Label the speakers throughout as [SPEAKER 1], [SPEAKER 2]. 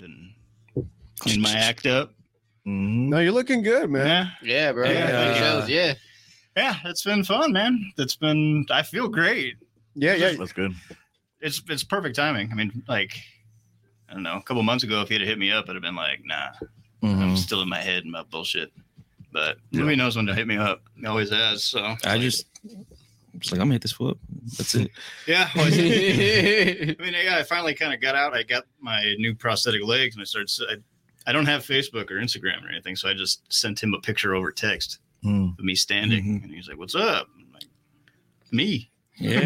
[SPEAKER 1] and clean my act up.
[SPEAKER 2] Mm-hmm.
[SPEAKER 3] No, you're looking good, man.
[SPEAKER 1] Yeah,
[SPEAKER 4] Yeah, bro.
[SPEAKER 1] Yeah,
[SPEAKER 4] Yeah,
[SPEAKER 1] thank you.
[SPEAKER 4] shows, yeah.
[SPEAKER 1] yeah, it's been fun, man. It's been. I feel great.
[SPEAKER 3] Yeah, yeah.
[SPEAKER 2] That's good.
[SPEAKER 1] It's it's perfect timing. I mean, like. I don't know. A couple months ago, if he'd have hit me up, I'd have been like, "Nah, I'm
[SPEAKER 2] Mhm.
[SPEAKER 1] still in my head and my bullshit." But
[SPEAKER 2] Yeah.
[SPEAKER 1] nobody knows when to hit me up. He always has. So
[SPEAKER 2] I just, just like I'm gonna hit this foot. That's it.
[SPEAKER 1] yeah. always-
[SPEAKER 4] yeah,
[SPEAKER 1] I mean, yeah, I finally kind of got out. I got my new prosthetic legs, and I started. I, I don't have Facebook or Instagram or anything, so I just sent him a picture over text
[SPEAKER 2] Mm.
[SPEAKER 1] of me standing,
[SPEAKER 2] Mhm.
[SPEAKER 1] and he's like, "What's up?" I'm like, "Me."
[SPEAKER 2] Yeah,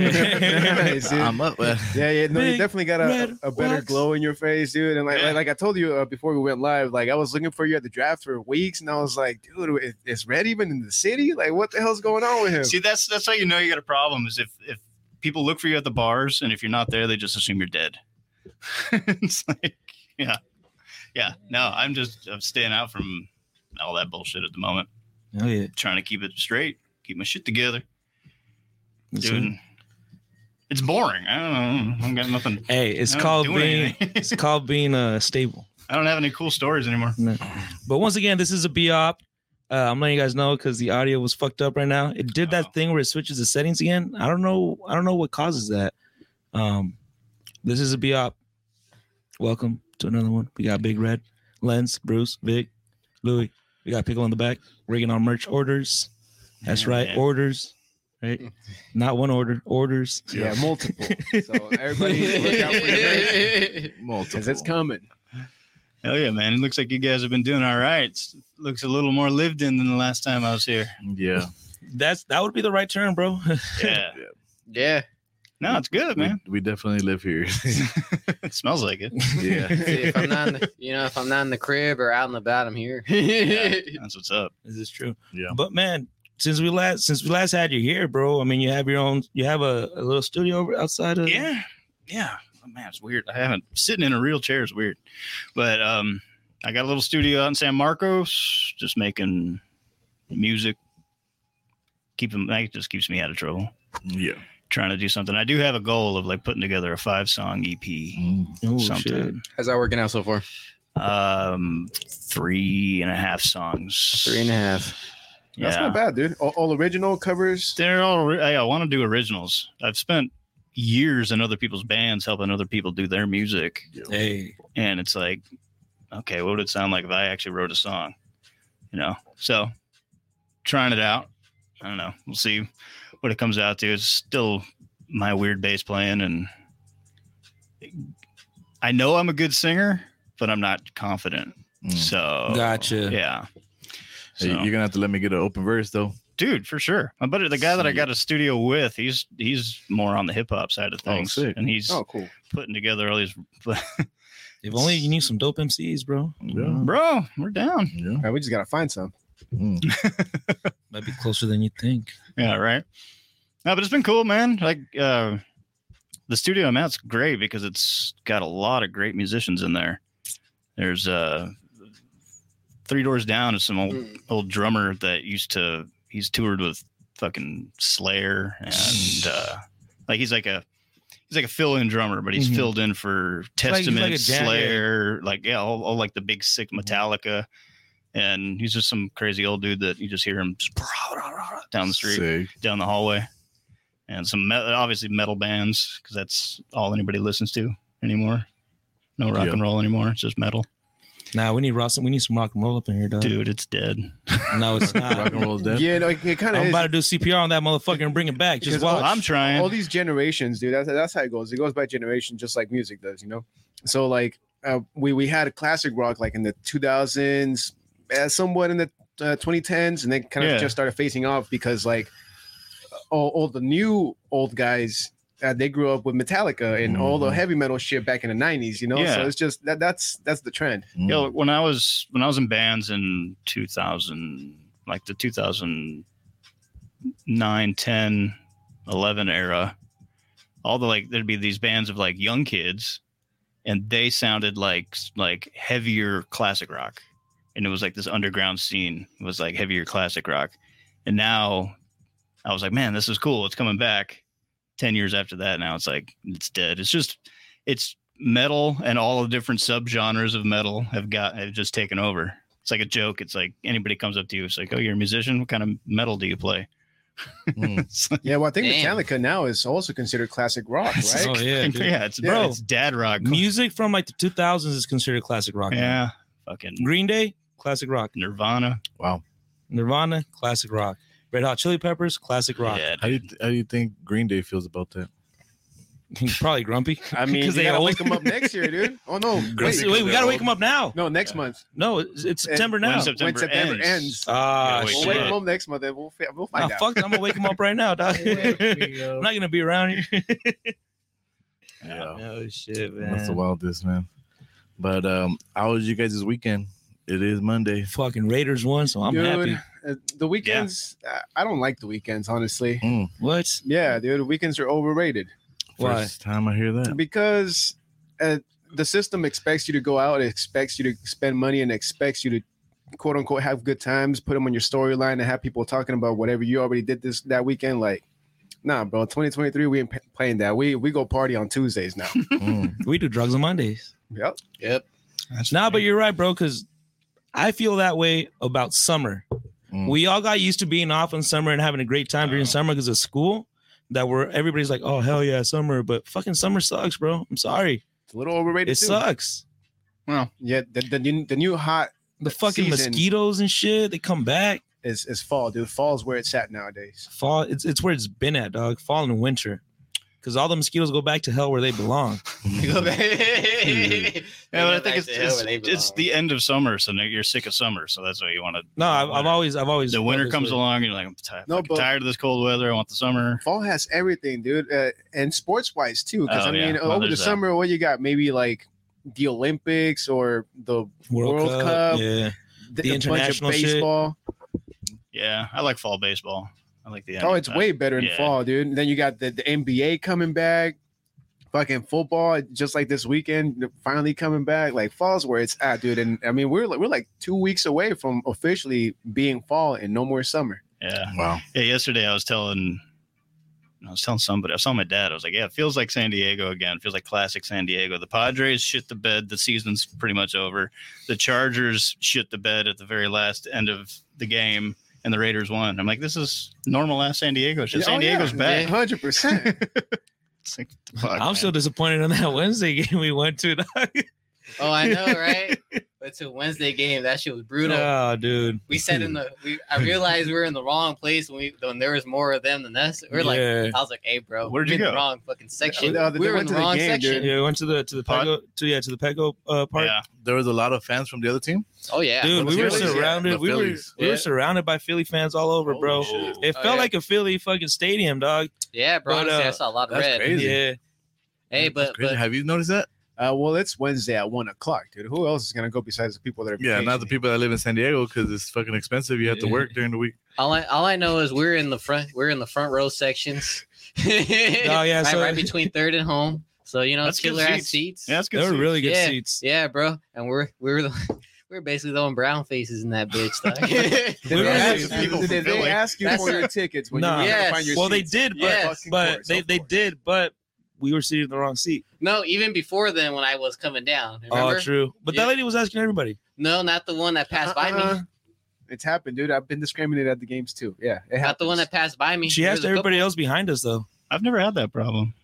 [SPEAKER 3] Is it-
[SPEAKER 2] I'm up. Uh,
[SPEAKER 3] Yeah, yeah, no, you
[SPEAKER 2] Big
[SPEAKER 3] definitely got a,
[SPEAKER 2] red
[SPEAKER 3] a better
[SPEAKER 2] wax.
[SPEAKER 3] glow in your face, dude. And like,
[SPEAKER 1] Yeah.
[SPEAKER 3] like, like I told you uh, before we went live, like I was looking for you at the draft for weeks, and I was like, dude, is, is Red even in the city? Like, what the hell's going on with him?
[SPEAKER 1] See, that's that's how you know you got a problem is if if people look for you at the bars, and if you're not there, they just assume you're dead. it's like, yeah, yeah. No, I'm just I'm staying out from all that bullshit at the moment.
[SPEAKER 2] oh yeah,
[SPEAKER 1] Trying to keep it straight, keep my shit together,
[SPEAKER 2] That's
[SPEAKER 1] dude.
[SPEAKER 2] it.
[SPEAKER 1] It's boring. I don't know. I don't got nothing.
[SPEAKER 2] Hey, it's
[SPEAKER 1] I don't
[SPEAKER 2] called
[SPEAKER 1] do
[SPEAKER 2] being.
[SPEAKER 1] anything.
[SPEAKER 2] It's called being uh, stable.
[SPEAKER 1] I don't have any cool stories anymore.
[SPEAKER 2] No. But once again, this is a B op. Uh, I'm letting you guys know because the audio was fucked up right now. It did
[SPEAKER 1] Oh.
[SPEAKER 2] that thing where it switches the settings again. I don't know. I don't know what causes that. Um, this is a B op. Welcome to another one. We got Big Red, Lens, Bruce, Vic, Louie. We got Pickle in the back. Rigging our merch orders. That's
[SPEAKER 1] Yeah,
[SPEAKER 2] right,
[SPEAKER 1] man.
[SPEAKER 2] orders. Right, not one order, orders.
[SPEAKER 3] yeah, multiple. so everybody, look out for your because it's coming.
[SPEAKER 1] Hell yeah, man. It looks like you guys have been doing all right. It's- looks a little more lived in than the last time I was here.
[SPEAKER 2] Yeah, that's that would be the right term, bro.
[SPEAKER 1] Yeah.
[SPEAKER 4] yeah.
[SPEAKER 1] no, it's good, man.
[SPEAKER 5] We, we definitely live here.
[SPEAKER 1] It smells like it.
[SPEAKER 5] yeah.
[SPEAKER 4] See, if I'm not, in the, you know, if I'm not in the crib or out and about, I'm here.
[SPEAKER 1] Yeah, that's what's up.
[SPEAKER 2] This is true.
[SPEAKER 5] Yeah.
[SPEAKER 2] But man, since we last since we last had you here, bro, I mean, you have your own, you have a, a little studio over outside of.
[SPEAKER 1] Yeah. Yeah. Oh, man, it's weird. I haven't sitting in a real chair is weird. But um I got a little studio out in San Marcos, just making music. Keeping that just keeps me out of trouble.
[SPEAKER 5] Yeah.
[SPEAKER 1] Trying to do something. I do have a goal of like putting together a five song E EP
[SPEAKER 2] Oh, shit.
[SPEAKER 1] sometime.
[SPEAKER 4] How's that working out so far?
[SPEAKER 1] Um, three and a half songs.
[SPEAKER 4] Three and a half.
[SPEAKER 1] Yeah.
[SPEAKER 3] That's not bad, dude. All, all original covers.
[SPEAKER 1] They're all. ri- I want to do originals. I've spent years in other people's bands helping other people do their music,
[SPEAKER 2] Hey,
[SPEAKER 1] and it's like, okay, what would it sound like if I actually wrote a song? You know, so trying it out. I don't know. We'll see what it comes out to. It's still my weird bass playing, and I know I'm a good singer, but I'm not confident.
[SPEAKER 5] Mm.
[SPEAKER 1] So
[SPEAKER 2] Gotcha.
[SPEAKER 1] Yeah. So-
[SPEAKER 5] Hey, you're gonna have to let me get an open verse though.
[SPEAKER 1] dude, for sure. My buddy, the guy that I got a studio with, he's he's more on the hip hop side of
[SPEAKER 5] Oh,
[SPEAKER 1] things,
[SPEAKER 5] sick.
[SPEAKER 1] and he's
[SPEAKER 3] Oh, cool.
[SPEAKER 1] putting together all these.
[SPEAKER 2] if only you knew some dope MCs, bro.
[SPEAKER 5] Yeah.
[SPEAKER 1] Bro, we're down.
[SPEAKER 5] Yeah.
[SPEAKER 3] All right, we just gotta find some.
[SPEAKER 5] Mm.
[SPEAKER 2] Might be closer than you think.
[SPEAKER 1] Yeah, right. No, but it's been cool, man. Like uh, the studio I'm at's great because it's got a lot of great musicians in there. There's uh, three doors down is some
[SPEAKER 2] Hmm.
[SPEAKER 1] old
[SPEAKER 4] Mm.
[SPEAKER 1] old drummer that used to he's toured with fucking Slayer and uh, like he's like a he's like a fill in drummer, but he's
[SPEAKER 2] Mhm.
[SPEAKER 1] filled in for
[SPEAKER 2] like- he's like
[SPEAKER 1] Testament,
[SPEAKER 2] a Mm-hmm. jam-
[SPEAKER 1] Slayer, like yeah, all, all like the big sick Metallica, and he's just some crazy old dude that you just hear him just down the street,
[SPEAKER 5] Sick.
[SPEAKER 1] down the hallway, and some me- obviously metal bands because that's all anybody listens to anymore. No rock
[SPEAKER 5] Yeah.
[SPEAKER 1] and roll anymore. It's just metal,
[SPEAKER 2] Nah, we need rock. We need some rock and roll up in here, dog.
[SPEAKER 1] dude. It's dead.
[SPEAKER 2] No, it's
[SPEAKER 5] Rock
[SPEAKER 2] not.
[SPEAKER 5] and roll's dead.
[SPEAKER 3] Yeah, no, it, it kind of
[SPEAKER 2] I'm
[SPEAKER 3] is.
[SPEAKER 2] about to do CPR on that motherfucker and bring it back. Just
[SPEAKER 3] Because
[SPEAKER 2] watch.
[SPEAKER 3] all-
[SPEAKER 1] I'm trying.
[SPEAKER 3] all these generations, dude. That's that's how it goes. It goes by generation, just like music does, you know. So like uh, we we had classic rock like in the 2000s, uh, somewhat in the uh, 2010s, and then kind of
[SPEAKER 1] Yeah.
[SPEAKER 3] just started facing off because like all, all the new old guys. Uh, they grew up with Metallica and all the
[SPEAKER 5] Mhm.
[SPEAKER 3] heavy metal shit back in the '90s, you know.
[SPEAKER 1] Yeah.
[SPEAKER 3] So it's just that that's that's the trend.
[SPEAKER 5] Mm.
[SPEAKER 1] Yeah, when I was when I was in bands in 2000, like the 2009, 10, 11 era, all the like there'd be these bands of like young kids, and they sounded like like heavier classic rock, and it was like this underground scene was like heavier classic rock, and now I was like, man, this is cool. It's coming back. Ten years after that, now it's like it's dead. It's just it's metal and all the different subgenres of metal have got have just taken over. It's like a joke. It's like anybody comes up to you, it's like, "Oh, you're a musician. What kind of metal do you play?"
[SPEAKER 2] Hmm.
[SPEAKER 5] Mm.
[SPEAKER 1] It's like-
[SPEAKER 3] Yeah, well, I think
[SPEAKER 4] Damn.
[SPEAKER 3] Metallica now is also considered classic rock,
[SPEAKER 1] It's
[SPEAKER 3] right?
[SPEAKER 2] Oh yeah, dude.
[SPEAKER 1] yeah, it's
[SPEAKER 2] Bro.
[SPEAKER 1] it's dad rock.
[SPEAKER 2] Music from like the 2000s is considered classic rock. now.
[SPEAKER 1] Yeah, fucking
[SPEAKER 2] Green Day, classic rock.
[SPEAKER 1] Nirvana.
[SPEAKER 5] Wow.
[SPEAKER 2] Nirvana, classic rock. Red Hot Chili Peppers, classic rock.
[SPEAKER 1] Yeah,
[SPEAKER 5] How do you how do you think Green Day feels about that?
[SPEAKER 2] Probably grumpy.
[SPEAKER 3] I mean,
[SPEAKER 2] 'Cause they
[SPEAKER 3] you gotta
[SPEAKER 2] old.
[SPEAKER 3] wake them up next year, dude. Oh no,
[SPEAKER 2] Wait,
[SPEAKER 3] wait,
[SPEAKER 5] because
[SPEAKER 2] we
[SPEAKER 5] they're
[SPEAKER 2] gotta
[SPEAKER 5] old.
[SPEAKER 2] wake them up now.
[SPEAKER 3] no, next month.
[SPEAKER 2] No, it's, it's
[SPEAKER 5] Eh,
[SPEAKER 3] And
[SPEAKER 2] September now.
[SPEAKER 1] When September,
[SPEAKER 3] when September ends,
[SPEAKER 2] Ah,
[SPEAKER 1] Wait,
[SPEAKER 3] we'll
[SPEAKER 2] shit.
[SPEAKER 3] wake
[SPEAKER 1] shit.
[SPEAKER 3] them up next month, and we'll fi- we'll
[SPEAKER 2] Nah,
[SPEAKER 3] find out.
[SPEAKER 2] Oh, fuck, I'm gonna wake them up right now, dog. I'm
[SPEAKER 5] yeah.
[SPEAKER 2] not gonna be around here.
[SPEAKER 5] yeah.
[SPEAKER 2] Oh shit, man.
[SPEAKER 5] That's the wildest, man. But um, how was you guys this weekend? It is Monday.
[SPEAKER 2] Fucking Raiders won, so I'm happy.
[SPEAKER 3] uh, the weekends. uh, I don't like the weekends, honestly.
[SPEAKER 5] Mm,
[SPEAKER 2] What?
[SPEAKER 3] Yeah, dude, weekends are overrated
[SPEAKER 2] Why?
[SPEAKER 5] first time I hear that.
[SPEAKER 3] because uh, the system expects you to go out, it expects you to spend money, and expects you to quote unquote have good times, put them on your storyline, and have people talking about whatever you already did this that weekend. Like, nah, bro, 2023, we ain't p- playing that. We we go party on Tuesdays now.
[SPEAKER 5] Mm.
[SPEAKER 2] We do drugs on Mondays.
[SPEAKER 3] yep.
[SPEAKER 4] Yep.
[SPEAKER 1] That's
[SPEAKER 2] Nah,
[SPEAKER 1] funny.
[SPEAKER 2] but you're right, bro, because I feel that way about summer.
[SPEAKER 5] Mm.
[SPEAKER 2] We all got used to being off in summer and having a great time during
[SPEAKER 1] Oh.
[SPEAKER 2] summer because of school. That where everybody's like, oh hell yeah, summer. But fucking summer sucks, bro. I'm sorry.
[SPEAKER 3] It's a little overrated.
[SPEAKER 2] It
[SPEAKER 3] too.
[SPEAKER 2] sucks.
[SPEAKER 3] Yeah, the, the, new- the new hot
[SPEAKER 2] The fucking
[SPEAKER 3] Season.
[SPEAKER 2] mosquitoes and shit, they come back.
[SPEAKER 3] is, is fall, dude. Fall's where it's at nowadays.
[SPEAKER 2] Fall, it's, it's where it's been at, dog. Fall and winter. Cause all the mosquitoes go back to hell where they belong.
[SPEAKER 4] Go back.
[SPEAKER 1] Yeah,
[SPEAKER 4] They
[SPEAKER 1] but I
[SPEAKER 4] go back
[SPEAKER 1] think it's,
[SPEAKER 4] to hell
[SPEAKER 1] it's,
[SPEAKER 4] where they
[SPEAKER 1] it's the end of summer, so now you're sick of summer, so that's why you want to.
[SPEAKER 2] No, I've, I've always, I've always.
[SPEAKER 1] the
[SPEAKER 2] felt
[SPEAKER 1] winter
[SPEAKER 2] this
[SPEAKER 1] comes
[SPEAKER 2] way.
[SPEAKER 1] along, you're like, I'm ti-
[SPEAKER 3] No,
[SPEAKER 1] fucking
[SPEAKER 3] but-
[SPEAKER 1] tired of this cold weather. I want the summer.
[SPEAKER 3] Fall has everything, dude, uh, and sports wise too. Because
[SPEAKER 1] Oh,
[SPEAKER 3] I mean,
[SPEAKER 1] yeah. Well,
[SPEAKER 3] over the
[SPEAKER 1] there's that.
[SPEAKER 3] summer, what you got? Maybe like the Olympics or the
[SPEAKER 2] World,
[SPEAKER 3] World
[SPEAKER 2] Cup,
[SPEAKER 3] Cup.
[SPEAKER 2] yeah.
[SPEAKER 3] the
[SPEAKER 2] international shit.
[SPEAKER 3] baseball.
[SPEAKER 1] Yeah, I like fall baseball. I like the. end
[SPEAKER 3] oh,
[SPEAKER 1] of
[SPEAKER 3] it's
[SPEAKER 1] that.
[SPEAKER 3] way better in
[SPEAKER 1] yeah.
[SPEAKER 3] fall, dude. And then you got the, the NBA coming back, fucking football, just like this weekend, finally coming back. Like fall's where it's at, dude. And I mean, we're like- we're like two weeks away from officially being fall and no more summer.
[SPEAKER 1] Yeah,
[SPEAKER 5] Wow.
[SPEAKER 1] yeah. Yesterday I was telling, I was telling somebody. I saw my dad. I was like, yeah, it feels like San Diego again. It feels like classic San Diego. The Padres shit the bed. The season's pretty much over. The Chargers shit the bed at the very last end of the game, and the Raiders won. I'm like, this is normal ass San Diego shit.
[SPEAKER 3] Yeah,
[SPEAKER 1] San
[SPEAKER 3] oh,
[SPEAKER 1] Diego's
[SPEAKER 3] yeah,
[SPEAKER 1] back.
[SPEAKER 3] hundred percent.
[SPEAKER 1] It's like, fuck,
[SPEAKER 2] I'm
[SPEAKER 1] man.
[SPEAKER 2] still disappointed on that Wednesday game we went to. Dog.
[SPEAKER 4] Oh, I know, right? but to Wednesday game, that shit was brutal.
[SPEAKER 2] Oh, dude.
[SPEAKER 4] we said in the. We, I realized we were in the wrong place when we when there was more of them than us. We were like,
[SPEAKER 2] yeah.
[SPEAKER 4] I was like, hey, bro,
[SPEAKER 1] Where'd
[SPEAKER 4] we're
[SPEAKER 1] you
[SPEAKER 4] in
[SPEAKER 1] go?
[SPEAKER 4] the wrong fucking section.
[SPEAKER 3] the other
[SPEAKER 4] we
[SPEAKER 3] day
[SPEAKER 4] were in
[SPEAKER 3] went
[SPEAKER 4] the
[SPEAKER 3] to the
[SPEAKER 4] wrong
[SPEAKER 3] game, dude.
[SPEAKER 4] section.
[SPEAKER 2] yeah, we went to the to the
[SPEAKER 1] Pod-
[SPEAKER 2] Pego to yeah to the Pego uh, park.
[SPEAKER 1] Yeah,
[SPEAKER 5] There was a lot of fans from the other team.
[SPEAKER 4] Oh yeah.
[SPEAKER 2] Dude,
[SPEAKER 5] The
[SPEAKER 2] we were
[SPEAKER 5] Phillies, yeah.
[SPEAKER 2] surrounded.
[SPEAKER 5] The
[SPEAKER 2] We were
[SPEAKER 5] Phillies.
[SPEAKER 2] we were
[SPEAKER 4] Yeah.
[SPEAKER 2] surrounded by Philly fans all over,
[SPEAKER 5] Holy
[SPEAKER 2] bro.
[SPEAKER 5] shit.
[SPEAKER 2] It
[SPEAKER 4] Oh,
[SPEAKER 2] felt
[SPEAKER 4] yeah.
[SPEAKER 2] like a Philly fucking stadium, dog.
[SPEAKER 4] Yeah, bro.
[SPEAKER 2] But,
[SPEAKER 4] honestly,
[SPEAKER 2] uh,
[SPEAKER 4] I saw a lot of
[SPEAKER 5] that's
[SPEAKER 4] red.
[SPEAKER 5] crazy.
[SPEAKER 2] Yeah,
[SPEAKER 4] Hey,
[SPEAKER 5] That's
[SPEAKER 4] but
[SPEAKER 5] crazy.
[SPEAKER 4] but
[SPEAKER 5] have you noticed that?
[SPEAKER 3] Uh, well, it's Wednesday at one o'clock, dude. Who else is gonna go besides the people that are?
[SPEAKER 5] Yeah, not the
[SPEAKER 3] vacationing?
[SPEAKER 5] people that live in San Diego because it's fucking expensive. You have to work during the week.
[SPEAKER 4] all I all I know is we're in the front we're in the front row sections. oh
[SPEAKER 2] yeah,
[SPEAKER 4] right,
[SPEAKER 2] so-
[SPEAKER 4] right between third and home. So you know,
[SPEAKER 1] That's good
[SPEAKER 4] killer ass
[SPEAKER 1] seats.
[SPEAKER 4] seats.
[SPEAKER 1] yeah, that's good.
[SPEAKER 2] they were
[SPEAKER 1] seats.
[SPEAKER 2] really good
[SPEAKER 4] Yeah.
[SPEAKER 2] seats.
[SPEAKER 4] Yeah, bro. And we're we were the, we are basically throwing brown faces in that bitch. dog.
[SPEAKER 3] Did
[SPEAKER 2] We
[SPEAKER 3] they
[SPEAKER 2] were
[SPEAKER 3] ask-
[SPEAKER 1] actually people
[SPEAKER 3] did
[SPEAKER 1] from
[SPEAKER 3] they
[SPEAKER 1] Philly.
[SPEAKER 3] ask you
[SPEAKER 4] That's
[SPEAKER 3] for
[SPEAKER 4] a-
[SPEAKER 3] your tickets when
[SPEAKER 2] Nah.
[SPEAKER 3] you were trying to
[SPEAKER 4] Yes.
[SPEAKER 3] find your
[SPEAKER 2] Well, they
[SPEAKER 3] seats?
[SPEAKER 2] did, but
[SPEAKER 4] Yes.
[SPEAKER 3] Fucking
[SPEAKER 2] but
[SPEAKER 3] course,
[SPEAKER 2] they
[SPEAKER 3] of
[SPEAKER 2] they
[SPEAKER 3] course.
[SPEAKER 2] did, but we were seated in the wrong seat.
[SPEAKER 4] no, even before then when I was coming down. Remember?
[SPEAKER 2] Oh, true. But
[SPEAKER 4] Yeah.
[SPEAKER 2] that lady was asking everybody.
[SPEAKER 4] No, not the one that passed by me.
[SPEAKER 3] Uh-uh. It's happened, dude. I've been discriminated at the games too. Yeah, it
[SPEAKER 4] Not the one that passed by me.
[SPEAKER 2] She
[SPEAKER 4] There
[SPEAKER 2] asked
[SPEAKER 4] was a couple-
[SPEAKER 2] everybody else behind us though.
[SPEAKER 1] I've never had that problem.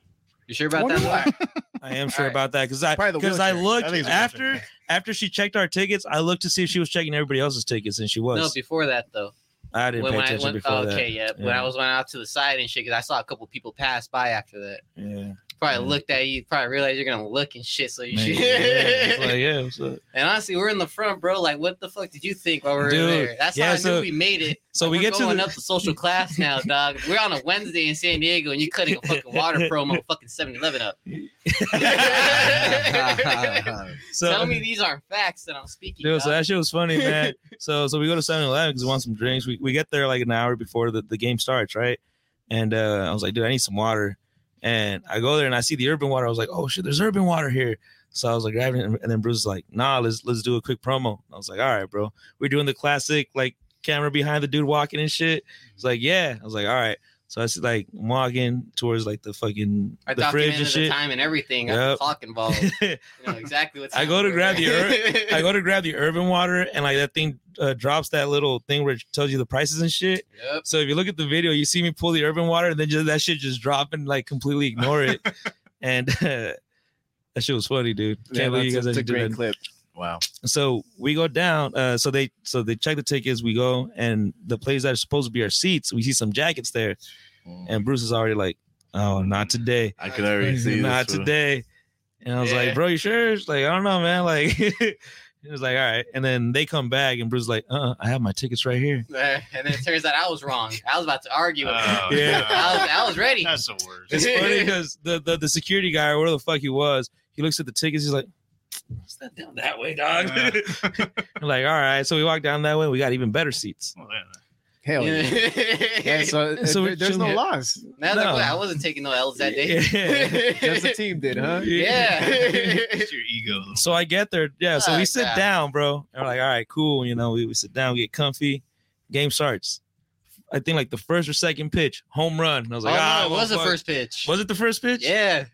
[SPEAKER 4] You sure about
[SPEAKER 3] happens.
[SPEAKER 4] that?
[SPEAKER 3] Wonder why.
[SPEAKER 2] I am sure
[SPEAKER 4] Alright.
[SPEAKER 2] about that because I
[SPEAKER 3] Probably the
[SPEAKER 2] because I
[SPEAKER 3] wheelchair.
[SPEAKER 2] looked
[SPEAKER 1] I think it's a
[SPEAKER 2] after
[SPEAKER 1] wheelchair.
[SPEAKER 2] after she checked our tickets. I looked to see if she was checking everybody else's tickets, and she was.
[SPEAKER 4] No, before that though.
[SPEAKER 2] I didn't
[SPEAKER 4] When,
[SPEAKER 2] pay
[SPEAKER 4] when I
[SPEAKER 2] attention
[SPEAKER 4] went,
[SPEAKER 2] before
[SPEAKER 4] okay, yeah. When
[SPEAKER 2] Yeah.
[SPEAKER 4] I was went out to the side and shit, because I saw a couple people pass by after that.
[SPEAKER 2] that. Yeah.
[SPEAKER 4] Probably
[SPEAKER 2] Yeah.
[SPEAKER 4] looked at you. Probably realized you're gonna look and shit. So you
[SPEAKER 2] Maybe.
[SPEAKER 4] should.
[SPEAKER 2] yeah. it's like, yeah, what's up?
[SPEAKER 4] and honestly, we're in the front, bro. Like, what the fuck did you think while we were
[SPEAKER 2] Dude,
[SPEAKER 4] there? That's
[SPEAKER 2] yeah,
[SPEAKER 4] how I
[SPEAKER 2] so-
[SPEAKER 4] knew we made it.
[SPEAKER 2] So we
[SPEAKER 4] We're
[SPEAKER 2] get to
[SPEAKER 4] going
[SPEAKER 2] the
[SPEAKER 4] up the social class now, dog. We're on a Wednesday in San Diego, and you're cutting a fucking water promo, fucking 7-Eleven up. Tell
[SPEAKER 2] so
[SPEAKER 4] me these aren't facts that I'm speaking.
[SPEAKER 2] dude, so
[SPEAKER 4] dog.
[SPEAKER 2] that shit was funny, man. so so we go to 7-Eleven because we want some drinks. We, we get there like an hour before the, the game starts, right? And uh, I was like, dude, I need some water. And I go there and I see the urban water. I was like, oh shit, there's urban water here. So I was like grabbing it, and then Bruce is like, nah, let's let's do a quick promo. I was like, all right, bro. We're doing the classic like camera behind the dude walking and shit. He's like, yeah. I was like, all right. So it's like I'm walking towards like the fucking
[SPEAKER 4] I
[SPEAKER 2] the fridge and
[SPEAKER 4] documented the
[SPEAKER 2] shit.
[SPEAKER 4] time and everything. I
[SPEAKER 2] Yep.
[SPEAKER 4] have clock involved. You know exactly what's.
[SPEAKER 2] I go to grab the
[SPEAKER 4] earth.
[SPEAKER 2] I go to grab the urban water and like that thing uh, drops that little thing where it tells you the prices and shit.
[SPEAKER 4] Yep.
[SPEAKER 2] So if you look at the video, you see me pull the urban water and then just that shit just drop and like completely ignore it. and uh, that shit was funny, dude. Can't
[SPEAKER 3] Yeah,
[SPEAKER 2] believe you
[SPEAKER 3] that's
[SPEAKER 2] guys
[SPEAKER 3] a- it's a
[SPEAKER 2] actually did
[SPEAKER 3] great
[SPEAKER 2] that.
[SPEAKER 3] clip.
[SPEAKER 5] Wow.
[SPEAKER 2] So we go down. Uh, so they so they check the tickets. We go and the place that are supposed to be our seats. We see some jackets there,
[SPEAKER 5] Mm.
[SPEAKER 2] and Bruce is already like, "Oh, not today."
[SPEAKER 5] I could already see
[SPEAKER 2] not
[SPEAKER 5] this. fool.
[SPEAKER 2] today. And I was
[SPEAKER 4] Yeah.
[SPEAKER 2] like, bro, you sure? It's like, I don't know, man. Like, it was like, all right. And then they come back, and Bruce's like, uh, uh I have my tickets right here.
[SPEAKER 4] Uh, and then it turns out I was wrong. I was about to argue. with him.
[SPEAKER 1] Oh,
[SPEAKER 2] Yeah.
[SPEAKER 4] I was, I was ready.
[SPEAKER 1] That's the worst.
[SPEAKER 2] It's funny because the, the the security guy or whatever the fuck he was, he looks at the tickets, he's like, it's not down that way, dog. I'm like, all right. So we walked down that way. We got even better seats.
[SPEAKER 1] Well, yeah.
[SPEAKER 3] Hell yeah. Yeah, so,
[SPEAKER 2] So
[SPEAKER 3] uh,
[SPEAKER 2] we're
[SPEAKER 3] there- there's no
[SPEAKER 2] chilling.
[SPEAKER 3] loss.
[SPEAKER 4] Now
[SPEAKER 2] No.
[SPEAKER 4] I wasn't taking no L's that day.
[SPEAKER 2] Yeah.
[SPEAKER 3] Just the team did, huh?
[SPEAKER 4] yeah.
[SPEAKER 1] It's your ego.
[SPEAKER 2] So I get there. Yeah. So we
[SPEAKER 4] Fuck
[SPEAKER 2] sit
[SPEAKER 4] that.
[SPEAKER 2] down, bro. And we're like, all right, cool. You know, we, we sit down, we get comfy. Game starts. I think like the first or second pitch, home run. And I was
[SPEAKER 4] Oh,
[SPEAKER 2] like, ah,
[SPEAKER 4] no, it
[SPEAKER 2] well,
[SPEAKER 4] was the
[SPEAKER 2] fuck."
[SPEAKER 4] first pitch.
[SPEAKER 2] Was it the first pitch?
[SPEAKER 4] Yeah.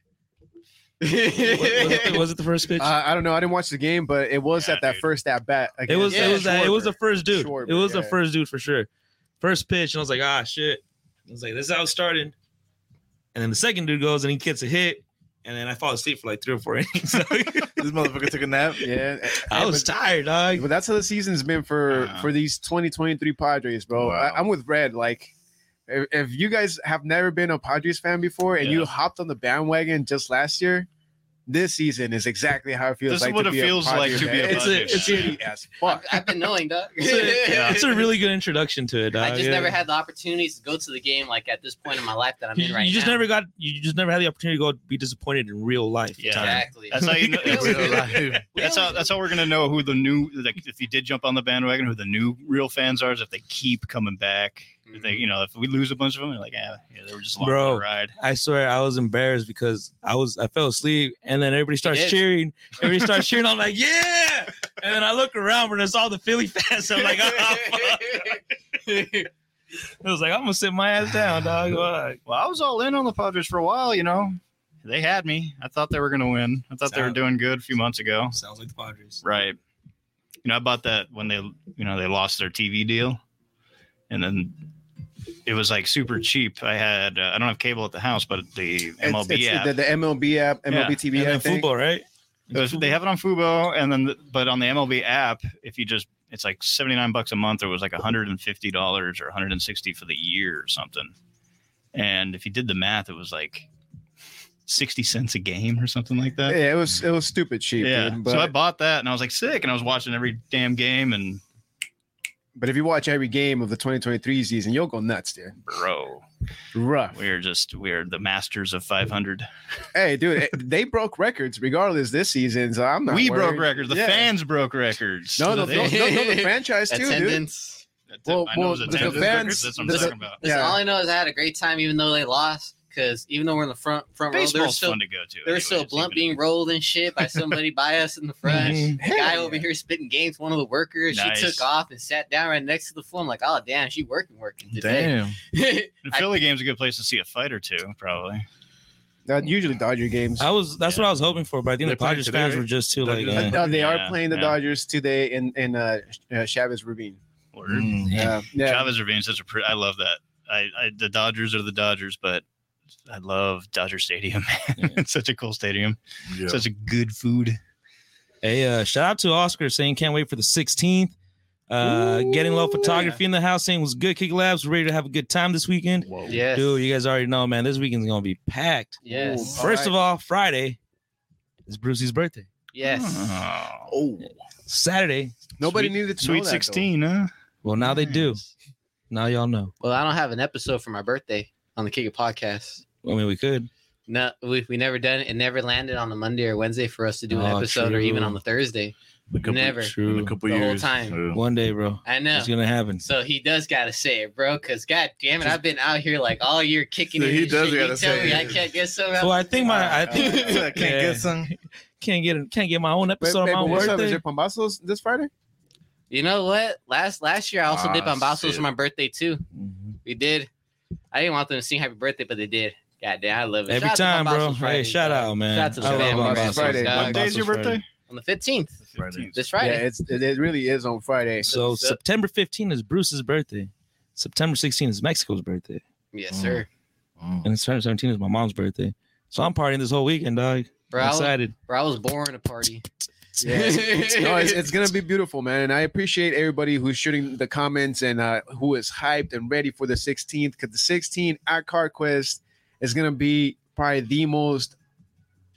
[SPEAKER 2] Wa- Was, it, the, was it the first pitch?
[SPEAKER 3] Uh, I don't know. I didn't watch the game, but it was
[SPEAKER 1] Yeah,
[SPEAKER 3] at that
[SPEAKER 1] dude.
[SPEAKER 3] first at bat.
[SPEAKER 2] it was.
[SPEAKER 4] yeah,
[SPEAKER 2] it was. that it was the first dude.
[SPEAKER 3] Schwarber,
[SPEAKER 2] it was the
[SPEAKER 3] yeah.
[SPEAKER 2] first dude for sure. First pitch, and I was like, ah, shit. I was like, this is how it started. And then the second dude goes and he gets a hit, and then I fall asleep for like three or four innings.
[SPEAKER 5] This motherfucker took a nap.
[SPEAKER 3] Yeah,
[SPEAKER 2] I was tired, dog.
[SPEAKER 3] But that's how the season's been for
[SPEAKER 1] Uh-huh.
[SPEAKER 3] for these 2023 Padres, bro.
[SPEAKER 5] Wow.
[SPEAKER 3] I, I'm with Red. Like, if, if you guys have never been a Padres fan before and you
[SPEAKER 1] Yeah.
[SPEAKER 3] hopped on the bandwagon just last year, this season is exactly how it feels
[SPEAKER 1] This is
[SPEAKER 3] like.
[SPEAKER 1] what
[SPEAKER 3] to
[SPEAKER 1] it
[SPEAKER 3] be a
[SPEAKER 1] feels like
[SPEAKER 3] Padres
[SPEAKER 1] to be a
[SPEAKER 3] fan. It's
[SPEAKER 1] Padres
[SPEAKER 3] it's
[SPEAKER 1] fan.
[SPEAKER 3] shitty as
[SPEAKER 4] I've,
[SPEAKER 3] fuck.
[SPEAKER 4] I've been knowing, dog.
[SPEAKER 2] It's
[SPEAKER 1] Yeah.
[SPEAKER 2] It's a really good introduction to it, dog.
[SPEAKER 4] I just
[SPEAKER 2] yeah.
[SPEAKER 4] never had the opportunity to go to the game like at this point in my life that I'm
[SPEAKER 2] You,
[SPEAKER 4] in right
[SPEAKER 2] you just
[SPEAKER 4] now.
[SPEAKER 2] never got. You just never had the opportunity to go be disappointed in real life.
[SPEAKER 1] Yeah.
[SPEAKER 2] time.
[SPEAKER 4] exactly.
[SPEAKER 1] That's how you know.
[SPEAKER 4] Real
[SPEAKER 1] That's,
[SPEAKER 5] life.
[SPEAKER 1] that's how. That's how we're gonna know who the new like if you did jump on the bandwagon, who the new real fans are. Is if they keep coming back. If they, you know, if we lose a bunch of them, you're like, yeah, yeah they were just along
[SPEAKER 2] Bro.
[SPEAKER 1] for the ride.
[SPEAKER 2] I swear I was embarrassed because I was I fell asleep and then everybody starts
[SPEAKER 4] is.
[SPEAKER 2] cheering. Everybody starts cheering. I'm like, yeah. And then I look around and it's all the Philly fans. I'm like, oh, fuck. I was like, I'm gonna sit my ass down, dog. Fuck.
[SPEAKER 1] Well, I was all in on the Padres for a while. You know, they had me. I thought they were gonna win. I thought they were
[SPEAKER 2] Sound-
[SPEAKER 1] doing good a few months ago.
[SPEAKER 2] Sounds like the Padres.
[SPEAKER 1] Right. You know, I bought that when they, you know, they lost their TV deal, and then it was like super cheap. I had uh, I don't have cable at the house, but the MLB
[SPEAKER 3] it's, it's
[SPEAKER 1] app.
[SPEAKER 3] The, the MLB app, MLB
[SPEAKER 1] Yeah.
[SPEAKER 3] TV
[SPEAKER 2] And
[SPEAKER 3] app.
[SPEAKER 2] then football, right?
[SPEAKER 1] It was- they have it on Fubo, and then the, but on the MLB app, if you just it's like seventy nine bucks a month, or it was like one hundred and fifty dollars or one hundred and sixty for the year or something. And if you did the math, it was like sixty cents a game or something like that.
[SPEAKER 3] Yeah, it was it was stupid cheap.
[SPEAKER 1] Yeah,
[SPEAKER 3] dude,
[SPEAKER 1] so I
[SPEAKER 3] but,
[SPEAKER 1] bought that, and I was like sick, and I was watching every damn game, and
[SPEAKER 3] but if you watch every game of the 2023 season, you'll go nuts, dude.
[SPEAKER 1] bro,
[SPEAKER 3] Rough.
[SPEAKER 1] we are just we are the masters of five hundred.
[SPEAKER 3] Hey, dude, they broke records regardless this season. So I'm not.
[SPEAKER 1] We
[SPEAKER 3] worried.
[SPEAKER 1] broke records. The
[SPEAKER 3] Yeah.
[SPEAKER 1] fans broke records.
[SPEAKER 3] No, no,
[SPEAKER 1] They-
[SPEAKER 3] no, no, no, the franchise too, dude.
[SPEAKER 4] Attendance.
[SPEAKER 3] well,
[SPEAKER 1] I know it was
[SPEAKER 3] well,
[SPEAKER 5] the
[SPEAKER 1] attendance
[SPEAKER 5] fans-
[SPEAKER 1] records, That's what I'm
[SPEAKER 3] the-
[SPEAKER 1] talking about.
[SPEAKER 4] Listen,
[SPEAKER 3] Yeah.
[SPEAKER 4] all I know is I had a great time, even though they lost. Because even though we're in the front front row, they're
[SPEAKER 1] Baseball's
[SPEAKER 4] still
[SPEAKER 1] fun to go to.
[SPEAKER 4] they're still
[SPEAKER 1] anyways,
[SPEAKER 4] blunt
[SPEAKER 1] "Oh, even-
[SPEAKER 4] being rolled and shit by somebody by us in
[SPEAKER 5] Mm-hmm.
[SPEAKER 4] the front.
[SPEAKER 2] Mhm.
[SPEAKER 4] The guy
[SPEAKER 3] Hell
[SPEAKER 4] over
[SPEAKER 3] yeah.
[SPEAKER 4] here spitting games. One of the workers,
[SPEAKER 1] Nice.
[SPEAKER 4] she took off and sat down right next to the floor. I'm like, oh damn, she working, working today.
[SPEAKER 5] Damn.
[SPEAKER 1] The Philly game's a good place to see a fight or two, probably.
[SPEAKER 3] uh, That usually Dodger games. Uh,
[SPEAKER 2] I was that's what I was hoping for, but I think
[SPEAKER 5] They're
[SPEAKER 2] the Padres
[SPEAKER 5] playing today,
[SPEAKER 2] fans
[SPEAKER 5] right?
[SPEAKER 2] were just too
[SPEAKER 5] Dodgers
[SPEAKER 2] like
[SPEAKER 5] are-
[SPEAKER 2] uh,
[SPEAKER 3] No, they
[SPEAKER 1] Oh, Yeah,
[SPEAKER 3] are playing the
[SPEAKER 1] yeah.
[SPEAKER 3] Dodgers today in in uh, uh Chavez Ravine.
[SPEAKER 1] Word.
[SPEAKER 5] Mm.
[SPEAKER 3] Yeah, yeah.
[SPEAKER 1] Chavez Ravine such a pretty. I love that. I, I the Dodgers are the Dodgers, but I love Dodger Stadium. man. it's such a cool stadium.
[SPEAKER 5] Yeah.
[SPEAKER 1] Such a good food.
[SPEAKER 2] Hey, uh, shout out to Oscar saying can't wait for the 16th. Uh, getting low
[SPEAKER 3] Ooh,
[SPEAKER 2] photography in the house saying was good. Kick Labs ready to have a good time this weekend.
[SPEAKER 5] Whoa.
[SPEAKER 4] Yes.
[SPEAKER 2] Dude, you guys already know, man. This weekend's gonna be packed.
[SPEAKER 4] Yes.
[SPEAKER 3] All
[SPEAKER 2] First
[SPEAKER 3] right.
[SPEAKER 2] of all, Friday is Brucey's birthday.
[SPEAKER 4] Yes.
[SPEAKER 1] Oh.
[SPEAKER 3] Oh,
[SPEAKER 2] Saturday,
[SPEAKER 3] nobody
[SPEAKER 1] Sweet-
[SPEAKER 3] needed to know
[SPEAKER 1] Sweet
[SPEAKER 3] that, though.
[SPEAKER 1] sixteen, huh?
[SPEAKER 2] well, now they do.
[SPEAKER 1] Nice.
[SPEAKER 2] Now y'all know.
[SPEAKER 4] Well, I don't have an episode for my birthday on the Kick It podcast.
[SPEAKER 2] I mean, we could.
[SPEAKER 4] No, we we never done it. It never landed on the Monday or Wednesday for us to do an
[SPEAKER 2] Oh,
[SPEAKER 4] episode or
[SPEAKER 2] true.
[SPEAKER 4] even on the Thursday.
[SPEAKER 5] A couple-
[SPEAKER 4] Never.
[SPEAKER 5] In a
[SPEAKER 2] True.
[SPEAKER 5] couple
[SPEAKER 4] The whole
[SPEAKER 5] years.
[SPEAKER 4] time.
[SPEAKER 5] Yeah.
[SPEAKER 2] One day, bro.
[SPEAKER 4] I know.
[SPEAKER 2] It's gonna happen.
[SPEAKER 4] So he does gotta say it, bro, because god damn it, I've been out here like all year kicking
[SPEAKER 5] So
[SPEAKER 4] it.
[SPEAKER 5] he
[SPEAKER 4] and
[SPEAKER 5] does
[SPEAKER 4] shit. You
[SPEAKER 5] gotta
[SPEAKER 4] tell
[SPEAKER 5] say
[SPEAKER 4] me I
[SPEAKER 5] it.
[SPEAKER 4] can't get so
[SPEAKER 2] Well, I think my I
[SPEAKER 4] uh,
[SPEAKER 5] Can't
[SPEAKER 2] think
[SPEAKER 5] get some.
[SPEAKER 2] can't get can't get my own
[SPEAKER 3] Wait,
[SPEAKER 2] episode
[SPEAKER 3] wait,
[SPEAKER 2] on
[SPEAKER 3] but
[SPEAKER 2] my
[SPEAKER 3] what's up? Is
[SPEAKER 2] birthday.
[SPEAKER 3] it Palmasos this Friday?
[SPEAKER 4] You know what? Last last year I also
[SPEAKER 5] Ah,
[SPEAKER 4] did bombassos
[SPEAKER 5] shit.
[SPEAKER 4] for my birthday too.
[SPEAKER 2] Mhm.
[SPEAKER 4] We did. I didn't want them to sing happy birthday, but they did. God damn, I love it.
[SPEAKER 2] Every
[SPEAKER 4] Shout out
[SPEAKER 2] time,
[SPEAKER 4] to my boss
[SPEAKER 2] bro.
[SPEAKER 4] on Friday,
[SPEAKER 2] hey, shout
[SPEAKER 4] dog.
[SPEAKER 2] out, man.
[SPEAKER 4] Shout out to the
[SPEAKER 2] I love
[SPEAKER 4] family.
[SPEAKER 2] my
[SPEAKER 3] Friday.
[SPEAKER 2] bosses.
[SPEAKER 3] Friday.
[SPEAKER 2] My
[SPEAKER 1] What day
[SPEAKER 2] bosses
[SPEAKER 1] is your
[SPEAKER 2] Friday.
[SPEAKER 1] birthday?
[SPEAKER 4] on the 15th.
[SPEAKER 5] Friday.
[SPEAKER 4] This
[SPEAKER 3] Yeah,
[SPEAKER 4] Friday.
[SPEAKER 3] it's it, it really is on Friday.
[SPEAKER 2] So
[SPEAKER 4] So-
[SPEAKER 2] September 15th is Bruce's birthday. September 16th is Mexico's birthday.
[SPEAKER 4] yes,
[SPEAKER 5] Mm.
[SPEAKER 4] sir.
[SPEAKER 5] Mm.
[SPEAKER 2] And September 17th is my mom's birthday. So I'm partying this whole weekend, dog.
[SPEAKER 4] Bro,
[SPEAKER 2] I'm
[SPEAKER 4] I was,
[SPEAKER 2] excited.
[SPEAKER 4] bro, I was born a party.
[SPEAKER 3] Yeah. no, it's, it's gonna be beautiful, man. And I appreciate everybody who's shooting the comments and uh, who is hyped and ready for the 16th. Because the 16th at CarQuest is gonna be probably the most,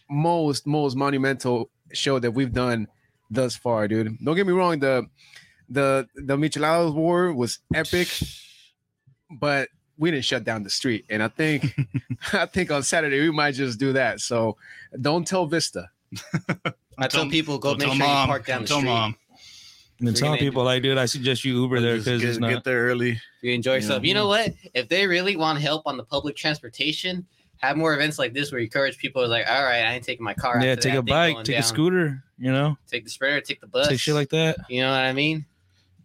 [SPEAKER 3] most, most monumental show that we've done thus far, dude. Don't get me wrong, the the the Micheladas War was epic, but we didn't shut down the street. And I think I think on Saturday we might just do that. So don't tell Vista.
[SPEAKER 4] I tell people go
[SPEAKER 1] Don't
[SPEAKER 4] make
[SPEAKER 1] tell
[SPEAKER 4] sure
[SPEAKER 1] mom.
[SPEAKER 4] you park down the
[SPEAKER 1] Don't tell
[SPEAKER 4] street.
[SPEAKER 1] mom.
[SPEAKER 2] I've been telling
[SPEAKER 4] gonna-
[SPEAKER 2] people, like, dude, I suggest you Uber there
[SPEAKER 5] Just
[SPEAKER 2] because
[SPEAKER 5] get,
[SPEAKER 2] it's not.
[SPEAKER 5] get there early.
[SPEAKER 4] You enjoy yourself.
[SPEAKER 5] Yeah.
[SPEAKER 4] You know what? If they really want help on the public transportation, have more events like this where you encourage people like, all right, I ain't taking my car.
[SPEAKER 2] yeah,
[SPEAKER 4] after
[SPEAKER 2] take
[SPEAKER 4] that
[SPEAKER 2] a
[SPEAKER 4] thing
[SPEAKER 2] bike,
[SPEAKER 4] going
[SPEAKER 2] take
[SPEAKER 4] down.
[SPEAKER 2] a scooter, you know,
[SPEAKER 4] take the sprinter, take the bus.
[SPEAKER 2] take shit like that.
[SPEAKER 4] you know what I mean?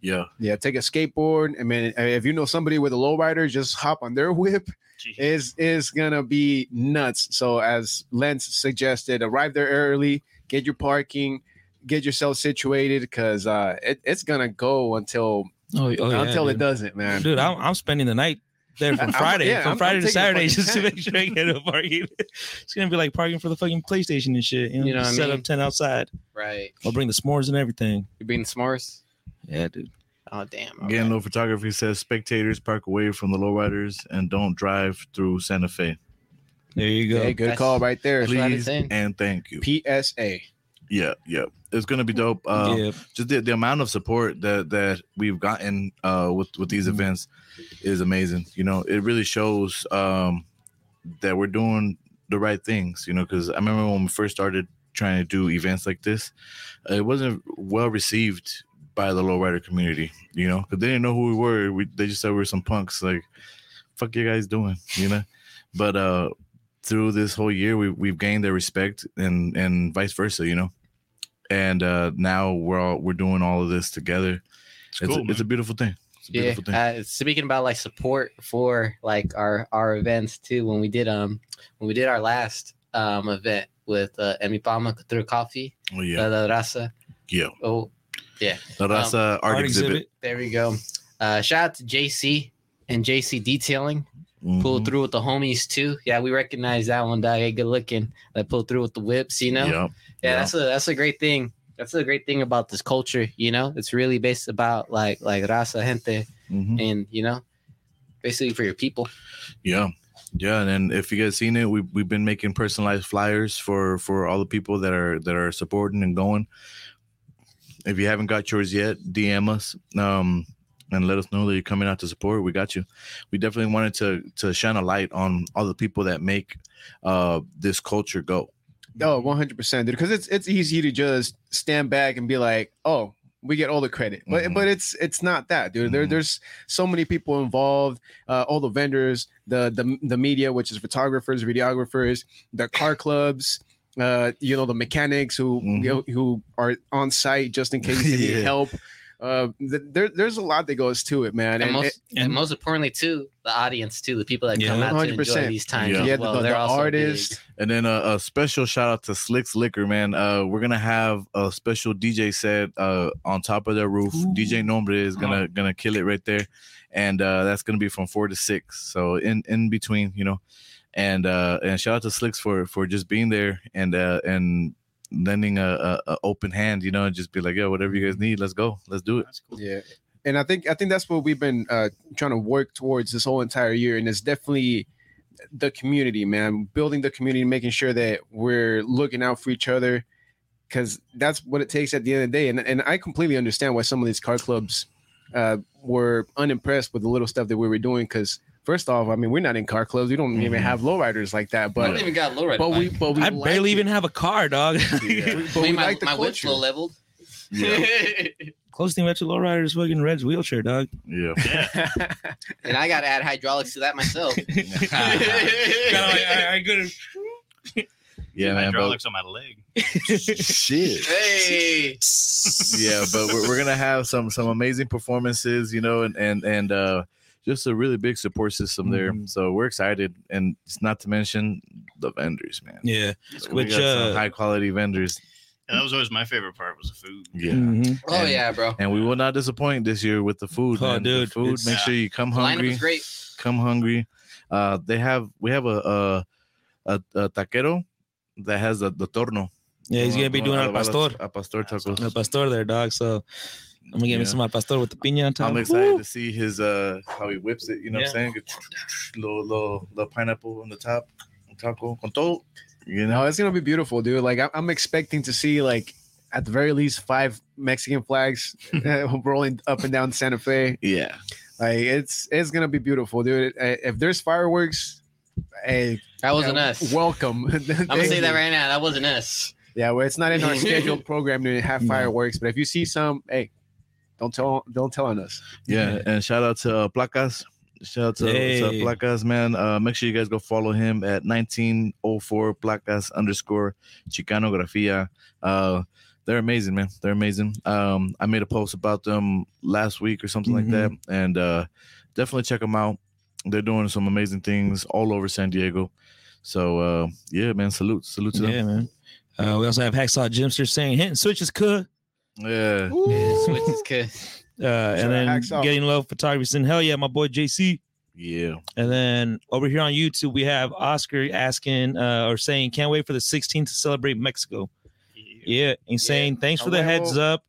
[SPEAKER 5] Yeah.
[SPEAKER 3] Yeah, take a skateboard. I mean, if you know somebody with a lowrider, just hop on their whip.
[SPEAKER 1] Jeez.
[SPEAKER 3] Is is gonna be nuts. So as Lance suggested, arrive there early, get your parking, get yourself situated, because uh, it, it's gonna go until
[SPEAKER 2] Oh,
[SPEAKER 3] until it doesn't, man.
[SPEAKER 2] Dude, I'm, I'm spending the night there
[SPEAKER 3] I'm-
[SPEAKER 2] from Friday,
[SPEAKER 3] yeah,
[SPEAKER 2] from
[SPEAKER 3] I'm-
[SPEAKER 2] Friday
[SPEAKER 3] I'm
[SPEAKER 2] to
[SPEAKER 3] taking
[SPEAKER 2] Saturday,
[SPEAKER 3] a fucking
[SPEAKER 2] just to
[SPEAKER 3] tank.
[SPEAKER 2] make sure I get a parking. it's gonna be like parking for the fucking PlayStation and shit. You know,
[SPEAKER 4] You know
[SPEAKER 2] just
[SPEAKER 4] what I
[SPEAKER 2] set
[SPEAKER 4] mean?
[SPEAKER 2] up tent outside.
[SPEAKER 4] Right.
[SPEAKER 2] I'll bring the s'mores and everything.
[SPEAKER 4] You're being s'mores.
[SPEAKER 2] Yeah, dude.
[SPEAKER 4] Oh damn.
[SPEAKER 5] Again,
[SPEAKER 4] alright.
[SPEAKER 5] no photography says spectators park away from the lowriders and don't drive through Santa Fe.
[SPEAKER 2] There you go.
[SPEAKER 3] Hey, good
[SPEAKER 4] That's-
[SPEAKER 3] call right there.
[SPEAKER 4] what I
[SPEAKER 5] Please
[SPEAKER 4] was saying.
[SPEAKER 5] and thank you.
[SPEAKER 3] PSA.
[SPEAKER 5] Yeah, yeah. It's gonna be dope. Uh,
[SPEAKER 2] yeah,
[SPEAKER 5] Just the, the amount of support that that we've gotten uh, with with these events is amazing. You know, it really shows um, that we're doing the right things. You know, because I remember when we first started trying to do events like this, uh, it wasn't well received by the lowrider community. You know, because they didn't know who we were. We, they just said we were some punks. Like, fuck you guys doing. You know, but uh, through this whole year, we we've gained their respect and and vice versa. You know, and uh, now we're all we're doing all of this together.
[SPEAKER 1] It's
[SPEAKER 5] It's,
[SPEAKER 1] cool.
[SPEAKER 5] it's a beautiful thing. It's a
[SPEAKER 4] yeah.
[SPEAKER 5] beautiful thing.
[SPEAKER 4] Uh, speaking about like support for like our our events too. When we did um when we did our last um event with uh, Emi Palma through coffee,
[SPEAKER 5] Oh yeah,
[SPEAKER 4] yeah. La Raza.
[SPEAKER 5] yeah.
[SPEAKER 4] Oh,
[SPEAKER 5] No, that's
[SPEAKER 4] um,
[SPEAKER 5] uh, art, exhibit.
[SPEAKER 4] there we go. Uh, shout out to JC and JC Detailing. Pulled
[SPEAKER 5] Mhm.
[SPEAKER 4] through with the homies too. Yeah, we recognize that one, dog. Hey, good looking. That pulled through with the whips, you know.
[SPEAKER 5] Yep.
[SPEAKER 4] yeah,
[SPEAKER 5] Yeah.
[SPEAKER 4] that's a that's a great thing. That's a great thing about this culture, you know. It's really based about like like raza gente
[SPEAKER 5] Mhm.
[SPEAKER 4] and you know, basically for your people.
[SPEAKER 5] Yeah. Yeah, and then if you guys seen it, we we've been making personalized flyers for for all the people that are that are supporting and going. If you haven't got yours yet, DM us um, and let us know that you're coming out to support. We got you. We definitely wanted to to shine a light on all the people that make uh, this culture go.
[SPEAKER 3] Oh, 100%, dude. Because it's it's easy to just stand back and be like, oh, we get all the credit. But
[SPEAKER 5] Mhm.
[SPEAKER 3] but it's it's not that, dude. There,
[SPEAKER 5] Mhm.
[SPEAKER 3] there's so many people involved. Uh, all the vendors, the the the media, which is photographers, videographers, the car clubs. Uh, you know the mechanics who
[SPEAKER 5] Mhm.
[SPEAKER 3] you know, who are on site just in case you need
[SPEAKER 5] Yeah.
[SPEAKER 3] help. Uh, th- there, there's a lot that goes to it, man.
[SPEAKER 4] And,
[SPEAKER 3] And
[SPEAKER 4] most
[SPEAKER 3] it-
[SPEAKER 4] and,
[SPEAKER 2] and-
[SPEAKER 4] most importantly too, the audience too, the people that come
[SPEAKER 2] Yeah.
[SPEAKER 4] out to
[SPEAKER 3] 100%.
[SPEAKER 4] enjoy these times.
[SPEAKER 5] Yeah.
[SPEAKER 4] Yeah,
[SPEAKER 3] yeah,
[SPEAKER 4] well.
[SPEAKER 3] the, the,
[SPEAKER 4] They're
[SPEAKER 3] the
[SPEAKER 4] also big.
[SPEAKER 3] artist.
[SPEAKER 5] And then uh, a special shout out to Slicks Liquor, man. Uh, we're gonna have a special DJ set uh, on top of their roof.
[SPEAKER 2] Ooh.
[SPEAKER 5] DJ Nombre is gonna gonna kill it right there, and uh, that's gonna be from four to six. So in in between, you know. And uh, and shout out to Slicks for for just being there and uh, and lending a, a, a open hand, you know, and just be like, yeah, whatever you guys need, let's go, let's do it.
[SPEAKER 1] That's cool.
[SPEAKER 3] Yeah. And I think I think that's what we've been uh, trying to work towards this whole entire year, and it's definitely the community, man. Building the community, making sure that we're looking out for each other, because that's what it takes at the end of the day. And and I completely understand why some of these car clubs uh, were unimpressed with the little stuff that we were doing. Because first off, I mean, we're not in car clubs; we don't even
[SPEAKER 5] Mhm.
[SPEAKER 3] have lowriders like that.
[SPEAKER 4] I
[SPEAKER 3] But
[SPEAKER 4] don't even got low
[SPEAKER 3] but we but we
[SPEAKER 2] Mm-hmm. I
[SPEAKER 3] like
[SPEAKER 2] barely
[SPEAKER 3] it.
[SPEAKER 2] even have a car, dog.
[SPEAKER 5] Yeah.
[SPEAKER 3] but we
[SPEAKER 4] my,
[SPEAKER 3] like the
[SPEAKER 4] my whip's
[SPEAKER 3] culture.
[SPEAKER 4] low leveled.
[SPEAKER 2] Close thing about your lowrider is fucking Red's wheelchair, dog.
[SPEAKER 5] Yeah.
[SPEAKER 4] and I gotta add hydraulics to that myself.
[SPEAKER 5] Ah,
[SPEAKER 2] I, could
[SPEAKER 5] yeah, man. but-
[SPEAKER 1] Hydraulics on my leg.
[SPEAKER 5] shit.
[SPEAKER 4] hey.
[SPEAKER 5] yeah but we're, we're gonna have some some amazing performances you know and and and uh just a really big support system there.
[SPEAKER 2] Mhm.
[SPEAKER 5] So we're excited, and it's not to mention the vendors, man.
[SPEAKER 2] Yeah.
[SPEAKER 5] So
[SPEAKER 2] Which, uh,
[SPEAKER 5] high quality vendors.
[SPEAKER 1] And that was always my favorite part was the food.
[SPEAKER 5] Yeah.
[SPEAKER 2] Mhm.
[SPEAKER 4] Oh
[SPEAKER 5] And-
[SPEAKER 4] yeah, bro.
[SPEAKER 5] And we will not disappoint this year with the food.
[SPEAKER 2] Oh,
[SPEAKER 5] man. The
[SPEAKER 2] dude,
[SPEAKER 5] food.
[SPEAKER 2] it's-
[SPEAKER 5] Make sure you come
[SPEAKER 4] The lineup
[SPEAKER 5] hungry.
[SPEAKER 4] is great.
[SPEAKER 5] Come hungry. Uh, they have we have a a, a, a taquero that has the, the torno.
[SPEAKER 2] Yeah, he's gonna be doing al
[SPEAKER 5] Al
[SPEAKER 2] pastor.
[SPEAKER 5] Al pastor tacos.
[SPEAKER 2] Al pastor there, dog. So I'm gonna give me
[SPEAKER 5] Yeah.
[SPEAKER 2] some al pastor with the piña on top.
[SPEAKER 5] I'm excited
[SPEAKER 2] Woo!
[SPEAKER 5] to see his uh how he whips it. You know what I'm saying? Little little little pineapple on the top, taco con todo. You know,
[SPEAKER 3] No, Oh, it's gonna be beautiful, dude. Like I'm, I'm expecting to see like at the very least five Mexican flags uh, rolling up and down Santa Fe.
[SPEAKER 5] yeah.
[SPEAKER 3] Like it's it's gonna be beautiful, dude. Uh, If there's fireworks, hey,
[SPEAKER 4] That wasn't
[SPEAKER 3] uh,
[SPEAKER 4] us.
[SPEAKER 3] Welcome. I'm
[SPEAKER 4] I'm gonna say that right now. That wasn't us.
[SPEAKER 3] Yeah, well, it's not in our scheduled program to have
[SPEAKER 2] No.
[SPEAKER 3] fireworks, but if you see some, hey, don't tell don't tell on us.
[SPEAKER 5] Yeah, and shout out to uh, Placas. Shout out to, to
[SPEAKER 2] Hey.
[SPEAKER 5] Placas, man. Uh, make sure you guys go follow him at 1904 Placas underscore Chicanografia. Uh, they're amazing, man. They're amazing. Um, I made a post about them last week or something like that, and uh, definitely check them out. They're doing some amazing things all over San Diego. So uh, yeah, man. Salute, salute to
[SPEAKER 2] Yeah,
[SPEAKER 5] them.
[SPEAKER 2] man. Uh, we also have Hacksaw Jimster saying hitting switches cook.
[SPEAKER 5] Yeah,
[SPEAKER 4] Yeah, switch is good.
[SPEAKER 2] Uh, and
[SPEAKER 3] out
[SPEAKER 2] then
[SPEAKER 3] Hacksaw.
[SPEAKER 2] getting low photography saying, hell yeah, my boy JC.
[SPEAKER 5] yeah.
[SPEAKER 2] And then over here on YouTube, we have Oscar asking uh, or saying, can't wait for the 16th to celebrate Mexico. Yeah. And saying, thanks for the
[SPEAKER 3] Hello.
[SPEAKER 2] heads up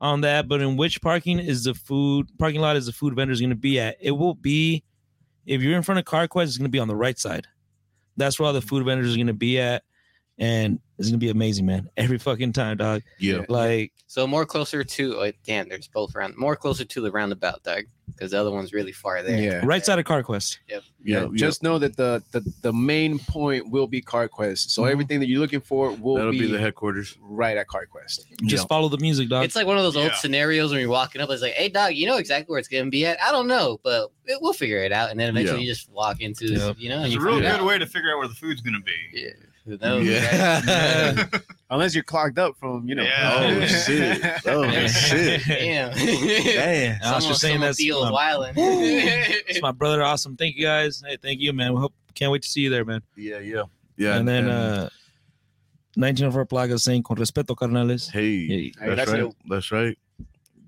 [SPEAKER 2] on that. But in which parking is the food parking lot is the food vendors going to be at? It will be, if you're in front of CarQuest, it's going to be on the right side. That's where all the food vendors are going to be at. And it's going to be amazing, man. Every fucking time, dog.
[SPEAKER 5] yeah.
[SPEAKER 2] Like,
[SPEAKER 4] So more closer to oh, damn, there's both round more closer to the roundabout, Doug, because the other one's really far there.
[SPEAKER 3] Yeah.
[SPEAKER 2] right side of CarQuest.
[SPEAKER 5] Yeah, yeah.
[SPEAKER 3] Just know that the, the the main point will be CarQuest. So
[SPEAKER 2] Mhm.
[SPEAKER 3] everything that you're looking for will
[SPEAKER 5] Mm-hmm. that'll
[SPEAKER 3] be,
[SPEAKER 5] be the headquarters.
[SPEAKER 3] right at CarQuest.
[SPEAKER 2] Just follow the music, dog.
[SPEAKER 4] It's like one of those old
[SPEAKER 1] Yeah.
[SPEAKER 4] scenarios when you're walking up. It's like, hey, dog, you know exactly where it's gonna be at. I don't know, but it, we'll figure it out. And then eventually
[SPEAKER 5] Yeah.
[SPEAKER 4] you just walk into,
[SPEAKER 2] Yeah.
[SPEAKER 4] you know, and
[SPEAKER 1] It's a
[SPEAKER 4] you
[SPEAKER 1] real
[SPEAKER 4] find
[SPEAKER 1] good
[SPEAKER 4] out.
[SPEAKER 1] way to figure out where the food's gonna be.
[SPEAKER 4] Yeah, who knows? right?
[SPEAKER 5] Yeah.
[SPEAKER 3] Unless you're clogged up from you know.
[SPEAKER 1] Yeah.
[SPEAKER 5] Oh shit! Oh shit!
[SPEAKER 4] Damn.
[SPEAKER 5] Damn.
[SPEAKER 2] I was just saying that's
[SPEAKER 4] feels
[SPEAKER 2] um,
[SPEAKER 4] wilding.
[SPEAKER 2] it's my brother. Awesome. Thank you guys. Hey, thank you, man. We hope can't wait to see you there, man.
[SPEAKER 5] Yeah, yeah, yeah.
[SPEAKER 2] and then uh 1904 Plaga saying con respeto carnales.
[SPEAKER 5] hey,
[SPEAKER 2] Yeah.
[SPEAKER 3] Hey,
[SPEAKER 5] that's,
[SPEAKER 3] that's
[SPEAKER 5] right.
[SPEAKER 3] dope.
[SPEAKER 5] That's right.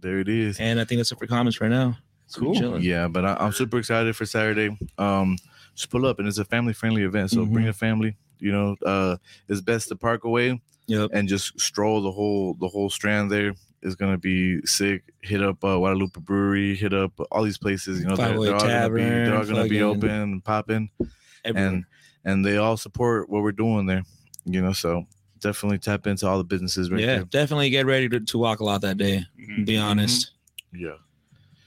[SPEAKER 5] There it is.
[SPEAKER 2] And I think that's it for comments right now. So we
[SPEAKER 3] Cool.
[SPEAKER 2] chilling.
[SPEAKER 5] Yeah, but I, I'm super excited for Saturday. Um, just pull up, and it's a family friendly event, so
[SPEAKER 2] Mhm.
[SPEAKER 5] bring a family. You know, uh, it's best to park away
[SPEAKER 2] Yep.
[SPEAKER 5] and just stroll the whole the whole strand there. It's gonna be sick. Hit up uh, Guadalupe Brewery. Hit up all these places. You know, they're,
[SPEAKER 2] 508
[SPEAKER 5] they're all gonna be they're all
[SPEAKER 2] Tavern,
[SPEAKER 5] gonna be
[SPEAKER 2] fucking-
[SPEAKER 5] open and popping.
[SPEAKER 2] Everywhere.
[SPEAKER 5] and and they all support what we're doing there you know so definitely tap into all the businesses right Mm-hmm.
[SPEAKER 2] yeah, definitely get ready to, to walk a lot that day.
[SPEAKER 1] Mhm.
[SPEAKER 2] Be honest.
[SPEAKER 5] there yeah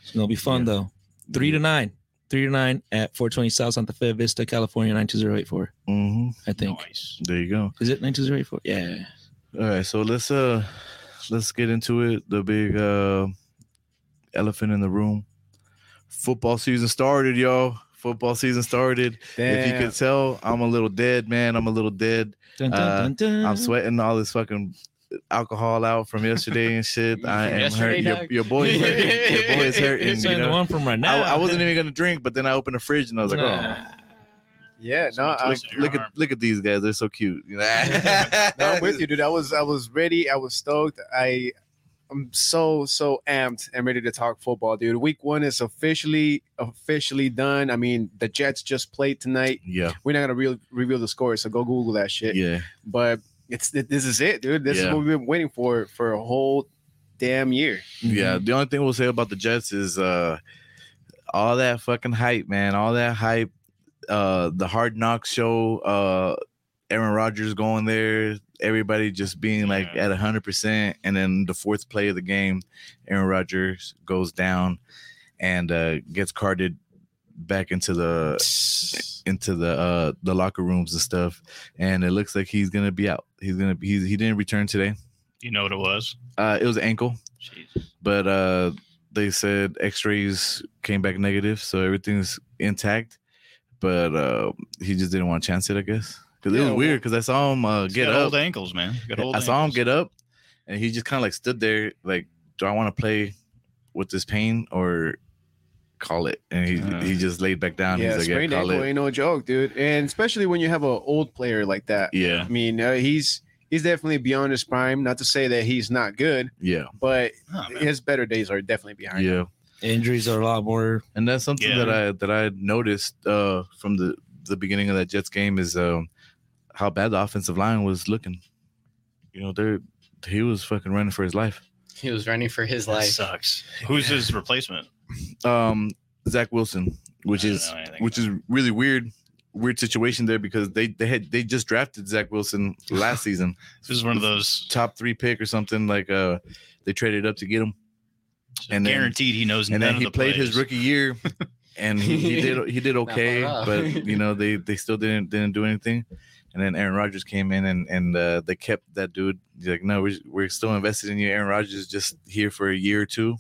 [SPEAKER 2] It's gonna be fun though. Three to
[SPEAKER 5] Mm-hmm.
[SPEAKER 2] nine. Three to nine at 420 South Santa Fe Vista, California, 92084.
[SPEAKER 5] hmm
[SPEAKER 2] I think.
[SPEAKER 1] Mm-hmm. Nice.
[SPEAKER 5] there you go
[SPEAKER 2] Is it 92084? Yeah.
[SPEAKER 5] all right so let's uh let's get into it the big uh elephant in the room football season started y'all football season started if you
[SPEAKER 3] Damn.
[SPEAKER 5] could tell i'm a little dead man i'm a little dead
[SPEAKER 2] Dun,
[SPEAKER 5] Uh,
[SPEAKER 2] dun.
[SPEAKER 5] i'm sweating all this fucking alcohol out from yesterday and shit i am
[SPEAKER 4] Yesterday,
[SPEAKER 5] hurting your,
[SPEAKER 4] dog?
[SPEAKER 5] your boy is hurting. your boy is hurting
[SPEAKER 2] Saying
[SPEAKER 5] you
[SPEAKER 2] the
[SPEAKER 5] know?
[SPEAKER 2] one from right
[SPEAKER 5] I,
[SPEAKER 2] now.
[SPEAKER 5] I wasn't even gonna drink, but then I opened the fridge and I was like,
[SPEAKER 2] Nah.
[SPEAKER 3] Yeah, no, I'm,
[SPEAKER 5] "Oh, look, look at look at these guys, they're so cute." You know?
[SPEAKER 3] no, I'm with you, dude. I was I was ready. I was stoked. I I'm so so amped and ready to talk football, dude. Week one is officially officially done. I mean, the Jets just played tonight.
[SPEAKER 5] Yeah,
[SPEAKER 3] We're not gonna re- reveal the score, so go Google that shit.
[SPEAKER 5] yeah,
[SPEAKER 3] But it's this is it, dude. This is
[SPEAKER 5] Yeah.
[SPEAKER 3] what we've been waiting for for a whole damn year.
[SPEAKER 5] yeah. The only thing we'll say about the Jets is uh, all that fucking hype, man. All that hype. Uh, the Hard Knocks show. Uh, Aaron Rodgers going there. Everybody just being like
[SPEAKER 1] Yeah.
[SPEAKER 5] at hundred percent, and then the fourth play of the game, Aaron Rodgers goes down and uh, gets carded back into the into the uh the locker rooms and stuff and it looks like he's gonna be out he's gonna be he's, he didn't return today
[SPEAKER 1] You know what it was?
[SPEAKER 5] uh it was ankle
[SPEAKER 1] Jeez.
[SPEAKER 5] but uh they said x-rays came back negative so everything's intact but uh he just didn't want to chance it i guess because it
[SPEAKER 3] Yeah,
[SPEAKER 5] was weird because i saw him uh
[SPEAKER 1] He's
[SPEAKER 5] get
[SPEAKER 1] got
[SPEAKER 5] up
[SPEAKER 1] old ankles, man. He's Got old
[SPEAKER 5] I saw him
[SPEAKER 1] ankles.
[SPEAKER 5] get up, and he just kind of like stood there, like, "Do I want to play with this pain, or call it. And he
[SPEAKER 1] Uh.
[SPEAKER 5] he just laid back down.
[SPEAKER 3] yeah,
[SPEAKER 5] He's like,
[SPEAKER 3] sprained
[SPEAKER 5] yeah, call
[SPEAKER 3] ankle
[SPEAKER 5] it.
[SPEAKER 3] ain't no joke, dude. And especially when you have an old player like that.
[SPEAKER 5] Yeah,
[SPEAKER 3] I mean, uh, he's he's definitely beyond his prime. Not to say that he's not good,
[SPEAKER 5] yeah,
[SPEAKER 3] but
[SPEAKER 1] Nah, Oh, man.
[SPEAKER 3] his better days are definitely behind. him.
[SPEAKER 5] yeah.
[SPEAKER 2] Injuries are a lot more.
[SPEAKER 5] And that's something
[SPEAKER 1] Yeah.
[SPEAKER 5] that I that I noticed uh, from the the beginning of that Jets game is um, how bad the offensive line was looking. You know, they're he was fucking running for his life.
[SPEAKER 4] He was running for his
[SPEAKER 1] That
[SPEAKER 4] life.
[SPEAKER 1] sucks. Who's his replacement?
[SPEAKER 5] Um, Zach Wilson, which
[SPEAKER 1] I don't
[SPEAKER 5] is
[SPEAKER 1] know anything
[SPEAKER 5] which
[SPEAKER 1] about
[SPEAKER 5] is really weird, weird situation there because they they had they just drafted Zach Wilson last season,
[SPEAKER 1] it. this is one of those
[SPEAKER 5] top three pick or something like uh they traded up to get him, And then-
[SPEAKER 1] guaranteed he knows.
[SPEAKER 5] and
[SPEAKER 1] none
[SPEAKER 5] then
[SPEAKER 1] of
[SPEAKER 5] he
[SPEAKER 1] the
[SPEAKER 5] played
[SPEAKER 1] plays.
[SPEAKER 5] his rookie year, and he, he did he did
[SPEAKER 4] Not far
[SPEAKER 5] okay,
[SPEAKER 4] off.
[SPEAKER 5] but you know they they still didn't didn't do anything, and then Aaron Rodgers came in and and uh, they kept that dude. He's like, no, we're we're still invested in you. Aaron Rodgers is just here for a year or two,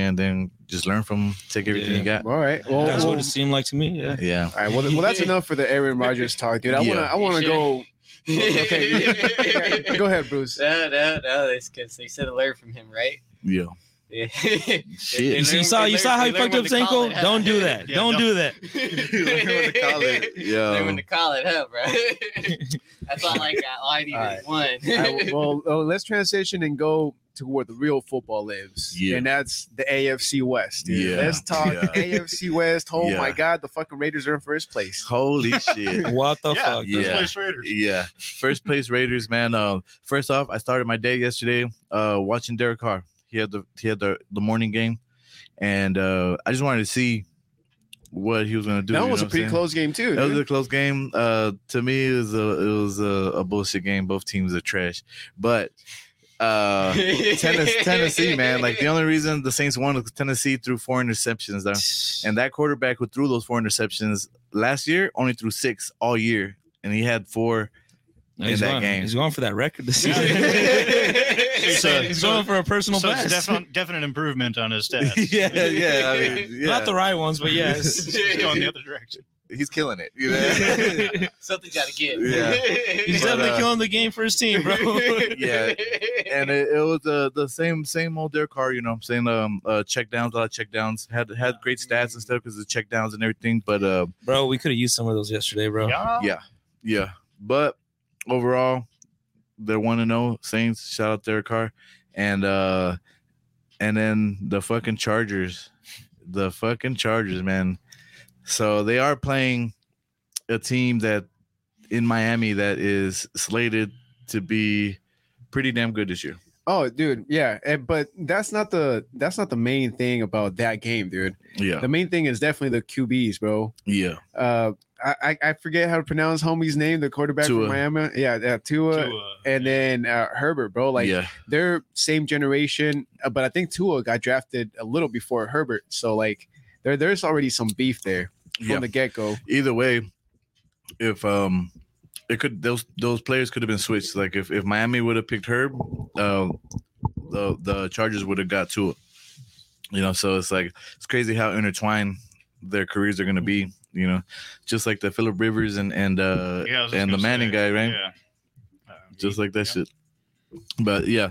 [SPEAKER 5] and then just learn from him, take everything you got.
[SPEAKER 3] All right.
[SPEAKER 5] Oh.
[SPEAKER 3] Well,
[SPEAKER 2] That's
[SPEAKER 3] well,
[SPEAKER 2] what it seemed like to me. Yeah.
[SPEAKER 5] Yeah,
[SPEAKER 3] all right. Well, well, that's enough for the Aaron Rodgers talk, dude. I
[SPEAKER 5] Yeah.
[SPEAKER 3] wanna, I wanna go. Okay, go ahead, Bruce.
[SPEAKER 4] No, no, no. It's because they said to learn from him, right?
[SPEAKER 5] yeah,
[SPEAKER 4] Yeah.
[SPEAKER 5] shit.
[SPEAKER 2] You,
[SPEAKER 4] They learn-
[SPEAKER 2] saw
[SPEAKER 4] they
[SPEAKER 2] you saw
[SPEAKER 4] learn-
[SPEAKER 2] how
[SPEAKER 4] they
[SPEAKER 2] he
[SPEAKER 4] learn
[SPEAKER 2] fucked
[SPEAKER 4] when
[SPEAKER 2] up his
[SPEAKER 4] to call
[SPEAKER 2] ankle.
[SPEAKER 4] it, huh?
[SPEAKER 2] Don't do that.
[SPEAKER 1] Yeah,
[SPEAKER 2] don't,
[SPEAKER 1] don't-
[SPEAKER 2] do that.
[SPEAKER 5] learn when to call it.
[SPEAKER 4] Learn when
[SPEAKER 5] Yeah,
[SPEAKER 4] to call it, huh, bro? That's all I got. All I needed is one.
[SPEAKER 3] All right, well, uh, let's transition and go to where the real football lives,
[SPEAKER 5] Yeah.
[SPEAKER 3] and that's the AFC West. Dude.
[SPEAKER 5] Yeah.
[SPEAKER 3] Let's talk
[SPEAKER 5] Yeah.
[SPEAKER 3] AFC West. Oh
[SPEAKER 5] Yeah.
[SPEAKER 3] my God, the fucking Raiders are in first place.
[SPEAKER 5] holy shit.
[SPEAKER 2] What the fuck?
[SPEAKER 5] yeah.
[SPEAKER 1] first place Raiders.
[SPEAKER 5] Yeah, first place Raiders, man. Uh, first off, I started my day yesterday uh, watching Derek Carr. He had the he had the, the morning game, and uh, I just wanted to see what he was gonna do.
[SPEAKER 3] that
[SPEAKER 5] you
[SPEAKER 3] was a
[SPEAKER 5] know what I'm
[SPEAKER 3] pretty
[SPEAKER 5] saying?
[SPEAKER 3] close game too.
[SPEAKER 5] That was
[SPEAKER 3] dude.
[SPEAKER 5] a close game. Uh, to me, it was a it was a, a bullshit game. Both teams are trash, but uh, Tennessee, Tennessee, man. Like the only reason the Saints won was 'cause Tennessee threw four interceptions. Though. And that quarterback who threw those four interceptions last year only threw six all year, and he had four.
[SPEAKER 2] No, he's,
[SPEAKER 5] In that
[SPEAKER 2] going,
[SPEAKER 5] game.
[SPEAKER 2] he's going for that record this
[SPEAKER 1] Yeah.
[SPEAKER 2] season.
[SPEAKER 1] So-
[SPEAKER 2] he's going for a personal
[SPEAKER 1] so
[SPEAKER 2] best.
[SPEAKER 1] it's definite, definite improvement on his stats.
[SPEAKER 5] yeah, yeah, I mean, yeah.
[SPEAKER 2] Not the right ones, but yes.
[SPEAKER 1] He's going the other direction.
[SPEAKER 5] He's killing it. You know?
[SPEAKER 2] he's
[SPEAKER 4] Something's got to give.
[SPEAKER 5] Yeah. But,
[SPEAKER 2] definitely
[SPEAKER 5] uh,
[SPEAKER 2] killing the game for his team, bro.
[SPEAKER 5] Yeah. and it, it was uh, the same same old Derek Carr. You know, what I'm saying um uh, check downs, a lot of check downs. Had had great stats and stuff because of check downs and everything. But uh,
[SPEAKER 2] bro, we could have used some of those yesterday, bro.
[SPEAKER 1] Yeah.
[SPEAKER 5] yeah, yeah. But overall, they're one to zero. Saints. Shout out Derek Carr, and uh, and then the fucking Chargers, the fucking Chargers, man. So they are playing a team that in Miami that is slated to be pretty damn good this year.
[SPEAKER 3] Oh, dude, yeah, and, but that's not the that's not the main thing about that game, dude.
[SPEAKER 5] Yeah,
[SPEAKER 3] The main thing is definitely the QBs, bro.
[SPEAKER 5] yeah.
[SPEAKER 3] Uh, I I, I forget how to pronounce homie's name, the quarterback
[SPEAKER 5] Tua.
[SPEAKER 3] from Miami. Yeah, yeah, Tua,
[SPEAKER 1] Tua.
[SPEAKER 3] and then uh, Herbert, bro. Like
[SPEAKER 5] yeah,
[SPEAKER 3] they're same generation, uh, but I think Tua got drafted a little before Herbert, so like there there's already some beef there from
[SPEAKER 5] yeah.
[SPEAKER 3] the get go.
[SPEAKER 5] Either way, if um, it could those those players could have been switched. Like if if Miami would have picked Herb, uh, the the Chargers would have got to it. You know, so it's like it's crazy how intertwined their careers are going to be. You know, just like the Philip Rivers and and uh
[SPEAKER 1] Yeah, I was just
[SPEAKER 5] and the
[SPEAKER 1] gonna
[SPEAKER 5] Manning
[SPEAKER 1] say,
[SPEAKER 5] guy, right?
[SPEAKER 1] Yeah. Uh,
[SPEAKER 5] just like that
[SPEAKER 1] yeah.
[SPEAKER 5] shit. But yeah,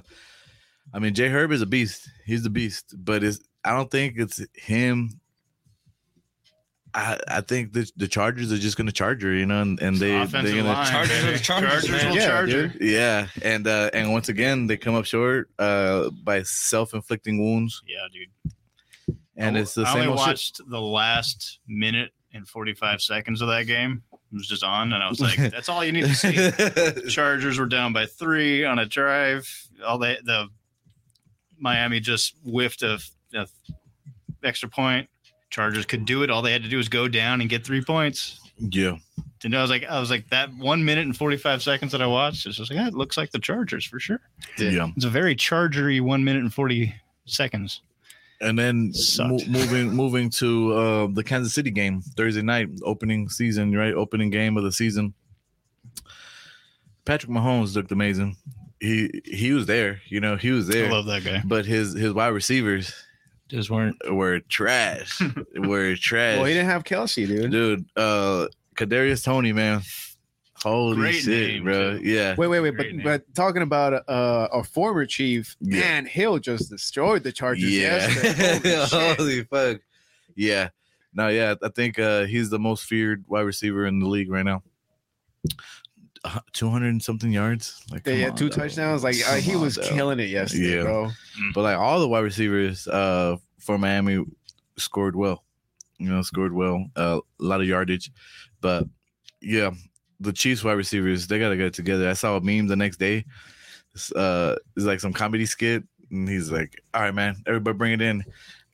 [SPEAKER 5] I mean Jay Herb is a beast. He's the beast. But it's I don't think it's him. I I think the the Chargers are just gonna charge her, you know, and, and they
[SPEAKER 1] Offensive
[SPEAKER 5] they're gonna
[SPEAKER 1] line.
[SPEAKER 2] Chargers
[SPEAKER 1] baby.
[SPEAKER 2] are the Chargers, man.
[SPEAKER 1] will
[SPEAKER 3] Yeah,
[SPEAKER 1] charge her.
[SPEAKER 3] dude.
[SPEAKER 5] yeah, and uh, and once again they come up short uh, by self inflicting wounds,
[SPEAKER 1] Yeah, dude.
[SPEAKER 5] and it's the
[SPEAKER 1] I
[SPEAKER 5] same
[SPEAKER 1] only
[SPEAKER 5] old shit.
[SPEAKER 1] watched the last minute and 45 seconds of that game. It was just on, and I was like, "That's all you need to see." Chargers were down by three on a drive. All the the Miami just whiffed a, a extra point. Chargers could do it. All they had to do was go down and get three points.
[SPEAKER 5] yeah,
[SPEAKER 1] And I was like, I was like that one minute and forty five seconds that I watched. It's just like, yeah, it looks like the Chargers for sure.
[SPEAKER 5] yeah.
[SPEAKER 1] It's a very Chargery one minute and forty seconds.
[SPEAKER 5] And then mo-
[SPEAKER 1] Sucked.
[SPEAKER 5] moving moving to uh, the Kansas City game Thursday night, opening season, right? Opening game of the season. Patrick Mahomes looked amazing. He he was there, you know, he was
[SPEAKER 1] I
[SPEAKER 5] there.
[SPEAKER 1] love that guy.
[SPEAKER 5] But his his wide receivers
[SPEAKER 2] Just weren't.
[SPEAKER 5] were trash. were trash,
[SPEAKER 3] Well, he didn't have Kelsey, dude.
[SPEAKER 5] dude. Uh, Kadarius Tony, man. Holy
[SPEAKER 1] Great
[SPEAKER 5] shit,
[SPEAKER 1] name,
[SPEAKER 5] bro.
[SPEAKER 1] too.
[SPEAKER 5] Yeah,
[SPEAKER 3] Wait, wait, wait!
[SPEAKER 1] Great
[SPEAKER 3] But,
[SPEAKER 1] name.
[SPEAKER 3] but talking about uh, a former chief,
[SPEAKER 5] Yeah.
[SPEAKER 3] man, Hill just destroyed the Chargers
[SPEAKER 5] yeah.
[SPEAKER 3] yesterday. Holy shit.
[SPEAKER 5] Holy fuck. Yeah. No, yeah, I think uh, he's the most feared wide receiver in the league right now. Uh, Two hundred and something yards, like
[SPEAKER 3] They
[SPEAKER 5] come
[SPEAKER 3] had
[SPEAKER 5] on,
[SPEAKER 3] two
[SPEAKER 5] dog.
[SPEAKER 3] touchdowns. Like uh, he
[SPEAKER 5] Come on,
[SPEAKER 3] was
[SPEAKER 5] dog.
[SPEAKER 3] killing it yesterday,
[SPEAKER 5] Yeah.
[SPEAKER 3] bro.
[SPEAKER 5] But like all the wide receivers uh, for Miami scored well, you know, scored well, uh, a lot of yardage. But yeah, the Chiefs wide receivers they gotta get it together. I saw a meme the next day. It's, uh, it's like some comedy skit, and he's like, "All right, man, everybody bring it in."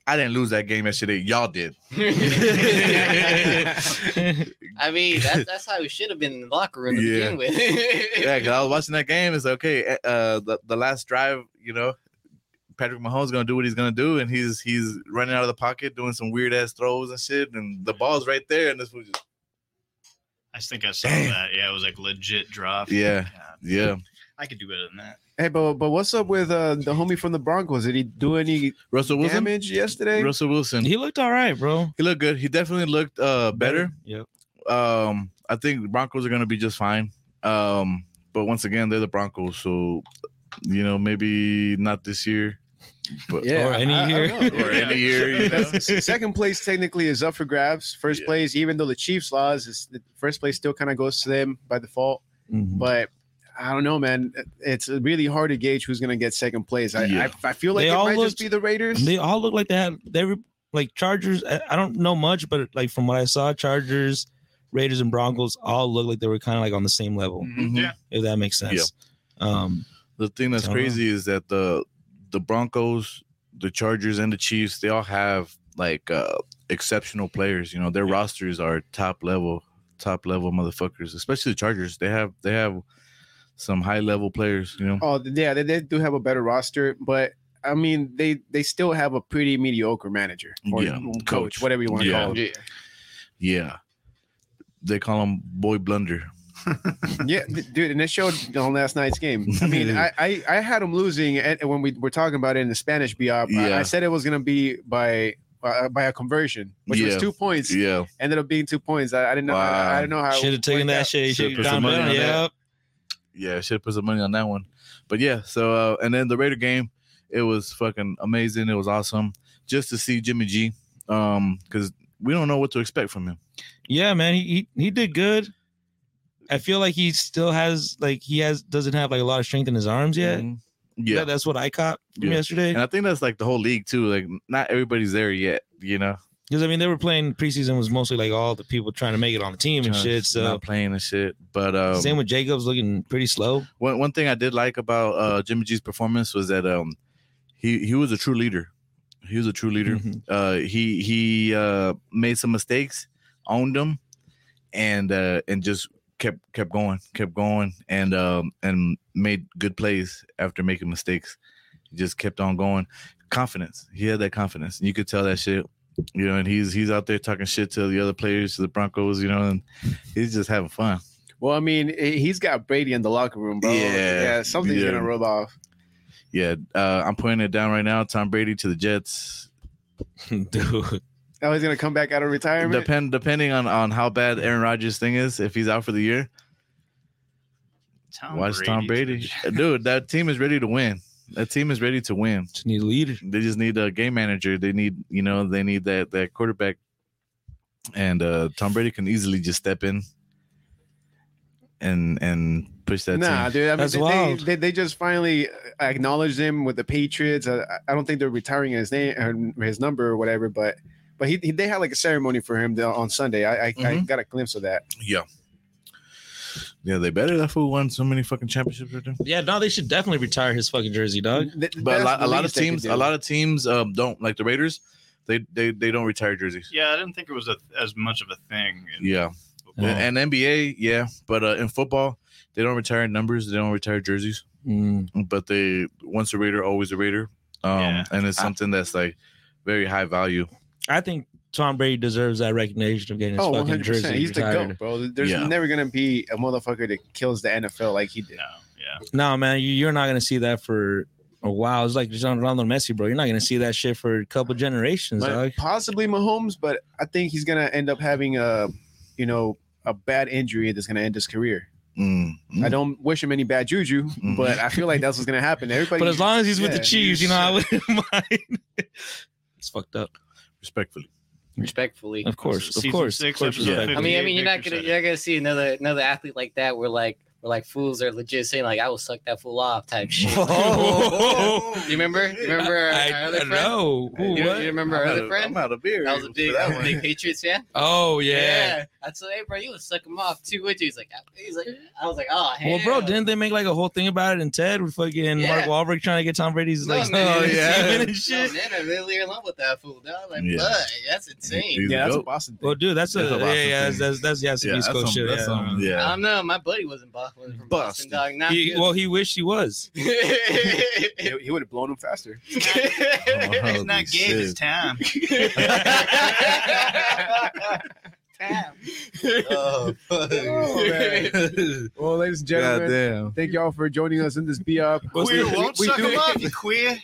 [SPEAKER 5] I didn't lose that game yesterday. Y'all did.
[SPEAKER 4] I mean, that's, that's how we should have been in the locker room to begin
[SPEAKER 5] Yeah.
[SPEAKER 4] with.
[SPEAKER 5] yeah, because I was watching that game. It's okay. Uh, the, the last drive, you know, Patrick Mahomes gonna do what he's gonna do, and he's he's running out of the pocket, doing some weird ass throws and shit, and the ball's right there, and this was just
[SPEAKER 1] I think I saw
[SPEAKER 5] Damn.
[SPEAKER 1] that. Yeah, it was like legit drop.
[SPEAKER 5] Yeah. yeah.
[SPEAKER 1] I could do better than that.
[SPEAKER 3] Hey, but but what's up with uh, the homie from the Broncos? Did he do any
[SPEAKER 5] Russell Wilson.
[SPEAKER 3] damage yesterday?
[SPEAKER 5] Russell Wilson. He,
[SPEAKER 2] He looked all right, bro.
[SPEAKER 5] looked good. He definitely looked uh better.
[SPEAKER 2] Yep.
[SPEAKER 5] Um, I think the Broncos are gonna be just fine. Um, but once again, they're the Broncos, so you know maybe not this year, but
[SPEAKER 2] Or any
[SPEAKER 3] I- I
[SPEAKER 2] year.
[SPEAKER 3] don't know.
[SPEAKER 5] or any year. You know?
[SPEAKER 1] Mhm.
[SPEAKER 3] Second place technically is up for grabs. First
[SPEAKER 5] Yeah.
[SPEAKER 3] place, even though the Chiefs lost, is the first place still kind of goes to them by default.
[SPEAKER 2] Mhm.
[SPEAKER 3] But I don't know, man. It's really hard to gauge who's gonna get second place. I
[SPEAKER 5] Yeah.
[SPEAKER 3] I, I feel like
[SPEAKER 2] They
[SPEAKER 3] it
[SPEAKER 2] all
[SPEAKER 3] might just
[SPEAKER 2] looked-
[SPEAKER 3] be the Raiders.
[SPEAKER 2] They all look like they had they were like Chargers. I, I don't know much, but like from what I saw, Chargers, Raiders, and Broncos all look like they were kind of like on the same level.
[SPEAKER 5] Mhm.
[SPEAKER 1] Yeah.
[SPEAKER 2] If that makes sense. Um,
[SPEAKER 5] The thing that's
[SPEAKER 2] Don't know.
[SPEAKER 5] crazy is that the the Broncos, the Chargers, and the Chiefs they all have like uh, exceptional players. You know, their rosters are top level, top level motherfuckers. Especially the Chargers, they have they have some high level players. You know,
[SPEAKER 3] Oh yeah, they, they do have a better roster, but I mean they they still have a pretty mediocre manager or
[SPEAKER 5] Yeah,
[SPEAKER 3] coach,
[SPEAKER 5] coach.
[SPEAKER 3] whatever you want to
[SPEAKER 5] Yeah.
[SPEAKER 3] call him.
[SPEAKER 4] Yeah.
[SPEAKER 5] yeah, they call them boy blunder.
[SPEAKER 3] Yeah, th- dude, and it showed on last night's game. I mean, I I, I had them losing and and when we were talking about it in the Spanish BR. I- I,
[SPEAKER 5] Yeah.
[SPEAKER 3] said it was gonna be by. Uh, by a conversion, which was
[SPEAKER 5] Yeah.
[SPEAKER 3] two points,
[SPEAKER 5] Yeah,
[SPEAKER 3] ended up being two points. I, I didn't know. I, I
[SPEAKER 5] Wow.
[SPEAKER 3] didn't know how. it
[SPEAKER 2] should have taken
[SPEAKER 3] worked
[SPEAKER 2] that
[SPEAKER 3] out.
[SPEAKER 2] shit.
[SPEAKER 5] Shoulda
[SPEAKER 2] Should
[SPEAKER 5] put
[SPEAKER 2] have
[SPEAKER 5] some
[SPEAKER 2] gone
[SPEAKER 5] money on
[SPEAKER 2] down.
[SPEAKER 5] that.
[SPEAKER 2] Yep.
[SPEAKER 5] yeah, I should have put some money on that one. But yeah, so uh, and then the Raider game, it was fucking amazing. It was awesome just to see Jimmy G, um, because we don't know what to expect from him.
[SPEAKER 2] Yeah, man. He, he he did good. I feel like he still has like he has doesn't have like a lot of strength in his arms yet.
[SPEAKER 5] Mhm. Yeah.
[SPEAKER 2] That- that's what I caught from
[SPEAKER 5] Yeah.
[SPEAKER 2] yesterday.
[SPEAKER 5] And I think that's like the whole league too. Like not everybody's there yet, you know.
[SPEAKER 2] Because I mean, they were playing preseason was mostly like all the people trying to make it on the team and
[SPEAKER 5] Trying-
[SPEAKER 2] shit. So
[SPEAKER 5] not playing and shit. But um,
[SPEAKER 2] same with Jacobs looking pretty slow.
[SPEAKER 5] one one thing I did like about uh, Jimmy G's performance was that um he he was a true leader. He was a true leader.
[SPEAKER 2] Mhm.
[SPEAKER 5] Uh, he he uh, made some mistakes, owned them, and uh, and just kept kept going, kept going, and um, and made good plays after making mistakes. He just kept on going. Confidence. He had that confidence. You could tell that shit. You know, and he's he's out there talking shit to the other players, to the Broncos. You know, and he's just having fun.
[SPEAKER 3] Well, I mean, he- he's got Brady in the locker room, bro.
[SPEAKER 5] Yeah.
[SPEAKER 3] something's
[SPEAKER 5] Yeah.
[SPEAKER 3] gonna roll off.
[SPEAKER 5] Yeah, uh, I'm pointing it down right now. Tom Brady to the Jets.
[SPEAKER 2] Mm-hmm. Dude,
[SPEAKER 3] Now he's gonna come back out of retirement.
[SPEAKER 5] Depend depending on on how bad Aaron Rodgers thing is, if he's out for the year,
[SPEAKER 1] Tom
[SPEAKER 5] Watch Tom
[SPEAKER 1] Brady's-
[SPEAKER 5] Brady. Uh, Dude, that team is ready to win. That team is ready to win.
[SPEAKER 2] just need a leader.
[SPEAKER 5] They just need a game manager. They need, you know, they need that that quarterback. And uh Tom Brady can easily just step in and and push that
[SPEAKER 3] nah,
[SPEAKER 5] team.
[SPEAKER 3] dude. I mean,
[SPEAKER 2] That's
[SPEAKER 3] they,
[SPEAKER 2] wild.
[SPEAKER 3] They, they just finally uh, acknowledged him with the Patriots. I, I don't think they're retiring his name or his number or whatever, but but he, he they had like a ceremony for him the- on Sunday. I I, I
[SPEAKER 5] Mhm.
[SPEAKER 3] got a glimpse of that.
[SPEAKER 5] Yeah. Yeah, they better. That fool won so many fucking championships with them.
[SPEAKER 2] Yeah, no, they should definitely retire his fucking jersey, dog.
[SPEAKER 3] Th-
[SPEAKER 5] But
[SPEAKER 3] that's
[SPEAKER 5] a lot,
[SPEAKER 3] the
[SPEAKER 5] a lot of
[SPEAKER 3] least they could
[SPEAKER 5] teams,
[SPEAKER 3] do.
[SPEAKER 5] a lot of teams um, don't like the Raiders. They they they don't retire jerseys.
[SPEAKER 1] Yeah, I didn't think it was a, as much of a thing. in
[SPEAKER 5] Yeah.
[SPEAKER 1] football.
[SPEAKER 2] Yeah.
[SPEAKER 5] And NBA, yeah, but uh, in football, they don't retire numbers, they don't retire jerseys,
[SPEAKER 2] Mm.
[SPEAKER 5] but they once a Raider, always a Raider, um,
[SPEAKER 1] Yeah.
[SPEAKER 5] and it's something that's like very high value.
[SPEAKER 2] I think Tom Brady deserves that recognition of getting his
[SPEAKER 3] Oh,
[SPEAKER 2] fucking
[SPEAKER 3] 100 percent.
[SPEAKER 2] jersey
[SPEAKER 3] He's the
[SPEAKER 2] retired.
[SPEAKER 3] goat, bro. There's
[SPEAKER 5] Yeah.
[SPEAKER 3] never gonna be a motherfucker that kills the NFL like he did.
[SPEAKER 1] No, yeah.
[SPEAKER 2] No, man, you, you're not gonna see that for a while. It's like Ronaldo and Messi, bro. You're not gonna see that shit for a couple generations,
[SPEAKER 3] Might-
[SPEAKER 2] dog.
[SPEAKER 3] possibly Mahomes, but I think he's gonna end up having a, you know, a bad injury that's gonna end his career.
[SPEAKER 5] Mm.
[SPEAKER 3] I don't wish him any bad juju,
[SPEAKER 5] Mhm.
[SPEAKER 3] but I feel like that's what's gonna happen. Everybody,
[SPEAKER 2] Mm-hmm. But as long as he's with the
[SPEAKER 3] Yeah.
[SPEAKER 2] Chiefs, you know, I wouldn't mind. it's fucked up.
[SPEAKER 5] Respectfully,
[SPEAKER 4] respectfully.
[SPEAKER 2] Of course, of
[SPEAKER 1] Season
[SPEAKER 2] course,
[SPEAKER 1] six,
[SPEAKER 2] of course.
[SPEAKER 1] episode
[SPEAKER 2] yeah.
[SPEAKER 4] I mean, I
[SPEAKER 1] 58
[SPEAKER 4] mean, you're not gonna
[SPEAKER 1] percent.
[SPEAKER 4] you're not gonna see another another athlete like that where like where like fools are legit saying like I will suck that fool off type shit.
[SPEAKER 2] Oh.
[SPEAKER 4] you remember? You remember
[SPEAKER 3] uh,
[SPEAKER 2] I,
[SPEAKER 4] our, our
[SPEAKER 2] I
[SPEAKER 4] other
[SPEAKER 2] don't
[SPEAKER 4] friend?
[SPEAKER 2] know. Who,
[SPEAKER 4] You,
[SPEAKER 2] what?
[SPEAKER 4] you remember our
[SPEAKER 5] I'm
[SPEAKER 4] other
[SPEAKER 5] out of-
[SPEAKER 4] friend?
[SPEAKER 5] I'm out of beer.
[SPEAKER 4] That was a big,
[SPEAKER 5] for that one.
[SPEAKER 4] big Patriots fan.
[SPEAKER 2] Oh yeah.
[SPEAKER 4] I said, hey, bro, you would suck him off too, would you? He's like, I- he's like, I was like, oh,
[SPEAKER 2] Well, bro,
[SPEAKER 4] hell."
[SPEAKER 2] didn't they make like a whole thing about it? And Ted with fucking Mark
[SPEAKER 4] Yeah.
[SPEAKER 2] Wahlberg trying to get Tom Brady's
[SPEAKER 4] No,
[SPEAKER 2] like,
[SPEAKER 4] man.
[SPEAKER 2] oh, yeah.
[SPEAKER 4] No,
[SPEAKER 2] and shit.
[SPEAKER 4] man, I'm really in love with that fool, dog. Like,
[SPEAKER 5] Yeah.
[SPEAKER 4] blood, that's insane.
[SPEAKER 5] He's
[SPEAKER 3] Yeah,
[SPEAKER 5] the
[SPEAKER 3] that's a
[SPEAKER 5] goat.
[SPEAKER 3] Boston thing.
[SPEAKER 2] Well, dude, that's a,
[SPEAKER 5] That's a
[SPEAKER 2] yeah,
[SPEAKER 5] Boston
[SPEAKER 2] yeah, that's
[SPEAKER 5] thing.
[SPEAKER 2] that's, that's yeah, some
[SPEAKER 5] Yeah,
[SPEAKER 2] East
[SPEAKER 5] that's
[SPEAKER 2] Coast
[SPEAKER 5] some-
[SPEAKER 2] shit.
[SPEAKER 5] that's
[SPEAKER 2] yeah.
[SPEAKER 5] some- yeah.
[SPEAKER 4] I don't know. My buddy wasn't Boston, wasn't from Boston,
[SPEAKER 5] Boston.
[SPEAKER 4] dog. Not
[SPEAKER 2] He, well, he wished he was.
[SPEAKER 3] He, would have blown him faster.
[SPEAKER 1] It's not
[SPEAKER 5] Holy
[SPEAKER 1] gig, it's
[SPEAKER 5] shit.
[SPEAKER 1] time.
[SPEAKER 4] Damn.
[SPEAKER 1] Uh,
[SPEAKER 4] Oh, fuck.
[SPEAKER 3] Oh, man. Well, ladies and
[SPEAKER 5] God
[SPEAKER 3] gentlemen,
[SPEAKER 5] damn.
[SPEAKER 3] thank y'all for joining us in this BR.
[SPEAKER 2] What's
[SPEAKER 1] queer
[SPEAKER 2] the-
[SPEAKER 1] won't
[SPEAKER 3] we
[SPEAKER 1] suck
[SPEAKER 3] do-
[SPEAKER 1] him off, you queer.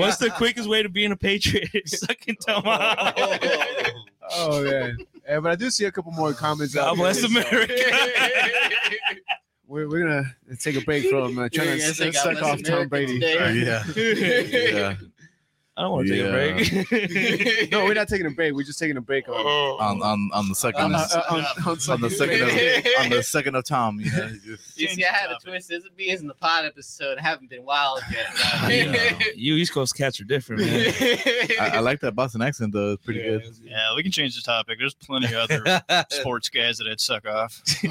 [SPEAKER 2] What's the quickest way to being a patriot? Sucking Tom out.
[SPEAKER 5] Oh.
[SPEAKER 1] oh,
[SPEAKER 3] Oh man, Eh, but I do see a couple more comments.
[SPEAKER 2] God
[SPEAKER 3] out here,
[SPEAKER 2] bless
[SPEAKER 3] so
[SPEAKER 2] America.
[SPEAKER 3] We're, we're gonna take a break from uh, trying
[SPEAKER 4] Yeah,
[SPEAKER 3] to
[SPEAKER 4] I
[SPEAKER 3] s-
[SPEAKER 4] think I
[SPEAKER 3] suck
[SPEAKER 4] bless
[SPEAKER 3] off Tom
[SPEAKER 4] America
[SPEAKER 3] Brady.
[SPEAKER 4] today.
[SPEAKER 5] Uh, yeah. yeah.
[SPEAKER 2] I don't want to take a break.
[SPEAKER 3] No, we're not taking a break. We're just taking a break on
[SPEAKER 4] Oh,
[SPEAKER 5] On on on the
[SPEAKER 3] on,
[SPEAKER 5] second
[SPEAKER 3] uh,
[SPEAKER 4] Uh,
[SPEAKER 3] uh, on, on
[SPEAKER 5] on the second of on the second of Tom. You know, it's just-
[SPEAKER 4] You see, I had a twist. This would be in the pod episode. I haven't been wild yet. dog.
[SPEAKER 5] Yeah.
[SPEAKER 2] you East Coast cats are different, man.
[SPEAKER 5] I, I like that Boston accent though. It's pretty good.
[SPEAKER 1] Yeah, we can change the topic. There's plenty of other sports guys that I'd suck off.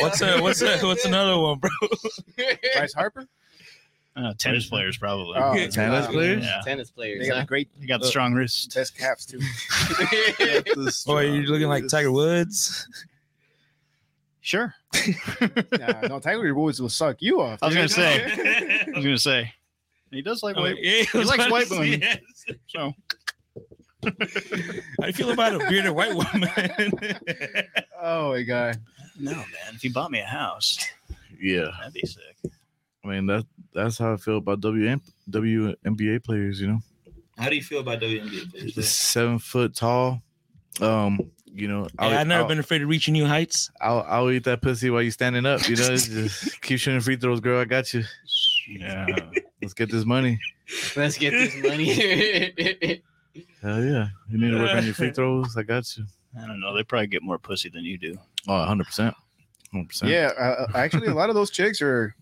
[SPEAKER 2] What's a, what's a, what's another one, bro?
[SPEAKER 3] Bryce Harper.
[SPEAKER 1] Uh, tennis players, probably.
[SPEAKER 3] Oh,
[SPEAKER 2] Yeah.
[SPEAKER 5] Tennis
[SPEAKER 3] wow.
[SPEAKER 5] players.
[SPEAKER 1] Yeah.
[SPEAKER 4] Tennis
[SPEAKER 3] They
[SPEAKER 4] players.
[SPEAKER 3] got
[SPEAKER 4] huh?
[SPEAKER 3] a great
[SPEAKER 1] You got the strong wrist.
[SPEAKER 3] best caps too.
[SPEAKER 2] Boy, you're looking like Tiger Woods.
[SPEAKER 1] Sure.
[SPEAKER 3] Nah, no, Tiger Woods will suck you off.
[SPEAKER 1] I was
[SPEAKER 3] dude.
[SPEAKER 1] gonna say. I was gonna say. He does like white.
[SPEAKER 2] Oh, yeah, I was
[SPEAKER 1] likes
[SPEAKER 2] about to
[SPEAKER 1] white
[SPEAKER 2] say,
[SPEAKER 1] women.
[SPEAKER 2] yes.
[SPEAKER 1] So
[SPEAKER 2] How do you feel about a bearded white woman?
[SPEAKER 3] Oh my god.
[SPEAKER 1] no, man. If he bought me a house,
[SPEAKER 5] Yeah,
[SPEAKER 1] that'd be sick.
[SPEAKER 5] I mean that that's how I feel about WM, WNBA players. You know,
[SPEAKER 6] How do you feel about WNBA players?
[SPEAKER 5] seven foot tall. Um, you know,
[SPEAKER 2] Hey, I've never
[SPEAKER 5] I'll,
[SPEAKER 2] been afraid of reaching new heights.
[SPEAKER 5] I'll, I'll eat that pussy while you standing up. You know, It's just keep shooting free throws, girl. I got you.
[SPEAKER 1] Yeah.
[SPEAKER 5] Let's get this money.
[SPEAKER 4] Let's get this money.
[SPEAKER 5] Hell yeah, you need to work on your free throws. I got you.
[SPEAKER 1] I don't know. They probably get more pussy than you do.
[SPEAKER 5] Oh, 100 percent, 100 percent.
[SPEAKER 3] Yeah, uh, actually, a lot of those chicks are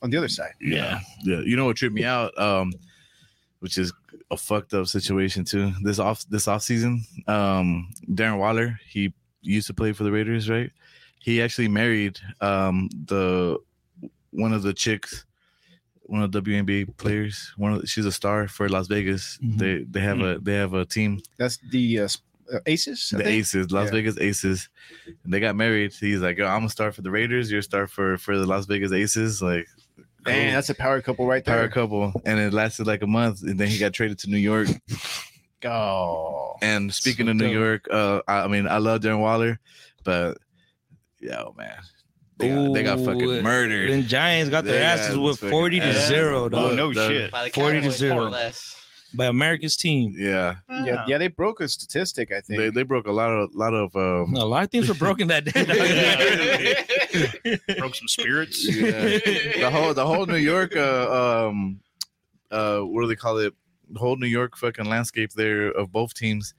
[SPEAKER 3] on the other side.
[SPEAKER 1] Yeah.
[SPEAKER 5] yeah. You know what tripped me out? Um, which is a fucked up situation too. This off this off season, um, Darren Waller, he used to play for the Raiders, right? He actually married um the one of the chicks, one of the WNBA players. One of the, she's a star for Las Vegas.
[SPEAKER 2] Mhm.
[SPEAKER 5] They they have a they have a team,
[SPEAKER 3] That's the uh, s- uh, Aces. I
[SPEAKER 5] the
[SPEAKER 3] think?
[SPEAKER 5] Aces, Las
[SPEAKER 3] Yeah.
[SPEAKER 5] Vegas Aces. And they got married. He's like, Yo, I'm a star for the Raiders. You're a star for for the Las Vegas Aces. Like,
[SPEAKER 3] Damn,
[SPEAKER 5] cool
[SPEAKER 3] that's a power couple right
[SPEAKER 5] power
[SPEAKER 3] there.
[SPEAKER 5] couple, and it lasted like a month, and then he got traded to New York.
[SPEAKER 3] Oh,
[SPEAKER 5] And speaking of New
[SPEAKER 2] dope.
[SPEAKER 5] York, uh, I, I mean, I love Darren Waller, but yo, man, they got, they got
[SPEAKER 2] Ooh,
[SPEAKER 5] fucking murdered.
[SPEAKER 2] Then Giants got their
[SPEAKER 5] They
[SPEAKER 2] asses
[SPEAKER 5] got
[SPEAKER 2] with
[SPEAKER 5] fucking
[SPEAKER 2] forty to
[SPEAKER 5] asses.
[SPEAKER 2] zero,
[SPEAKER 1] Oh
[SPEAKER 2] dog,
[SPEAKER 1] no
[SPEAKER 5] the-
[SPEAKER 1] shit.
[SPEAKER 4] By the
[SPEAKER 2] 40 to
[SPEAKER 4] Cowboys,
[SPEAKER 2] zero.
[SPEAKER 4] more or less.
[SPEAKER 2] by America's team.
[SPEAKER 5] Yeah,
[SPEAKER 3] yeah, yeah. They broke a statistic, I
[SPEAKER 5] they,
[SPEAKER 3] think.
[SPEAKER 5] they broke a lot of lot of um,
[SPEAKER 2] A lot of things were broken that day. dog.
[SPEAKER 1] Broke some spirits.
[SPEAKER 5] yeah. the whole the whole New York uh, um uh what do they call it? The whole New York fucking landscape there of both teams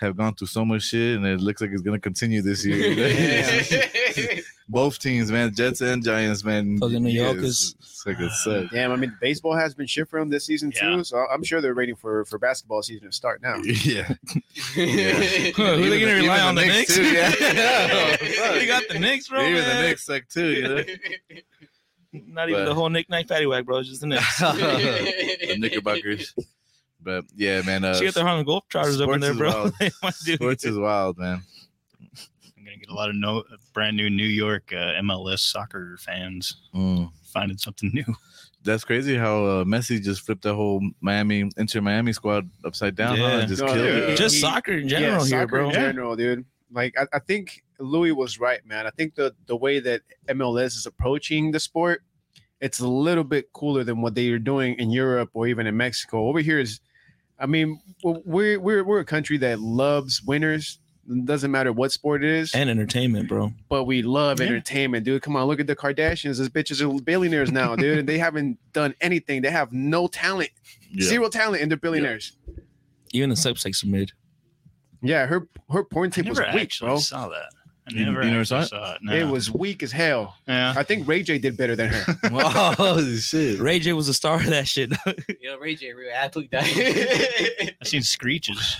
[SPEAKER 5] have gone through so much shit, and it looks like it's gonna continue this year. both teams, man, Jets and Giants, man.
[SPEAKER 2] Fucking New
[SPEAKER 5] Yeah,
[SPEAKER 2] York
[SPEAKER 5] it's-
[SPEAKER 2] is-
[SPEAKER 5] it's like it sucks.
[SPEAKER 3] Damn, I mean, baseball has been shit for them this season
[SPEAKER 1] Yeah.
[SPEAKER 3] too. So I'm sure they're waiting for for basketball season to start now.
[SPEAKER 5] Yeah.
[SPEAKER 2] Who are they
[SPEAKER 5] Even
[SPEAKER 2] gonna
[SPEAKER 5] the-
[SPEAKER 2] rely
[SPEAKER 5] even
[SPEAKER 2] on? The Knicks?
[SPEAKER 5] too, yeah.
[SPEAKER 2] they got the Knicks, bro.
[SPEAKER 5] Even the
[SPEAKER 2] man.
[SPEAKER 5] Knicks suck too, you know.
[SPEAKER 2] Not even
[SPEAKER 5] But-
[SPEAKER 2] the whole Nick Night Fatty Whack, bro. It's just the Knicks.
[SPEAKER 5] the Knickerbuckers. But yeah, man. Uh,
[SPEAKER 2] she got the Harlem Golf Trotters up in
[SPEAKER 5] sports
[SPEAKER 2] there,
[SPEAKER 5] is
[SPEAKER 2] bro.
[SPEAKER 5] wild.
[SPEAKER 2] My dude.
[SPEAKER 5] sports is wild, man.
[SPEAKER 1] I'm gonna get a lot of no brand new New York uh, MLS soccer fans
[SPEAKER 5] Mm.
[SPEAKER 1] finding something new.
[SPEAKER 5] That's crazy how uh, Messi just flipped that whole Miami Inter Miami squad upside down, huh?
[SPEAKER 2] Yeah.
[SPEAKER 5] And just
[SPEAKER 3] No,
[SPEAKER 5] killed
[SPEAKER 3] dude.
[SPEAKER 5] it.
[SPEAKER 2] Just
[SPEAKER 3] He-
[SPEAKER 2] soccer in general
[SPEAKER 3] soccer
[SPEAKER 2] here, bro.
[SPEAKER 3] In general, dude. Like I, I think Louis was right, man. I think the the way that MLS is approaching the sport, it's a little bit cooler than what they are doing in Europe or even in Mexico. Over here is, I mean, w- we're we're we're a country that loves winners. Doesn't matter what sport it is,
[SPEAKER 2] And entertainment, bro.
[SPEAKER 3] but we love
[SPEAKER 2] Yeah.
[SPEAKER 3] entertainment, dude. Come on, look at the Kardashians. Those bitches are billionaires now, dude. and they haven't done anything. They have no talent,
[SPEAKER 5] Yeah.
[SPEAKER 3] zero talent, and they're billionaires.
[SPEAKER 2] Even the subsects are mid.
[SPEAKER 3] Yeah, her her porn
[SPEAKER 1] I
[SPEAKER 3] tape was
[SPEAKER 1] never
[SPEAKER 3] weak,
[SPEAKER 1] actually
[SPEAKER 3] bro.
[SPEAKER 1] saw that. I
[SPEAKER 5] You-
[SPEAKER 1] never,
[SPEAKER 5] you never
[SPEAKER 1] actually
[SPEAKER 5] saw
[SPEAKER 1] saw
[SPEAKER 5] it?
[SPEAKER 1] it. No.
[SPEAKER 3] It was weak as hell.
[SPEAKER 1] yeah.
[SPEAKER 3] I think Ray J did better than her.
[SPEAKER 5] oh shit!
[SPEAKER 2] Ray J was the star of that shit.
[SPEAKER 4] Yo, Ray J, real athlete. died.
[SPEAKER 1] I seen screeches.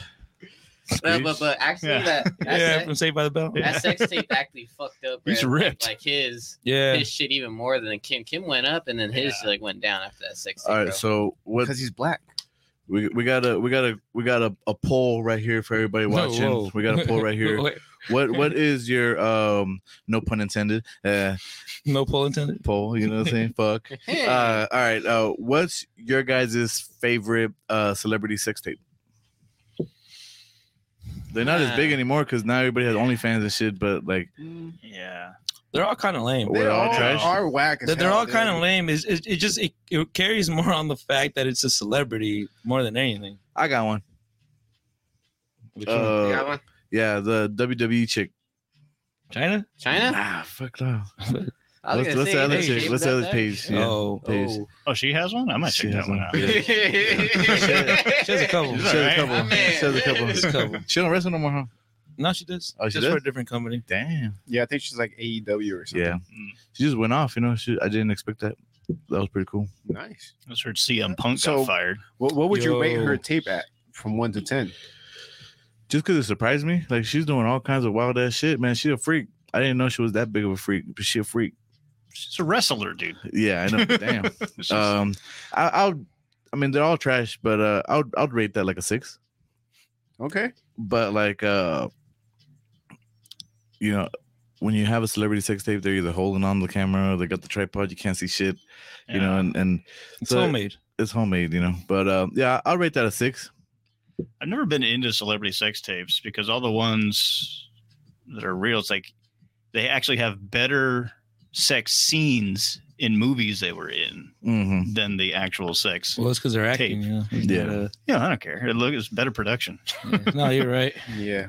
[SPEAKER 4] no, but but actually,
[SPEAKER 1] Yeah.
[SPEAKER 4] that that,
[SPEAKER 2] yeah,
[SPEAKER 4] sex,
[SPEAKER 2] from Saved by the Bell.
[SPEAKER 1] Yeah.
[SPEAKER 2] Yeah.
[SPEAKER 4] that sex tape actually fucked up.
[SPEAKER 1] He's
[SPEAKER 4] Brad,
[SPEAKER 1] ripped.
[SPEAKER 4] Like his his shit even more than Kim. Kim went up and then his like went down after that sex tape.
[SPEAKER 5] All
[SPEAKER 4] bro.
[SPEAKER 5] right, so what
[SPEAKER 3] Because he's black.
[SPEAKER 5] we, we got a we got a we got a, a poll right here for everybody watching.
[SPEAKER 2] whoa.
[SPEAKER 5] we got a poll right here.
[SPEAKER 2] Wait,
[SPEAKER 5] what what is your um no pun intended uh
[SPEAKER 2] no pull intended.
[SPEAKER 5] poll? You know what I'm saying? Fuck. Uh, all right. Uh, what's your guys' favorite uh celebrity sex tape? They're not as big
[SPEAKER 4] Nah.
[SPEAKER 5] anymore because now everybody has OnlyFans and shit. But like,
[SPEAKER 1] Yeah.
[SPEAKER 2] They're all kind of lame.
[SPEAKER 5] We're
[SPEAKER 3] They
[SPEAKER 5] all
[SPEAKER 3] all
[SPEAKER 5] trash?
[SPEAKER 3] are whack as
[SPEAKER 2] They're, they're
[SPEAKER 3] hell,
[SPEAKER 2] all
[SPEAKER 3] dude.
[SPEAKER 2] kind of lame. It's, it, it just it, it carries more on the fact that it's a celebrity more than anything.
[SPEAKER 5] I got one.
[SPEAKER 2] Which one?
[SPEAKER 4] You got
[SPEAKER 5] Uh,
[SPEAKER 4] one?
[SPEAKER 5] yeah, the WWE chick.
[SPEAKER 2] China?
[SPEAKER 4] China.
[SPEAKER 5] Ah, fuck no.
[SPEAKER 4] I was
[SPEAKER 5] Let's,
[SPEAKER 4] gonna
[SPEAKER 5] let's
[SPEAKER 4] say,
[SPEAKER 5] the other
[SPEAKER 4] hey,
[SPEAKER 5] chick.
[SPEAKER 4] Kim
[SPEAKER 5] Let's the
[SPEAKER 4] was
[SPEAKER 5] other
[SPEAKER 4] up
[SPEAKER 5] page.
[SPEAKER 4] there?
[SPEAKER 5] Yeah.
[SPEAKER 2] Oh,
[SPEAKER 5] Page.
[SPEAKER 1] Oh, she has one. I might
[SPEAKER 5] She
[SPEAKER 1] check
[SPEAKER 5] has
[SPEAKER 1] that one
[SPEAKER 5] one.
[SPEAKER 1] out.
[SPEAKER 5] Yeah.
[SPEAKER 2] she has a couple.
[SPEAKER 1] She's
[SPEAKER 5] She
[SPEAKER 1] alright.
[SPEAKER 5] has a
[SPEAKER 2] Oh,
[SPEAKER 5] couple.
[SPEAKER 4] My man.
[SPEAKER 5] She has a
[SPEAKER 2] Just a
[SPEAKER 5] couple.
[SPEAKER 2] couple.
[SPEAKER 5] She don't wrestle no more, huh?
[SPEAKER 2] No, she does.
[SPEAKER 5] Oh, she
[SPEAKER 2] just
[SPEAKER 5] does?
[SPEAKER 2] for a different company.
[SPEAKER 5] Damn.
[SPEAKER 3] Yeah, I think she's like AEW or something.
[SPEAKER 5] Yeah.
[SPEAKER 1] Mm.
[SPEAKER 5] She just went off, you know. She, I didn't expect that. That was pretty cool.
[SPEAKER 3] Nice.
[SPEAKER 1] That's where CM Punk
[SPEAKER 3] So-
[SPEAKER 1] got fired.
[SPEAKER 3] What, what would you rate
[SPEAKER 2] Yo.
[SPEAKER 3] her tape at from one to ten?
[SPEAKER 5] Just because it surprised me. Like she's doing all kinds of wild ass shit, man. She a freak. I didn't know she was that big of a freak, but she a freak.
[SPEAKER 1] She's a wrestler, dude.
[SPEAKER 5] Yeah, I know. Damn.
[SPEAKER 1] She's-
[SPEAKER 5] Um, I, I'll. I mean, they're all trash, but uh, I'll I'll rate that like a six.
[SPEAKER 3] Okay.
[SPEAKER 5] But like, uh, you know, when you have a celebrity sex tape, they're either holding on to the camera, or they got the tripod, you can't see shit, you know,
[SPEAKER 1] yeah.
[SPEAKER 5] and and
[SPEAKER 2] It's
[SPEAKER 5] So-
[SPEAKER 2] homemade.
[SPEAKER 5] it's homemade, you know. But uh, yeah, I'll rate that a six.
[SPEAKER 1] I've never been into celebrity sex tapes because all the ones that are real, it's like they actually have better sex scenes in movies they were in
[SPEAKER 5] Mm-hmm.
[SPEAKER 1] than the actual sex.
[SPEAKER 2] Well, it's because they're acting.
[SPEAKER 1] Tape.
[SPEAKER 2] You know?
[SPEAKER 5] Yeah.
[SPEAKER 2] But,
[SPEAKER 1] Yeah, I don't care. It look, it's better production.
[SPEAKER 2] uh, yeah. No, you're right.
[SPEAKER 3] Yeah.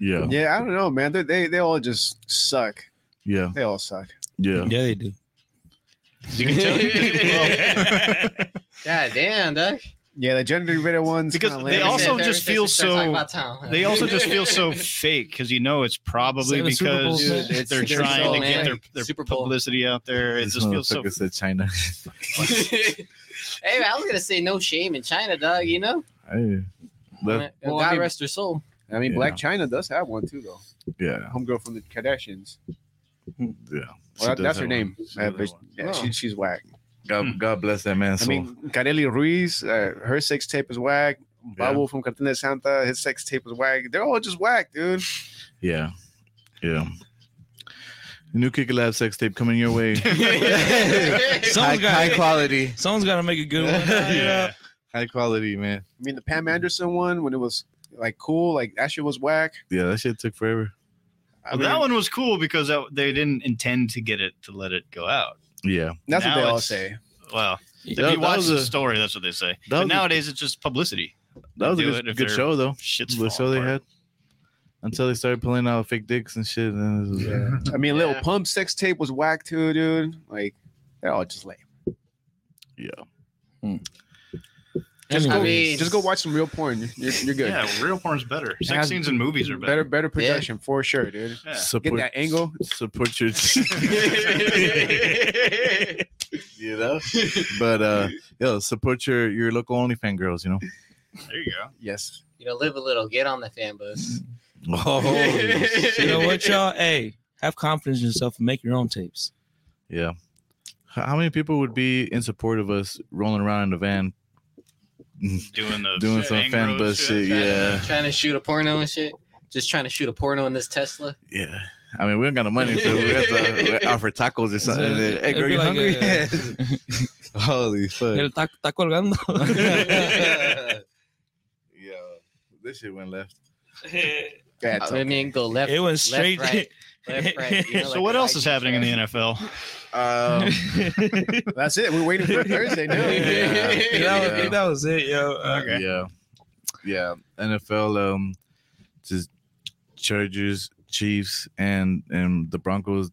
[SPEAKER 5] Yeah,
[SPEAKER 3] Yeah, I don't know, man. They they, they all just suck.
[SPEAKER 5] yeah,
[SPEAKER 3] They all suck.
[SPEAKER 5] yeah.
[SPEAKER 2] Yeah, they do.
[SPEAKER 1] You can tell.
[SPEAKER 4] God damn, Doug.
[SPEAKER 3] Yeah, the gender reveal ones
[SPEAKER 1] Because
[SPEAKER 3] kinda
[SPEAKER 1] they
[SPEAKER 3] lame.
[SPEAKER 1] also
[SPEAKER 4] Every
[SPEAKER 1] just
[SPEAKER 4] sex
[SPEAKER 1] feel
[SPEAKER 4] tape starts
[SPEAKER 1] so-
[SPEAKER 4] talking about Tom.
[SPEAKER 1] they also just feel so fake because you know it's probably
[SPEAKER 2] Seven Super Bowls,
[SPEAKER 1] because
[SPEAKER 2] man.
[SPEAKER 3] Dude, it's-
[SPEAKER 1] they're
[SPEAKER 3] it's
[SPEAKER 1] trying
[SPEAKER 3] so
[SPEAKER 1] to
[SPEAKER 3] lame.
[SPEAKER 1] get their, their
[SPEAKER 4] Super Bowl.
[SPEAKER 1] publicity out there. It
[SPEAKER 5] This
[SPEAKER 1] just feels so
[SPEAKER 5] motherfucker said China.
[SPEAKER 4] hey, man, I was gonna say no shame in China, dog. You know,
[SPEAKER 5] Hey, that-
[SPEAKER 3] Well,
[SPEAKER 4] God
[SPEAKER 3] I mean-
[SPEAKER 4] rest her soul.
[SPEAKER 3] I mean,
[SPEAKER 5] Yeah.
[SPEAKER 3] Black China does have one too, though.
[SPEAKER 5] yeah,
[SPEAKER 3] Homegirl from the Kardashians.
[SPEAKER 5] yeah. She
[SPEAKER 3] Well, that-
[SPEAKER 5] does
[SPEAKER 3] that's her
[SPEAKER 5] have
[SPEAKER 3] name.
[SPEAKER 5] one. She
[SPEAKER 3] Uh,
[SPEAKER 5] does have
[SPEAKER 3] but-
[SPEAKER 5] one.
[SPEAKER 3] yeah, she, she's whack.
[SPEAKER 5] God, God bless that man.
[SPEAKER 3] I
[SPEAKER 5] So,
[SPEAKER 3] mean, Carelli Ruiz, uh, her sex tape is whack. Babu from Cartagena de Santa, his sex tape is whack. They're all just whack, dude.
[SPEAKER 5] yeah, yeah. New Kicker Lab sex tape coming your way.
[SPEAKER 4] Some-
[SPEAKER 5] high,
[SPEAKER 2] Someone's
[SPEAKER 5] high
[SPEAKER 2] got
[SPEAKER 5] quality,
[SPEAKER 2] someone's got to make a good one.
[SPEAKER 1] yeah.
[SPEAKER 5] high quality, man.
[SPEAKER 3] I mean, the Pam
[SPEAKER 1] Mm-hmm.
[SPEAKER 3] Anderson one when it was like cool, like that shit was whack.
[SPEAKER 5] Yeah, that shit took forever.
[SPEAKER 3] I
[SPEAKER 1] Well,
[SPEAKER 3] mean,
[SPEAKER 1] that one was cool because that, they didn't intend to get it to let it go out.
[SPEAKER 5] Yeah,
[SPEAKER 3] That's what
[SPEAKER 1] now
[SPEAKER 3] they all
[SPEAKER 1] it's-
[SPEAKER 3] say.
[SPEAKER 1] Wow. If you
[SPEAKER 5] That- that
[SPEAKER 1] watch
[SPEAKER 5] was
[SPEAKER 1] the
[SPEAKER 5] a-
[SPEAKER 1] story, that's what they say.
[SPEAKER 5] that was
[SPEAKER 1] But
[SPEAKER 5] a-
[SPEAKER 1] nowadays, it's just publicity.
[SPEAKER 5] that was a
[SPEAKER 1] Do it
[SPEAKER 5] good,
[SPEAKER 1] if
[SPEAKER 5] good
[SPEAKER 1] they're-
[SPEAKER 5] show though.
[SPEAKER 1] Shit's
[SPEAKER 5] the
[SPEAKER 1] falling
[SPEAKER 5] show they
[SPEAKER 1] apart.
[SPEAKER 5] had until they started pulling out fake dicks and shit. And it was,
[SPEAKER 3] Yeah. I mean, Lil
[SPEAKER 4] Yeah.
[SPEAKER 3] Pump sex tape was whack too, dude. Like they're all just lame.
[SPEAKER 5] yeah.
[SPEAKER 3] Just
[SPEAKER 4] I
[SPEAKER 3] go,
[SPEAKER 4] mean-
[SPEAKER 3] just go watch some real porn. You're, you're good.
[SPEAKER 1] Yeah, real porn's better. Sex
[SPEAKER 3] has-
[SPEAKER 1] scenes in movies are
[SPEAKER 3] better,
[SPEAKER 1] better.
[SPEAKER 3] better production for sure, dude.
[SPEAKER 1] Yeah.
[SPEAKER 5] Support
[SPEAKER 3] Get that angle.
[SPEAKER 5] support your you know but uh yo support your your local OnlyFans girls you know
[SPEAKER 1] There you go.
[SPEAKER 3] Yes.
[SPEAKER 4] You know, live a little, get on the fan bus.
[SPEAKER 5] oh
[SPEAKER 2] You know what, y'all? Hey, have confidence in yourself and make your own tapes.
[SPEAKER 5] yeah H- how many people would be in support of us rolling around in the van
[SPEAKER 1] Doing the
[SPEAKER 5] Doing some
[SPEAKER 1] angro
[SPEAKER 5] fan bus shit,
[SPEAKER 4] Trying to-
[SPEAKER 5] Yeah.
[SPEAKER 4] trying to shoot a porno and shit. Just trying to shoot a porno in this Tesla.
[SPEAKER 5] yeah I mean we don't got no money so we have to offer tacos or something
[SPEAKER 2] It'd
[SPEAKER 5] hey girl
[SPEAKER 2] be
[SPEAKER 5] you
[SPEAKER 2] like
[SPEAKER 5] hungry
[SPEAKER 2] a-
[SPEAKER 5] holy fuck
[SPEAKER 2] El ta- ta colgando.
[SPEAKER 4] I
[SPEAKER 5] yeah this shit went left
[SPEAKER 3] Bad talk.
[SPEAKER 4] mean, go left.
[SPEAKER 2] it went straight.
[SPEAKER 4] Left, right, left, right, you know,
[SPEAKER 1] So
[SPEAKER 4] like
[SPEAKER 1] what
[SPEAKER 4] a
[SPEAKER 1] else is
[SPEAKER 4] lightning
[SPEAKER 1] happening in
[SPEAKER 4] strike.
[SPEAKER 1] the NFL?
[SPEAKER 5] um
[SPEAKER 3] That's it. We're waiting for Thursday now.
[SPEAKER 5] Yeah.
[SPEAKER 2] that, was, that was it, yo. Uh,
[SPEAKER 1] Okay.
[SPEAKER 5] Yeah. Yeah. NFL um just Chargers, Chiefs, and and the Broncos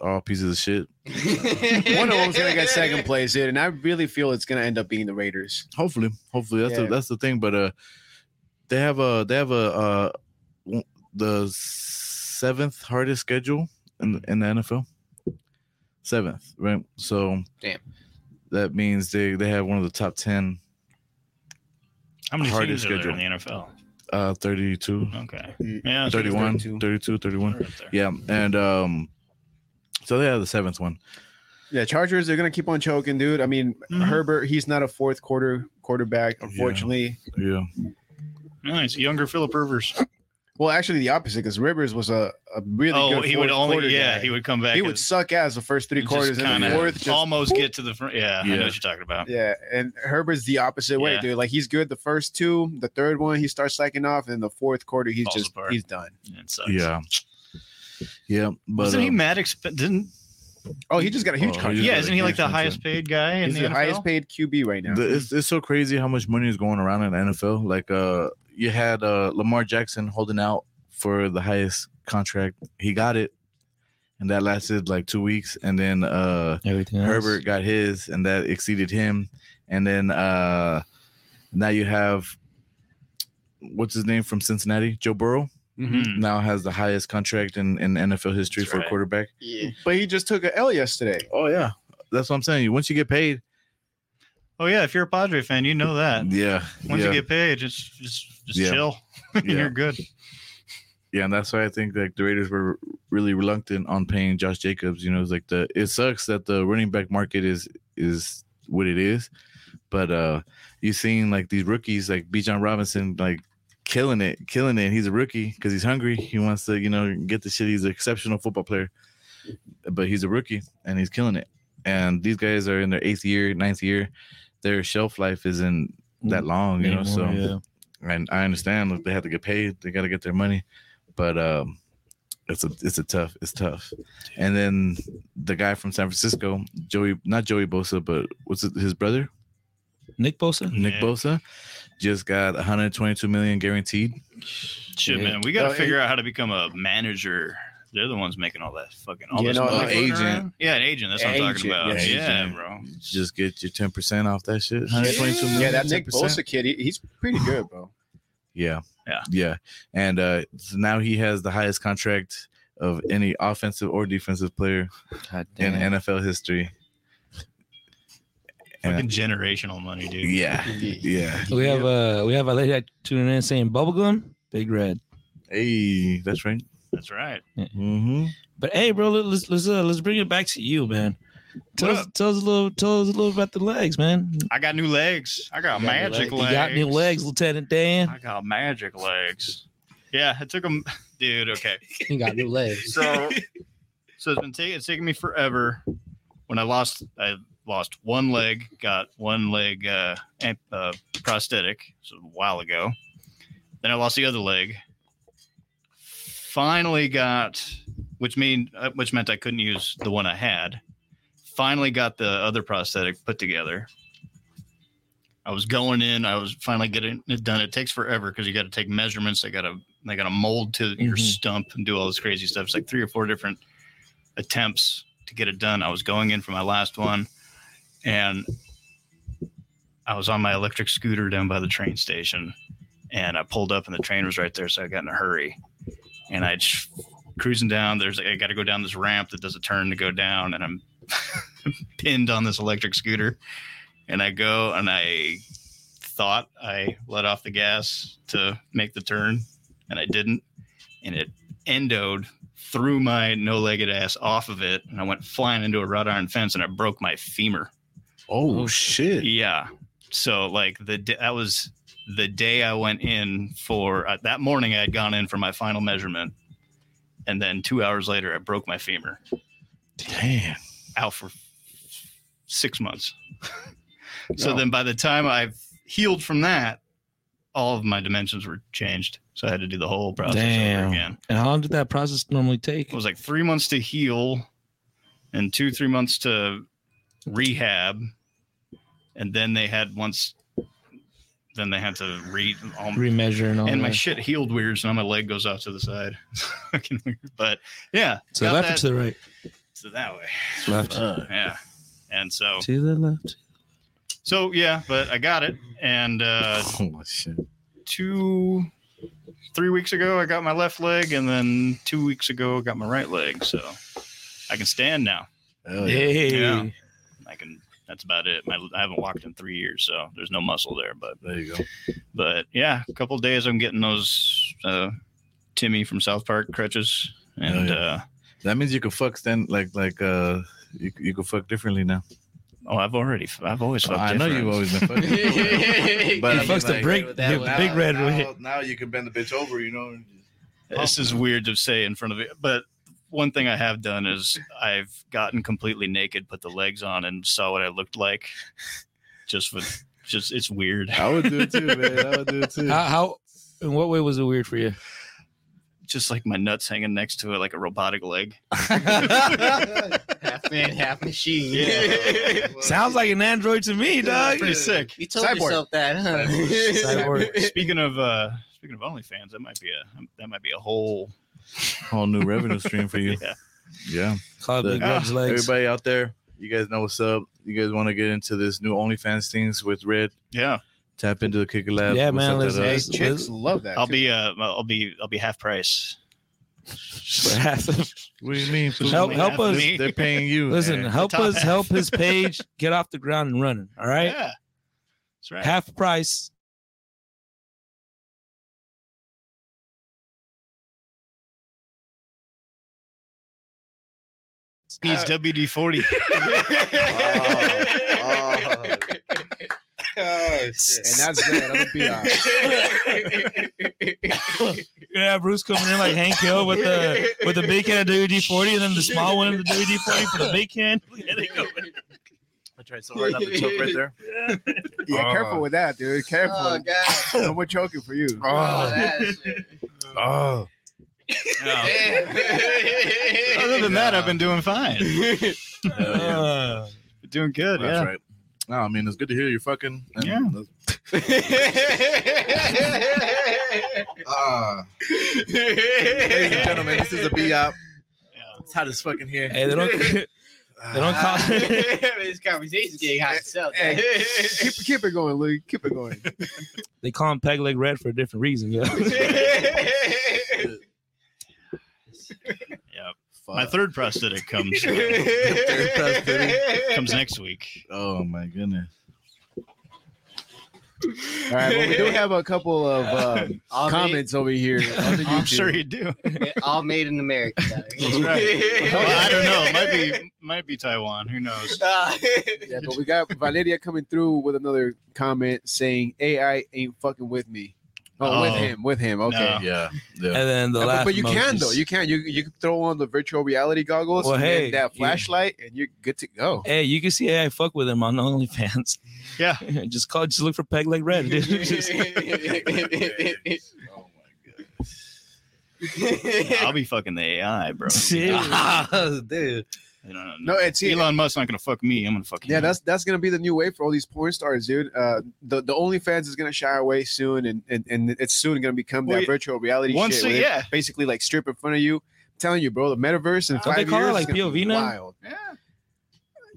[SPEAKER 5] are all pieces of shit.
[SPEAKER 3] One of them's gonna get second place, dude, and I really feel it's gonna end up being the Raiders.
[SPEAKER 5] Hopefully. Hopefully that's
[SPEAKER 3] Yeah.
[SPEAKER 5] the that's the thing. But uh they have a they have a uh w- the seventh hardest schedule in in the NFL. Seventh, right? So
[SPEAKER 4] Damn.
[SPEAKER 5] that means they they have one of the top ten
[SPEAKER 1] How many teams
[SPEAKER 5] Hardest
[SPEAKER 1] are there in the
[SPEAKER 5] schedule.
[SPEAKER 1] NFL?
[SPEAKER 5] uh 32
[SPEAKER 1] Okay. Yeah. so
[SPEAKER 5] 31
[SPEAKER 3] 32.
[SPEAKER 5] 32 31
[SPEAKER 1] they're up there.
[SPEAKER 5] yeah and um so they have the seventh one
[SPEAKER 3] Yeah, Chargers are gonna keep on choking, dude. I mean,
[SPEAKER 1] Mhm.
[SPEAKER 3] Herbert, he's not a fourth quarter quarterback, unfortunately.
[SPEAKER 5] yeah
[SPEAKER 1] Mm-hmm. Nice. Younger Philip Rivers.
[SPEAKER 3] Well, actually, the opposite because Rivers was a, a really
[SPEAKER 1] oh,
[SPEAKER 3] good.
[SPEAKER 1] he would
[SPEAKER 3] fourth quarter
[SPEAKER 1] only. Yeah,
[SPEAKER 3] guy.
[SPEAKER 1] he would come back.
[SPEAKER 3] he would
[SPEAKER 1] and-
[SPEAKER 3] suck ass the first three
[SPEAKER 1] and
[SPEAKER 3] quarters
[SPEAKER 1] just
[SPEAKER 3] and the
[SPEAKER 1] kinda
[SPEAKER 3] fourth. Just,
[SPEAKER 1] almost get to the front. Yeah, I
[SPEAKER 5] Yeah.
[SPEAKER 1] know what you're talking about.
[SPEAKER 3] yeah, and Herbert's the opposite way,
[SPEAKER 1] Yeah.
[SPEAKER 3] dude. Like he's good the first two, the third one he starts slacking off, and the fourth quarter he's
[SPEAKER 1] Falls
[SPEAKER 3] just
[SPEAKER 1] apart.
[SPEAKER 3] he's done.
[SPEAKER 1] It sucks.
[SPEAKER 5] yeah yeah but
[SPEAKER 1] Wasn't he
[SPEAKER 5] uh,
[SPEAKER 1] mad? Exp- didn't?
[SPEAKER 3] Oh, he just got a huge
[SPEAKER 5] Oh,
[SPEAKER 3] contract.
[SPEAKER 5] just
[SPEAKER 1] Yeah,
[SPEAKER 5] got a
[SPEAKER 1] isn't he like
[SPEAKER 5] huge
[SPEAKER 1] the
[SPEAKER 5] contract.
[SPEAKER 1] highest paid guy in
[SPEAKER 3] He's
[SPEAKER 1] the,
[SPEAKER 3] the,
[SPEAKER 1] NFL?
[SPEAKER 3] highest paid QB right now.
[SPEAKER 5] the- it's, it's so crazy how much money is going around in the nfl like uh you had uh lamar jackson holding out for the highest contract he got it and that lasted like two weeks and then uh
[SPEAKER 2] Everything else.
[SPEAKER 5] Herbert got his, and that exceeded him. And then uh now you have what's his name from Cincinnati, Joe Burrow.
[SPEAKER 3] Mm-hmm.
[SPEAKER 1] Mhm.
[SPEAKER 5] Now has the highest contract in, in NFL history
[SPEAKER 1] That's
[SPEAKER 5] for
[SPEAKER 1] right.
[SPEAKER 5] a quarterback.
[SPEAKER 4] Yeah.
[SPEAKER 3] But he just took a L yesterday.
[SPEAKER 5] Oh yeah, that's what I'm saying. Once you get paid,
[SPEAKER 1] Oh yeah, if you're a Padre fan, you know that.
[SPEAKER 5] yeah,
[SPEAKER 1] Once
[SPEAKER 5] yeah,
[SPEAKER 1] you get paid, just just just
[SPEAKER 5] Yeah.
[SPEAKER 1] chill. and
[SPEAKER 5] Yeah.
[SPEAKER 1] You're good.
[SPEAKER 5] yeah, and that's why I think like the Raiders were really reluctant on paying Josh Jacobs. You know, it's like the it sucks that the running back market is is what it is, but uh you've seen like these rookies like B. John Robinson like killing it, killing it. He's a rookie because he's hungry. He wants to you know get the shit. He's an exceptional football player, but he's a rookie and he's killing it. And these guys are in their eighth year, ninth year. Their shelf life isn't that long, you know.
[SPEAKER 2] Mm-hmm. Anymore,
[SPEAKER 5] So
[SPEAKER 2] yeah.
[SPEAKER 5] and I understand look, they have to get paid, they got to get their money, but um, it's a it's a tough, it's tough. And then the guy from San Francisco, Joey, not Joey Bosa, but what's it, his brother,
[SPEAKER 2] Nick Bosa.
[SPEAKER 5] Nick
[SPEAKER 1] Yeah.
[SPEAKER 5] Bosa, just got 122 million guaranteed.
[SPEAKER 1] Shit,
[SPEAKER 2] Yeah.
[SPEAKER 1] man, we got to
[SPEAKER 3] Uh,
[SPEAKER 1] figure out how to become a manager. They're the ones making all that fucking all
[SPEAKER 3] You
[SPEAKER 1] this
[SPEAKER 3] know,
[SPEAKER 1] money
[SPEAKER 3] an
[SPEAKER 1] floating
[SPEAKER 5] agent.
[SPEAKER 1] around. Yeah, an agent. That's what I'm talking
[SPEAKER 3] Agent,
[SPEAKER 1] about.
[SPEAKER 5] yeah.
[SPEAKER 1] Yeah,
[SPEAKER 5] Agent.
[SPEAKER 1] bro.
[SPEAKER 5] Just get your 10 percent off that shit. 122 million.
[SPEAKER 3] Yeah, that Nick
[SPEAKER 5] 10%.
[SPEAKER 3] Bosa kid, he, he's pretty good, bro.
[SPEAKER 5] Yeah.
[SPEAKER 1] Yeah.
[SPEAKER 5] Yeah. And uh, so now he has the highest contract of any offensive or defensive player
[SPEAKER 4] God
[SPEAKER 5] in
[SPEAKER 4] damn.
[SPEAKER 5] NFL history. And-
[SPEAKER 1] Fucking generational money, dude.
[SPEAKER 5] yeah. Yeah.
[SPEAKER 2] We have uh we have a lady that tuning in saying bubblegum, big red.
[SPEAKER 5] Hey, that's right.
[SPEAKER 1] that's right.
[SPEAKER 5] Mm-hmm.
[SPEAKER 2] But hey, bro, let- let's let's uh, let's bring it back to you, man. Tell
[SPEAKER 1] What
[SPEAKER 2] us, tell us a little tell us a little about the legs, man.
[SPEAKER 1] I got new legs. I got
[SPEAKER 4] You got new
[SPEAKER 1] magic
[SPEAKER 2] You
[SPEAKER 1] legs.
[SPEAKER 2] got new legs, Lieutenant Dan.
[SPEAKER 1] I got magic legs. Yeah, it took him, dude. Okay,
[SPEAKER 4] He got new legs.
[SPEAKER 1] so so it's been taking it's taken me forever. When I lost, I lost one leg, got one leg uh, amp, uh prosthetic, so a while ago. Then I lost the other leg. Finally got, which mean uh, which meant I couldn't use the one I had. Finally got the other prosthetic put together. I was going in. I was finally getting it done. It takes forever because you got to take measurements. They got to they got to mold to your
[SPEAKER 2] Mhm.
[SPEAKER 1] stump and do all this crazy stuff. It's like three or four different attempts to get it done. I was going in for my last one, and I was on my electric scooter down by the train station, and I pulled up and the train was right there, so I got in a hurry, and I just cruising down. There's I got to go down this ramp that does a turn to go down, and I'm pinned on this electric scooter, and I go and I thought I let off the gas to make the turn, and I didn't, and it endoed threw my no-legged ass off of it, and I went flying into a wrought iron fence, and I broke my femur.
[SPEAKER 5] Oh, shit.
[SPEAKER 1] Yeah. So like the d- that was the day I went in for uh, that morning. I had gone in for my final measurement, and then two hours later, I broke my femur.
[SPEAKER 5] Damn.
[SPEAKER 1] Out for six months. so
[SPEAKER 3] No.
[SPEAKER 1] then by the time I've healed from that, all of my dimensions were changed. So I had to do the whole process
[SPEAKER 2] Damn.
[SPEAKER 1] over again.
[SPEAKER 2] And how long did that process normally take?
[SPEAKER 1] It was like three months to heal, and two three months to rehab, and then they had once. Then they had to re. Um,
[SPEAKER 2] Remeasure and all
[SPEAKER 1] and my
[SPEAKER 2] that.
[SPEAKER 1] shit healed weird, so now my leg goes out to the side. Fucking weird. but yeah,
[SPEAKER 2] so
[SPEAKER 1] got
[SPEAKER 2] left
[SPEAKER 1] that,
[SPEAKER 2] and to the right.
[SPEAKER 1] so that way.
[SPEAKER 2] Left.
[SPEAKER 5] Fuck.
[SPEAKER 1] Yeah, and so
[SPEAKER 2] To the left.
[SPEAKER 1] so yeah, but I got it, and uh,
[SPEAKER 5] oh, shit.
[SPEAKER 1] two, three weeks ago, I got my left leg, and then two weeks ago, I got my right leg. So I can stand now.
[SPEAKER 5] Hell Oh, yeah.
[SPEAKER 2] Hey,
[SPEAKER 1] Yeah. I can. That's about it. My, I haven't walked in three years, so there's no muscle there. But
[SPEAKER 5] There you go.
[SPEAKER 1] but yeah, a couple days I'm getting those uh, Timmy from South Park crutches, and
[SPEAKER 5] Oh, yeah.
[SPEAKER 1] uh,
[SPEAKER 5] That means you can fuck stand like like uh you you can fuck differently now.
[SPEAKER 1] oh, I've already, I've always fucked.
[SPEAKER 5] I know you've
[SPEAKER 1] different.
[SPEAKER 5] always been
[SPEAKER 4] but
[SPEAKER 5] fucking. But
[SPEAKER 2] he
[SPEAKER 5] I mean,
[SPEAKER 2] fucks the
[SPEAKER 5] like-
[SPEAKER 2] break,
[SPEAKER 4] With that
[SPEAKER 2] the
[SPEAKER 4] one.
[SPEAKER 2] big red.
[SPEAKER 5] now, now you can bend the bitch over, you know. and just-
[SPEAKER 1] This
[SPEAKER 5] Oh.
[SPEAKER 1] is weird to say in front of you, but one thing I have done is I've gotten completely naked, put the legs on, and saw what I looked like. Just with, just it's weird.
[SPEAKER 5] I would do it too, man. I would do it too.
[SPEAKER 2] How, how? In what way was it weird for you?
[SPEAKER 1] Just like my nuts hanging next to it, like a robotic leg.
[SPEAKER 4] half man, half machine.
[SPEAKER 5] Yeah.
[SPEAKER 2] Sounds like an android to me, dog.
[SPEAKER 1] pretty sick.
[SPEAKER 4] You told
[SPEAKER 3] Cyborg.
[SPEAKER 4] yourself that, huh?
[SPEAKER 2] Cyborg.
[SPEAKER 1] Speaking of, uh speaking of OnlyFans, that might be a, that might be a whole.
[SPEAKER 5] whole new revenue stream for you.
[SPEAKER 1] Yeah.
[SPEAKER 5] Yeah.
[SPEAKER 2] Call it
[SPEAKER 5] The-
[SPEAKER 2] big red's legs.
[SPEAKER 5] Everybody out there, you guys know what's up. You guys want to get into this new OnlyFans things with Red?
[SPEAKER 1] Yeah,
[SPEAKER 5] Tap into the Kicker Lab.
[SPEAKER 2] Yeah,
[SPEAKER 5] What's
[SPEAKER 2] man,
[SPEAKER 5] up,
[SPEAKER 2] let's-
[SPEAKER 5] that
[SPEAKER 3] Hey,
[SPEAKER 5] us?
[SPEAKER 2] That's-
[SPEAKER 3] chicks love that.
[SPEAKER 1] I'll
[SPEAKER 3] too.
[SPEAKER 1] be, uh, I'll be, I'll be half price.
[SPEAKER 2] For half of-
[SPEAKER 5] What do you mean? fool?
[SPEAKER 2] Help-
[SPEAKER 1] Only
[SPEAKER 2] help
[SPEAKER 1] half
[SPEAKER 2] us.
[SPEAKER 1] me.
[SPEAKER 5] They're paying you.
[SPEAKER 2] Listen,
[SPEAKER 5] man.
[SPEAKER 2] help
[SPEAKER 1] top
[SPEAKER 2] us
[SPEAKER 1] half.
[SPEAKER 2] help his page get off the ground and running. All right,
[SPEAKER 1] Yeah, that's right.
[SPEAKER 2] half price.
[SPEAKER 1] needs WD forty.
[SPEAKER 4] Oh,
[SPEAKER 3] and that's good. I'm gonna be uh, all right.
[SPEAKER 2] Yeah, Bruce coming in like Hank Hill with the with the big can of WD forty, and then the small one of the WD forty for the big can.
[SPEAKER 5] I tried so hard not to choke right there.
[SPEAKER 3] Yeah,
[SPEAKER 5] Oh.
[SPEAKER 3] careful with that, dude. Careful.
[SPEAKER 4] Oh, God.
[SPEAKER 3] no more choking for you.
[SPEAKER 4] Oh, that shit.
[SPEAKER 5] Oh,
[SPEAKER 1] Other
[SPEAKER 4] Damn.
[SPEAKER 1] than that, I've been doing fine.
[SPEAKER 5] hell yeah.
[SPEAKER 2] Uh,
[SPEAKER 1] Doing good.
[SPEAKER 5] That's
[SPEAKER 1] yeah.
[SPEAKER 5] right. No, I mean it's good to hear you're fucking. and
[SPEAKER 1] Yeah.
[SPEAKER 5] that's- Ah, ladies and gentlemen, this is a B op. It's hot as fucking here.
[SPEAKER 2] hey, they don't they don't call.
[SPEAKER 4] this conversation's getting hot itself.
[SPEAKER 3] Hey, keep, keep it going, Luke. Keep it going.
[SPEAKER 2] They call him Peg Leg Red for a different reason. Yeah.
[SPEAKER 1] Yeah.
[SPEAKER 5] Fuck.
[SPEAKER 1] My third prosthetic comes uh, comes next week.
[SPEAKER 5] oh my goodness.
[SPEAKER 3] All right, but we do have a couple of uh,
[SPEAKER 4] All
[SPEAKER 3] comments over here. on the
[SPEAKER 1] I'm
[SPEAKER 3] YouTube.
[SPEAKER 1] sure you do.
[SPEAKER 4] Made, all made in America. That's
[SPEAKER 1] Well, I don't know. It might be might be Taiwan. Who knows?
[SPEAKER 3] Yeah, but we got Valeria coming through with another comment saying AI ain't fucking with me. Oh, with
[SPEAKER 1] Oh.
[SPEAKER 3] him, with him. Okay.
[SPEAKER 1] No.
[SPEAKER 5] Yeah, yeah.
[SPEAKER 2] And then the
[SPEAKER 3] But-
[SPEAKER 2] last.
[SPEAKER 3] but you can
[SPEAKER 2] emojis.
[SPEAKER 3] though. You can. You you can throw on the virtual reality goggles
[SPEAKER 2] Well,
[SPEAKER 3] and
[SPEAKER 2] hey,
[SPEAKER 3] that
[SPEAKER 2] you-
[SPEAKER 3] flashlight, and you're good to go.
[SPEAKER 2] Hey, you can see AI fuck with him on OnlyFans.
[SPEAKER 1] Yeah.
[SPEAKER 2] just call, just look for Peg Leg Red. Dude. Just-
[SPEAKER 5] Oh
[SPEAKER 1] I'll be fucking the AI, bro.
[SPEAKER 4] dude.
[SPEAKER 1] You know,
[SPEAKER 3] No, it's here.
[SPEAKER 1] Elon Musk's not gonna fuck me. I'm gonna fuck
[SPEAKER 3] Yeah,
[SPEAKER 1] him.
[SPEAKER 3] that's that's gonna be the new way for all these porn stars, dude. Uh, the the OnlyFans is gonna shy away soon, and and, and it's soon gonna become
[SPEAKER 1] Well,
[SPEAKER 3] that
[SPEAKER 1] yeah.
[SPEAKER 3] virtual reality.
[SPEAKER 1] Once
[SPEAKER 3] shit,
[SPEAKER 1] it-
[SPEAKER 3] where they
[SPEAKER 1] yeah.
[SPEAKER 3] basically like strip in front of you. I'm telling you, bro, the metaverse in
[SPEAKER 2] Don't
[SPEAKER 3] five
[SPEAKER 2] they call it,
[SPEAKER 3] years is
[SPEAKER 2] like,
[SPEAKER 3] gonna be
[SPEAKER 2] POV now?
[SPEAKER 3] wild. Yeah,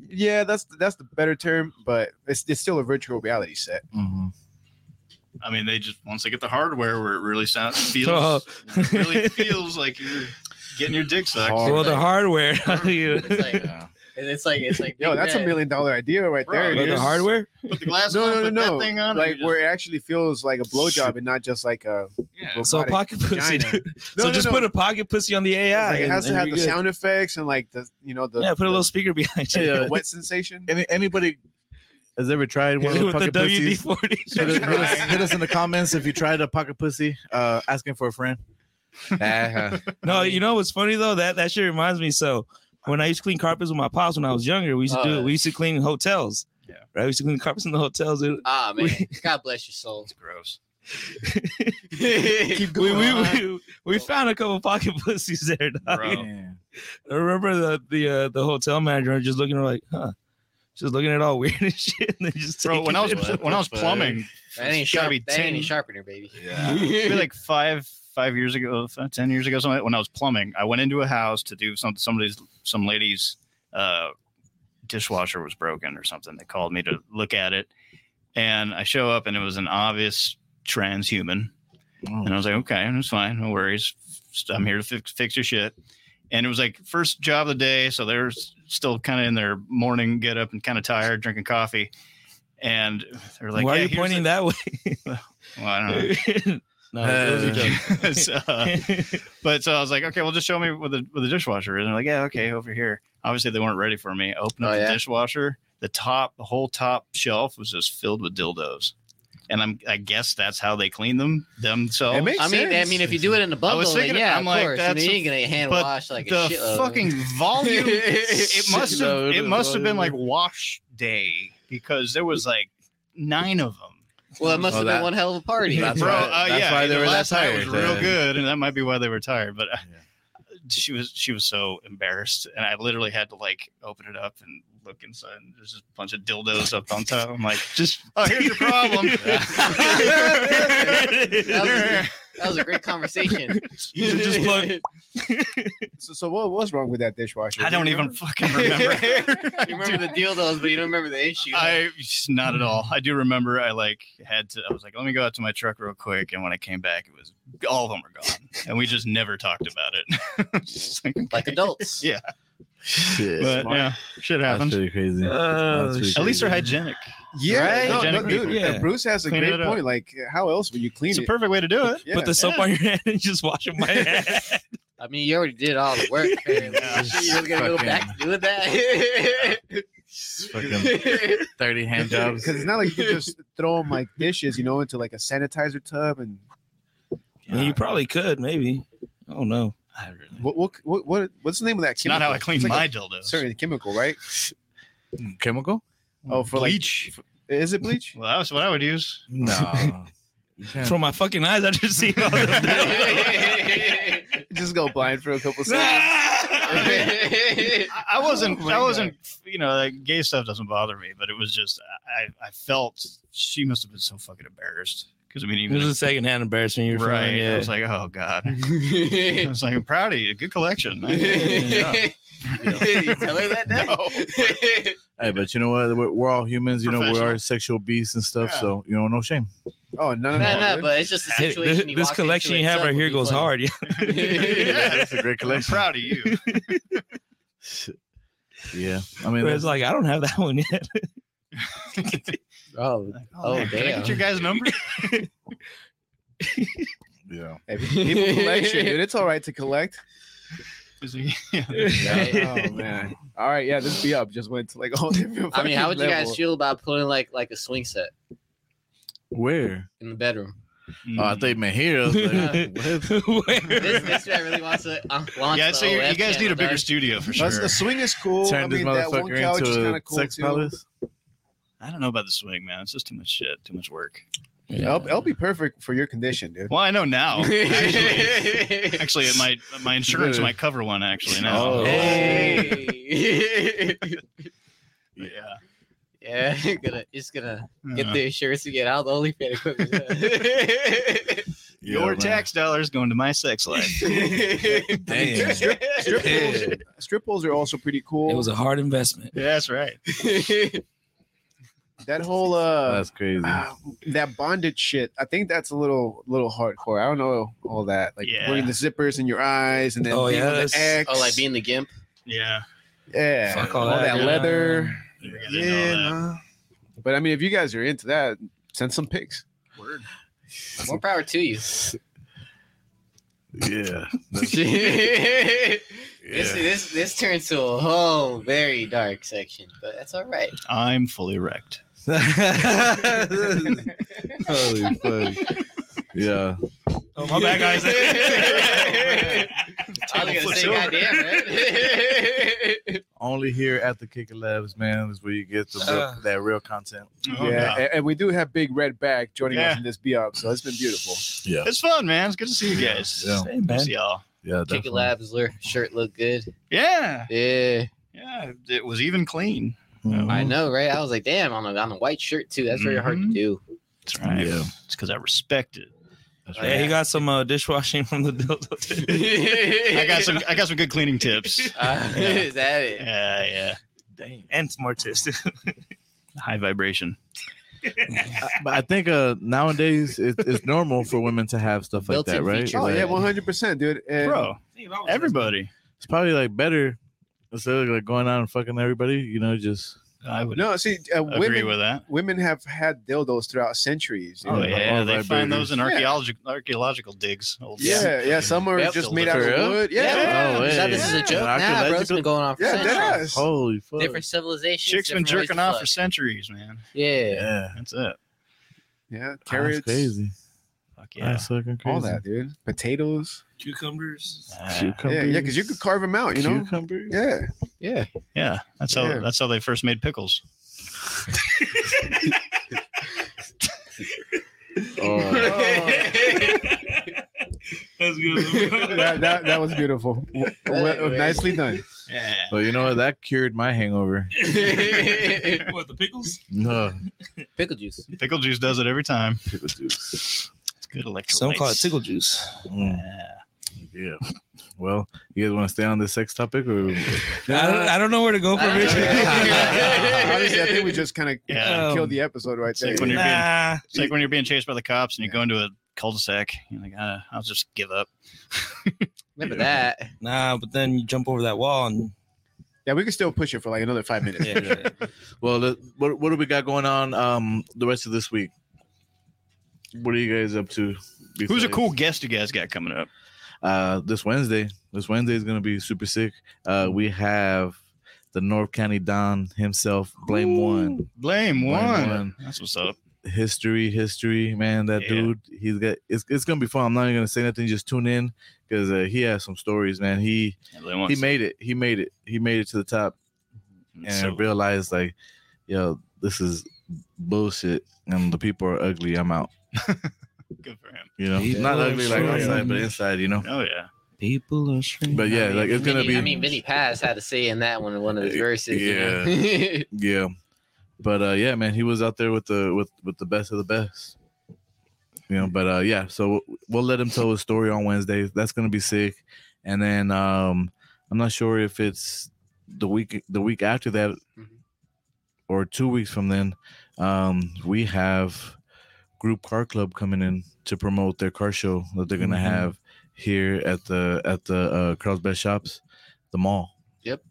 [SPEAKER 3] yeah, that's that's the better term, but it's it's still a virtual reality set.
[SPEAKER 5] hmm
[SPEAKER 1] I mean, they just once they get the hardware where it really sounds feels
[SPEAKER 2] Oh.
[SPEAKER 1] it really feels like you're getting your dick sucked.
[SPEAKER 3] Hard.
[SPEAKER 2] well, the hardware.
[SPEAKER 4] It's like,
[SPEAKER 5] Yeah.
[SPEAKER 4] and it's like, it's like,
[SPEAKER 3] Yo, that's a million dollar idea right
[SPEAKER 1] Bro,
[SPEAKER 3] there.
[SPEAKER 1] Well,
[SPEAKER 2] But
[SPEAKER 3] dude.
[SPEAKER 2] the hardware?
[SPEAKER 1] Put the glass
[SPEAKER 3] No,
[SPEAKER 1] on,
[SPEAKER 3] no, no,
[SPEAKER 1] put
[SPEAKER 3] no.
[SPEAKER 1] that thing on.
[SPEAKER 3] Like
[SPEAKER 1] and you
[SPEAKER 3] where it actually feels like a blowjob and not just like a.
[SPEAKER 1] just- yeah.
[SPEAKER 2] So a pocket
[SPEAKER 3] robotic
[SPEAKER 2] pussy.
[SPEAKER 3] vagina.
[SPEAKER 2] dude.
[SPEAKER 3] No,
[SPEAKER 2] so
[SPEAKER 3] no,
[SPEAKER 2] just
[SPEAKER 3] no.
[SPEAKER 2] put a pocket pussy on the AI.
[SPEAKER 3] Like, it
[SPEAKER 2] and-
[SPEAKER 3] has
[SPEAKER 2] and
[SPEAKER 3] to have
[SPEAKER 2] you're
[SPEAKER 3] the
[SPEAKER 2] good.
[SPEAKER 3] sound effects and like the you know the
[SPEAKER 2] Yeah, put a little speaker behind you.
[SPEAKER 5] Yeah,
[SPEAKER 3] the wet sensation.
[SPEAKER 5] Any, anybody has ever tried one of the
[SPEAKER 2] With the
[SPEAKER 5] pocket
[SPEAKER 2] WD
[SPEAKER 5] pussies?
[SPEAKER 2] forty.
[SPEAKER 5] Hit us, hit us- hit us in the comments if you tried a pocket pussy, uh, asking for a friend. Uh-huh.
[SPEAKER 2] No, you know what's funny though? That that shit reminds me. So when I used to clean carpets with my pops when I was younger, we used to
[SPEAKER 4] Oh,
[SPEAKER 2] do
[SPEAKER 4] yeah.
[SPEAKER 2] it. We used to clean hotels.
[SPEAKER 1] Yeah.
[SPEAKER 2] Right. We used to clean carpets in the hotels. It-
[SPEAKER 4] Ah, man. God bless your soul.
[SPEAKER 1] It's gross.
[SPEAKER 4] Keep
[SPEAKER 2] we, we, we, we found a couple pocket pussies there. dog.
[SPEAKER 1] Bro.
[SPEAKER 2] I remember the the uh, the hotel manager just looking at her like, huh? Just looking at all weird and shit. And then just
[SPEAKER 1] Bro, when I was
[SPEAKER 5] What
[SPEAKER 1] when I was
[SPEAKER 5] the fuck?
[SPEAKER 1] plumbing,
[SPEAKER 4] That ain't
[SPEAKER 1] it's gotta
[SPEAKER 4] sharp.
[SPEAKER 1] be
[SPEAKER 4] That ain't
[SPEAKER 1] 10.
[SPEAKER 4] any sharpener, baby.
[SPEAKER 1] maybe like five five years ago, five, ten years ago, something when I was plumbing, I went into a house to do some somebody's some lady's uh, dishwasher was broken or something. They called me to look at it, and I show up and it was an obvious transhuman.
[SPEAKER 5] Oh.
[SPEAKER 1] And I was like, okay, it's fine, no worries. Just- I'm here to fix, fix your shit. And it was like first job of the day, so they're s- still kind of in their morning get up and kind of tired, drinking coffee. And they're like,
[SPEAKER 2] Why
[SPEAKER 1] "Yeah,
[SPEAKER 2] are you
[SPEAKER 1] here's
[SPEAKER 2] pointing
[SPEAKER 1] the-"
[SPEAKER 2] that way?
[SPEAKER 1] Well, I don't know.
[SPEAKER 2] no, it was a joke.
[SPEAKER 1] So, uh, but so I was like, okay, well, just show me where the where the dishwasher is. And they're like, yeah, okay, over here. Obviously, they weren't ready for me. I opened up
[SPEAKER 4] Oh,
[SPEAKER 1] the
[SPEAKER 4] yeah?
[SPEAKER 1] dishwasher. The top, the whole top shelf was just filled with dildos. And I'm, I guess that's how they clean them themselves.
[SPEAKER 3] It makes
[SPEAKER 4] I mean, I mean, if you do it in a
[SPEAKER 1] I
[SPEAKER 4] bundle,
[SPEAKER 1] was thinking-
[SPEAKER 4] then yeah,
[SPEAKER 1] I'm
[SPEAKER 4] of
[SPEAKER 1] like,
[SPEAKER 4] course. I
[SPEAKER 1] that's a-
[SPEAKER 4] mean, you ain't gonna hand
[SPEAKER 1] but
[SPEAKER 4] wash like a
[SPEAKER 1] the
[SPEAKER 4] shitload.
[SPEAKER 1] fucking volume. it must have.
[SPEAKER 5] Shitload
[SPEAKER 1] It
[SPEAKER 5] of
[SPEAKER 1] must have been like
[SPEAKER 5] volume.
[SPEAKER 1] wash day because there was like nine of them.
[SPEAKER 4] Well, it must
[SPEAKER 5] Oh,
[SPEAKER 4] have been
[SPEAKER 5] that-
[SPEAKER 4] one hell of a party.
[SPEAKER 5] That's
[SPEAKER 1] Bro,
[SPEAKER 5] why-
[SPEAKER 1] uh,
[SPEAKER 5] that's
[SPEAKER 1] yeah,
[SPEAKER 5] why they
[SPEAKER 1] the
[SPEAKER 5] were that
[SPEAKER 1] last night
[SPEAKER 5] tired
[SPEAKER 1] was real
[SPEAKER 5] then.
[SPEAKER 1] good, and that might be why they were tired. But uh,
[SPEAKER 5] Yeah.
[SPEAKER 1] she was she was so embarrassed, and I literally had to like open it up and look inside. And there's just a bunch of dildos up on top. I'm like,
[SPEAKER 2] Just
[SPEAKER 1] oh, here's your problem.
[SPEAKER 4] That That was a great conversation.
[SPEAKER 2] you should just plug.
[SPEAKER 3] So, so what was wrong with that dishwasher?
[SPEAKER 1] I don't even fucking remember.
[SPEAKER 4] You remember the deal those, but you don't remember the issue.
[SPEAKER 1] I not at all. I do remember I like had to. I was like, let me go out to my truck real quick, and when I came back, it was all of them were gone, and we just never talked about it. Just like,
[SPEAKER 4] like adults.
[SPEAKER 1] Yeah.
[SPEAKER 5] Shit.
[SPEAKER 1] but yeah, shit
[SPEAKER 5] That's
[SPEAKER 1] happens.
[SPEAKER 5] pretty crazy.
[SPEAKER 2] Oh,
[SPEAKER 5] That's pretty
[SPEAKER 2] shit.
[SPEAKER 1] At least they're
[SPEAKER 5] crazy.
[SPEAKER 1] hygienic.
[SPEAKER 3] Yeah,
[SPEAKER 1] Right?
[SPEAKER 3] no, no,
[SPEAKER 1] Hygienic
[SPEAKER 3] dude.
[SPEAKER 2] people.
[SPEAKER 3] uh, Bruce has a
[SPEAKER 1] Clean
[SPEAKER 3] great
[SPEAKER 1] it up.
[SPEAKER 3] point. Like, how else would you clean
[SPEAKER 1] It's a
[SPEAKER 3] it?
[SPEAKER 1] perfect way to do it.
[SPEAKER 3] Yeah.
[SPEAKER 2] Put the soap
[SPEAKER 1] Yeah.
[SPEAKER 2] on your hand and just wash my hand.
[SPEAKER 4] I mean, you already did all the work. apparently.
[SPEAKER 1] Yeah.
[SPEAKER 4] You just gonna go
[SPEAKER 5] Fucking-
[SPEAKER 4] back to doing that?
[SPEAKER 5] Fucking Thirty hand jobs.
[SPEAKER 3] because it's not like you can just throw them like dishes, you know, into like a sanitizer tub, and
[SPEAKER 2] I mean, you probably could, maybe. I don't know.
[SPEAKER 1] I really-
[SPEAKER 3] what what what, what what's the name of that?
[SPEAKER 1] It's not how I clean
[SPEAKER 3] It's like
[SPEAKER 1] my
[SPEAKER 3] a
[SPEAKER 1] dildos.
[SPEAKER 3] certain chemical, right?
[SPEAKER 5] Chemical?
[SPEAKER 3] Oh, for like-
[SPEAKER 1] bleach.
[SPEAKER 3] Is it bleach?
[SPEAKER 1] well, that's what I would use.
[SPEAKER 5] No.
[SPEAKER 2] From my fucking eyes, I just see all this.
[SPEAKER 3] just go blind for a couple seconds.
[SPEAKER 1] I I wasn't. I wasn't. You know, like, gay stuff doesn't bother me, but it was just I. I felt she must have been so fucking embarrassed because I mean,
[SPEAKER 2] It
[SPEAKER 1] even
[SPEAKER 2] was
[SPEAKER 1] if-
[SPEAKER 2] a secondhand embarrassment. You're
[SPEAKER 1] right.
[SPEAKER 2] Feeling,
[SPEAKER 1] I
[SPEAKER 2] yeah.
[SPEAKER 1] was like, oh god. I was like, I'm proud of you. Good collection.
[SPEAKER 4] you tell her that day?
[SPEAKER 5] Hey, but you know what? We're, we're all humans. You know, we
[SPEAKER 1] Professional.
[SPEAKER 5] are sexual beasts and stuff.
[SPEAKER 1] Yeah.
[SPEAKER 5] So you know, no shame.
[SPEAKER 3] Oh, no, no,
[SPEAKER 4] No,
[SPEAKER 3] no.
[SPEAKER 4] no, but it's just a
[SPEAKER 2] Hey,
[SPEAKER 4] situation.
[SPEAKER 2] this,
[SPEAKER 4] you
[SPEAKER 2] this
[SPEAKER 4] walk
[SPEAKER 2] collection
[SPEAKER 4] into
[SPEAKER 2] you have
[SPEAKER 4] itself
[SPEAKER 2] right
[SPEAKER 4] would
[SPEAKER 2] here
[SPEAKER 4] be
[SPEAKER 2] goes
[SPEAKER 4] funny.
[SPEAKER 2] hard. Yeah.
[SPEAKER 1] Yeah,
[SPEAKER 5] that's a great
[SPEAKER 1] I'm
[SPEAKER 5] collection.
[SPEAKER 1] proud of you.
[SPEAKER 5] Yeah, I mean,
[SPEAKER 2] Where it's like I don't have that one yet.
[SPEAKER 4] Oh,
[SPEAKER 1] Oh,
[SPEAKER 4] Oh,
[SPEAKER 1] man, can I
[SPEAKER 4] damn.
[SPEAKER 1] get your guys' number?
[SPEAKER 5] yeah,
[SPEAKER 3] Hey, people collect shit, dude. It's all right to collect.
[SPEAKER 1] Is he- yeah.
[SPEAKER 3] Oh man. All right, yeah, this be up just went to like a whole different.
[SPEAKER 4] I mean, how would
[SPEAKER 3] fucking
[SPEAKER 4] you guys
[SPEAKER 3] level.
[SPEAKER 4] feel about putting like like a swing set
[SPEAKER 5] where?
[SPEAKER 4] in the bedroom?
[SPEAKER 5] Oh, I thought you meant here. I was like,
[SPEAKER 4] This,
[SPEAKER 2] Where?
[SPEAKER 4] this guy really wants to uh, launch
[SPEAKER 1] yeah,
[SPEAKER 4] the
[SPEAKER 1] so you you
[SPEAKER 4] OS
[SPEAKER 1] guys need
[SPEAKER 4] channel,
[SPEAKER 1] a bigger
[SPEAKER 4] dog.
[SPEAKER 1] studio for sure.
[SPEAKER 3] That's- The swing is cool.
[SPEAKER 5] Turn
[SPEAKER 3] I
[SPEAKER 5] this
[SPEAKER 3] mean, that one
[SPEAKER 5] motherfucker
[SPEAKER 3] couch is
[SPEAKER 5] into
[SPEAKER 3] kind
[SPEAKER 5] a
[SPEAKER 3] of cool
[SPEAKER 5] sex
[SPEAKER 3] too.
[SPEAKER 5] palace.
[SPEAKER 1] I don't know about the swing, man. It's just too much shit, too much work.
[SPEAKER 3] It'll, it'll be perfect for your condition, dude.
[SPEAKER 1] Well, I know now. Actually, actually it might my insurance
[SPEAKER 5] Really?
[SPEAKER 1] might cover one actually now.
[SPEAKER 5] Oh.
[SPEAKER 4] Hey.
[SPEAKER 1] But
[SPEAKER 4] yeah, you're gonna just gonna
[SPEAKER 1] yeah.
[SPEAKER 4] get
[SPEAKER 1] Yeah.
[SPEAKER 4] the insurance and get out the OnlyFans equipment.
[SPEAKER 5] Yeah,
[SPEAKER 1] Your
[SPEAKER 5] man.
[SPEAKER 1] tax dollars going to my sex life.
[SPEAKER 5] Damn.
[SPEAKER 3] Strip holes,
[SPEAKER 5] Yeah.
[SPEAKER 3] strip holes are also pretty cool.
[SPEAKER 2] It was a hard investment.
[SPEAKER 1] yeah, that's right.
[SPEAKER 3] that whole uh,
[SPEAKER 5] That's crazy.
[SPEAKER 3] ah, that bondage shit. I think that's a little little hardcore. I don't know all that. Like
[SPEAKER 1] Yeah.
[SPEAKER 3] putting the zippers in your eyes and then
[SPEAKER 2] Oh,
[SPEAKER 3] being
[SPEAKER 2] yeah,
[SPEAKER 3] on the
[SPEAKER 2] that's-
[SPEAKER 3] X.
[SPEAKER 4] oh, like being the gimp.
[SPEAKER 1] Yeah.
[SPEAKER 3] yeah,
[SPEAKER 2] Fuck
[SPEAKER 3] all,
[SPEAKER 2] all that,
[SPEAKER 3] that,
[SPEAKER 2] yeah.
[SPEAKER 3] leather.
[SPEAKER 1] You guys know
[SPEAKER 5] yeah,
[SPEAKER 1] that.
[SPEAKER 5] nah.
[SPEAKER 3] But I mean, if you guys are into that, send some pics.
[SPEAKER 1] Word.
[SPEAKER 4] More power to you.
[SPEAKER 5] yeah.
[SPEAKER 4] this,
[SPEAKER 5] That's-
[SPEAKER 4] this this this turns to a whole very dark section, but that's all right.
[SPEAKER 1] I'm fully erect.
[SPEAKER 5] Holy fuck. Yeah.
[SPEAKER 2] Oh my bad, guys.
[SPEAKER 4] I was gonna say, goddamn, right?
[SPEAKER 5] Only here at the Kicker Labs, man, is where you get the real,
[SPEAKER 2] Uh.
[SPEAKER 5] that real content.
[SPEAKER 1] Oh,
[SPEAKER 3] yeah,
[SPEAKER 1] God.
[SPEAKER 3] and, and we do have Big Red back joining
[SPEAKER 1] Yeah.
[SPEAKER 3] us in this be up, so it's been beautiful.
[SPEAKER 5] Yeah.
[SPEAKER 1] It's fun, man. It's good to see you guys.
[SPEAKER 5] Yeah.
[SPEAKER 2] Hey, man.
[SPEAKER 1] See y'all.
[SPEAKER 5] Yeah.
[SPEAKER 4] Kick
[SPEAKER 5] definitely.
[SPEAKER 4] it labs lure- shirt look good.
[SPEAKER 1] Yeah.
[SPEAKER 4] Yeah,
[SPEAKER 1] Yeah. It was even clean.
[SPEAKER 5] Mhm.
[SPEAKER 4] I know, right? I was like, damn, on a on a white shirt too. That's very hard to
[SPEAKER 1] Mhm.
[SPEAKER 4] do.
[SPEAKER 1] That's right.
[SPEAKER 5] Yeah.
[SPEAKER 1] It's because I respect it.
[SPEAKER 5] That's
[SPEAKER 2] Yeah, he got some uh, dishwashing from the dildo.
[SPEAKER 1] I
[SPEAKER 4] I
[SPEAKER 1] got some I got some good cleaning tips.
[SPEAKER 4] Uh, is that it?
[SPEAKER 1] Yeah, yeah.
[SPEAKER 2] Damn. And some more tips.
[SPEAKER 1] High vibration.
[SPEAKER 5] but I think uh nowadays it, it's normal for women to have stuff like
[SPEAKER 4] Built-in
[SPEAKER 5] that, right?
[SPEAKER 4] features.
[SPEAKER 3] Oh
[SPEAKER 5] Like,
[SPEAKER 3] yeah, one hundred percent, dude. And
[SPEAKER 1] bro. Everybody,
[SPEAKER 5] It's probably like better instead of like going out and fucking everybody. You know, just
[SPEAKER 1] I would
[SPEAKER 3] no, see, uh,
[SPEAKER 1] agree
[SPEAKER 3] women
[SPEAKER 1] with that.
[SPEAKER 3] women have had dildos throughout centuries. you
[SPEAKER 1] Oh
[SPEAKER 3] know?
[SPEAKER 5] like
[SPEAKER 1] yeah,
[SPEAKER 5] all
[SPEAKER 1] they find
[SPEAKER 5] vibrators.
[SPEAKER 1] those in archaeological archaeological digs. Old
[SPEAKER 3] yeah, yeah, Oh, Some are
[SPEAKER 4] Yep.
[SPEAKER 3] just made out
[SPEAKER 5] For
[SPEAKER 3] of
[SPEAKER 5] real?
[SPEAKER 3] wood. Yeah,
[SPEAKER 4] Yeah,
[SPEAKER 5] No
[SPEAKER 4] we
[SPEAKER 5] way.
[SPEAKER 4] thought this is a joke. Nah, bro, it's been
[SPEAKER 5] Archaeological-
[SPEAKER 4] going on for
[SPEAKER 3] yeah,
[SPEAKER 4] centuries.
[SPEAKER 3] that is.
[SPEAKER 5] holy fuck.
[SPEAKER 4] Different civilizations.
[SPEAKER 1] chicks been
[SPEAKER 4] different ways
[SPEAKER 1] jerking
[SPEAKER 4] to
[SPEAKER 1] off
[SPEAKER 4] fuck.
[SPEAKER 1] for centuries, man.
[SPEAKER 4] Yeah.
[SPEAKER 5] Yeah,
[SPEAKER 1] That's it.
[SPEAKER 3] Yeah,
[SPEAKER 5] carrots,
[SPEAKER 3] carrots,
[SPEAKER 5] crazy.
[SPEAKER 1] Fuck
[SPEAKER 5] Yeah,
[SPEAKER 1] yeah.
[SPEAKER 5] That's fucking crazy.
[SPEAKER 3] all that, dude. Potatoes.
[SPEAKER 6] Cucumbers.
[SPEAKER 1] Uh,
[SPEAKER 3] Yeah, yeah, because you could carve them out. You know.
[SPEAKER 5] Cucumbers?
[SPEAKER 3] Yeah.
[SPEAKER 4] Yeah.
[SPEAKER 1] yeah, that's how
[SPEAKER 3] Yeah.
[SPEAKER 1] that's how they first made pickles.
[SPEAKER 5] Oh,
[SPEAKER 6] That's good.
[SPEAKER 3] that, that, that was beautiful. W- w- nicely done.
[SPEAKER 1] Yeah.
[SPEAKER 5] but you know what? That cured my hangover.
[SPEAKER 6] what the pickles?
[SPEAKER 5] No,
[SPEAKER 4] Pickle juice.
[SPEAKER 1] Pickle juice does it every time.
[SPEAKER 5] pickle juice.
[SPEAKER 1] It's good electrolytes.
[SPEAKER 2] Some call it tickle juice.
[SPEAKER 5] Mm,
[SPEAKER 1] Yeah.
[SPEAKER 5] yeah. Well, you guys want to stay on this sex topic or?
[SPEAKER 2] I don't, I don't know where to go from
[SPEAKER 4] I don't
[SPEAKER 2] here.
[SPEAKER 4] know.
[SPEAKER 3] Honestly, I think we just kind of
[SPEAKER 1] Yeah.
[SPEAKER 3] killed the episode right
[SPEAKER 1] It's
[SPEAKER 3] there.
[SPEAKER 1] like when you're being-
[SPEAKER 2] Nah.
[SPEAKER 1] It's like when you're being chased by the cops and you go into a cul-de-sac. You're like, uh, I'll just give up.
[SPEAKER 4] Remember that.
[SPEAKER 2] Nah, but then you jump over that wall and
[SPEAKER 3] yeah, we can still push it for like another five minutes.
[SPEAKER 2] yeah.
[SPEAKER 5] Well, let- what what do we got going on? Um, the rest of this week. What are you guys up to?
[SPEAKER 1] Who's a
[SPEAKER 5] besides-
[SPEAKER 1] cool guest you guys got coming up?
[SPEAKER 5] Uh, this Wednesday. This Wednesday is gonna be super sick. Uh, we have the North County Don himself, Blame One.
[SPEAKER 1] Blame one.
[SPEAKER 5] one.
[SPEAKER 1] That's what's up.
[SPEAKER 5] history, history, man. That
[SPEAKER 1] Yeah.
[SPEAKER 5] dude, he's got it's, it's gonna be fun. I'm not even gonna say nothing. Just tune in because uh, he has some stories, man. He
[SPEAKER 1] Yeah, Blame One's-
[SPEAKER 5] he made it. He made it. He made it to the top and
[SPEAKER 1] so-
[SPEAKER 5] realized like, yo, this is bullshit, and the people are ugly. I'm out.
[SPEAKER 1] good for him.
[SPEAKER 5] You know,
[SPEAKER 2] People
[SPEAKER 5] not
[SPEAKER 2] are
[SPEAKER 5] ugly like
[SPEAKER 2] strong.
[SPEAKER 5] outside, but inside. You know.
[SPEAKER 1] Oh yeah.
[SPEAKER 2] people are strange.
[SPEAKER 5] But yeah, like it's gonna
[SPEAKER 4] Vinny-
[SPEAKER 5] be.
[SPEAKER 4] I mean, Vinny Paz had to say in that one in one of his verses.
[SPEAKER 5] Yeah.
[SPEAKER 4] You know?
[SPEAKER 5] yeah, but uh, yeah, man, he was out there with the with with the best of the best. You know, but uh, yeah, so we'll let him tell his story on Wednesday. That's gonna be sick. And then um, I'm not sure if it's the week the week after that
[SPEAKER 4] Mhm.
[SPEAKER 5] or two weeks from then. Um, we have Group Car Club coming in to promote their car show that they're gonna
[SPEAKER 2] Mhm.
[SPEAKER 5] have here at the at the uh, Carl's Best Shops, the mall.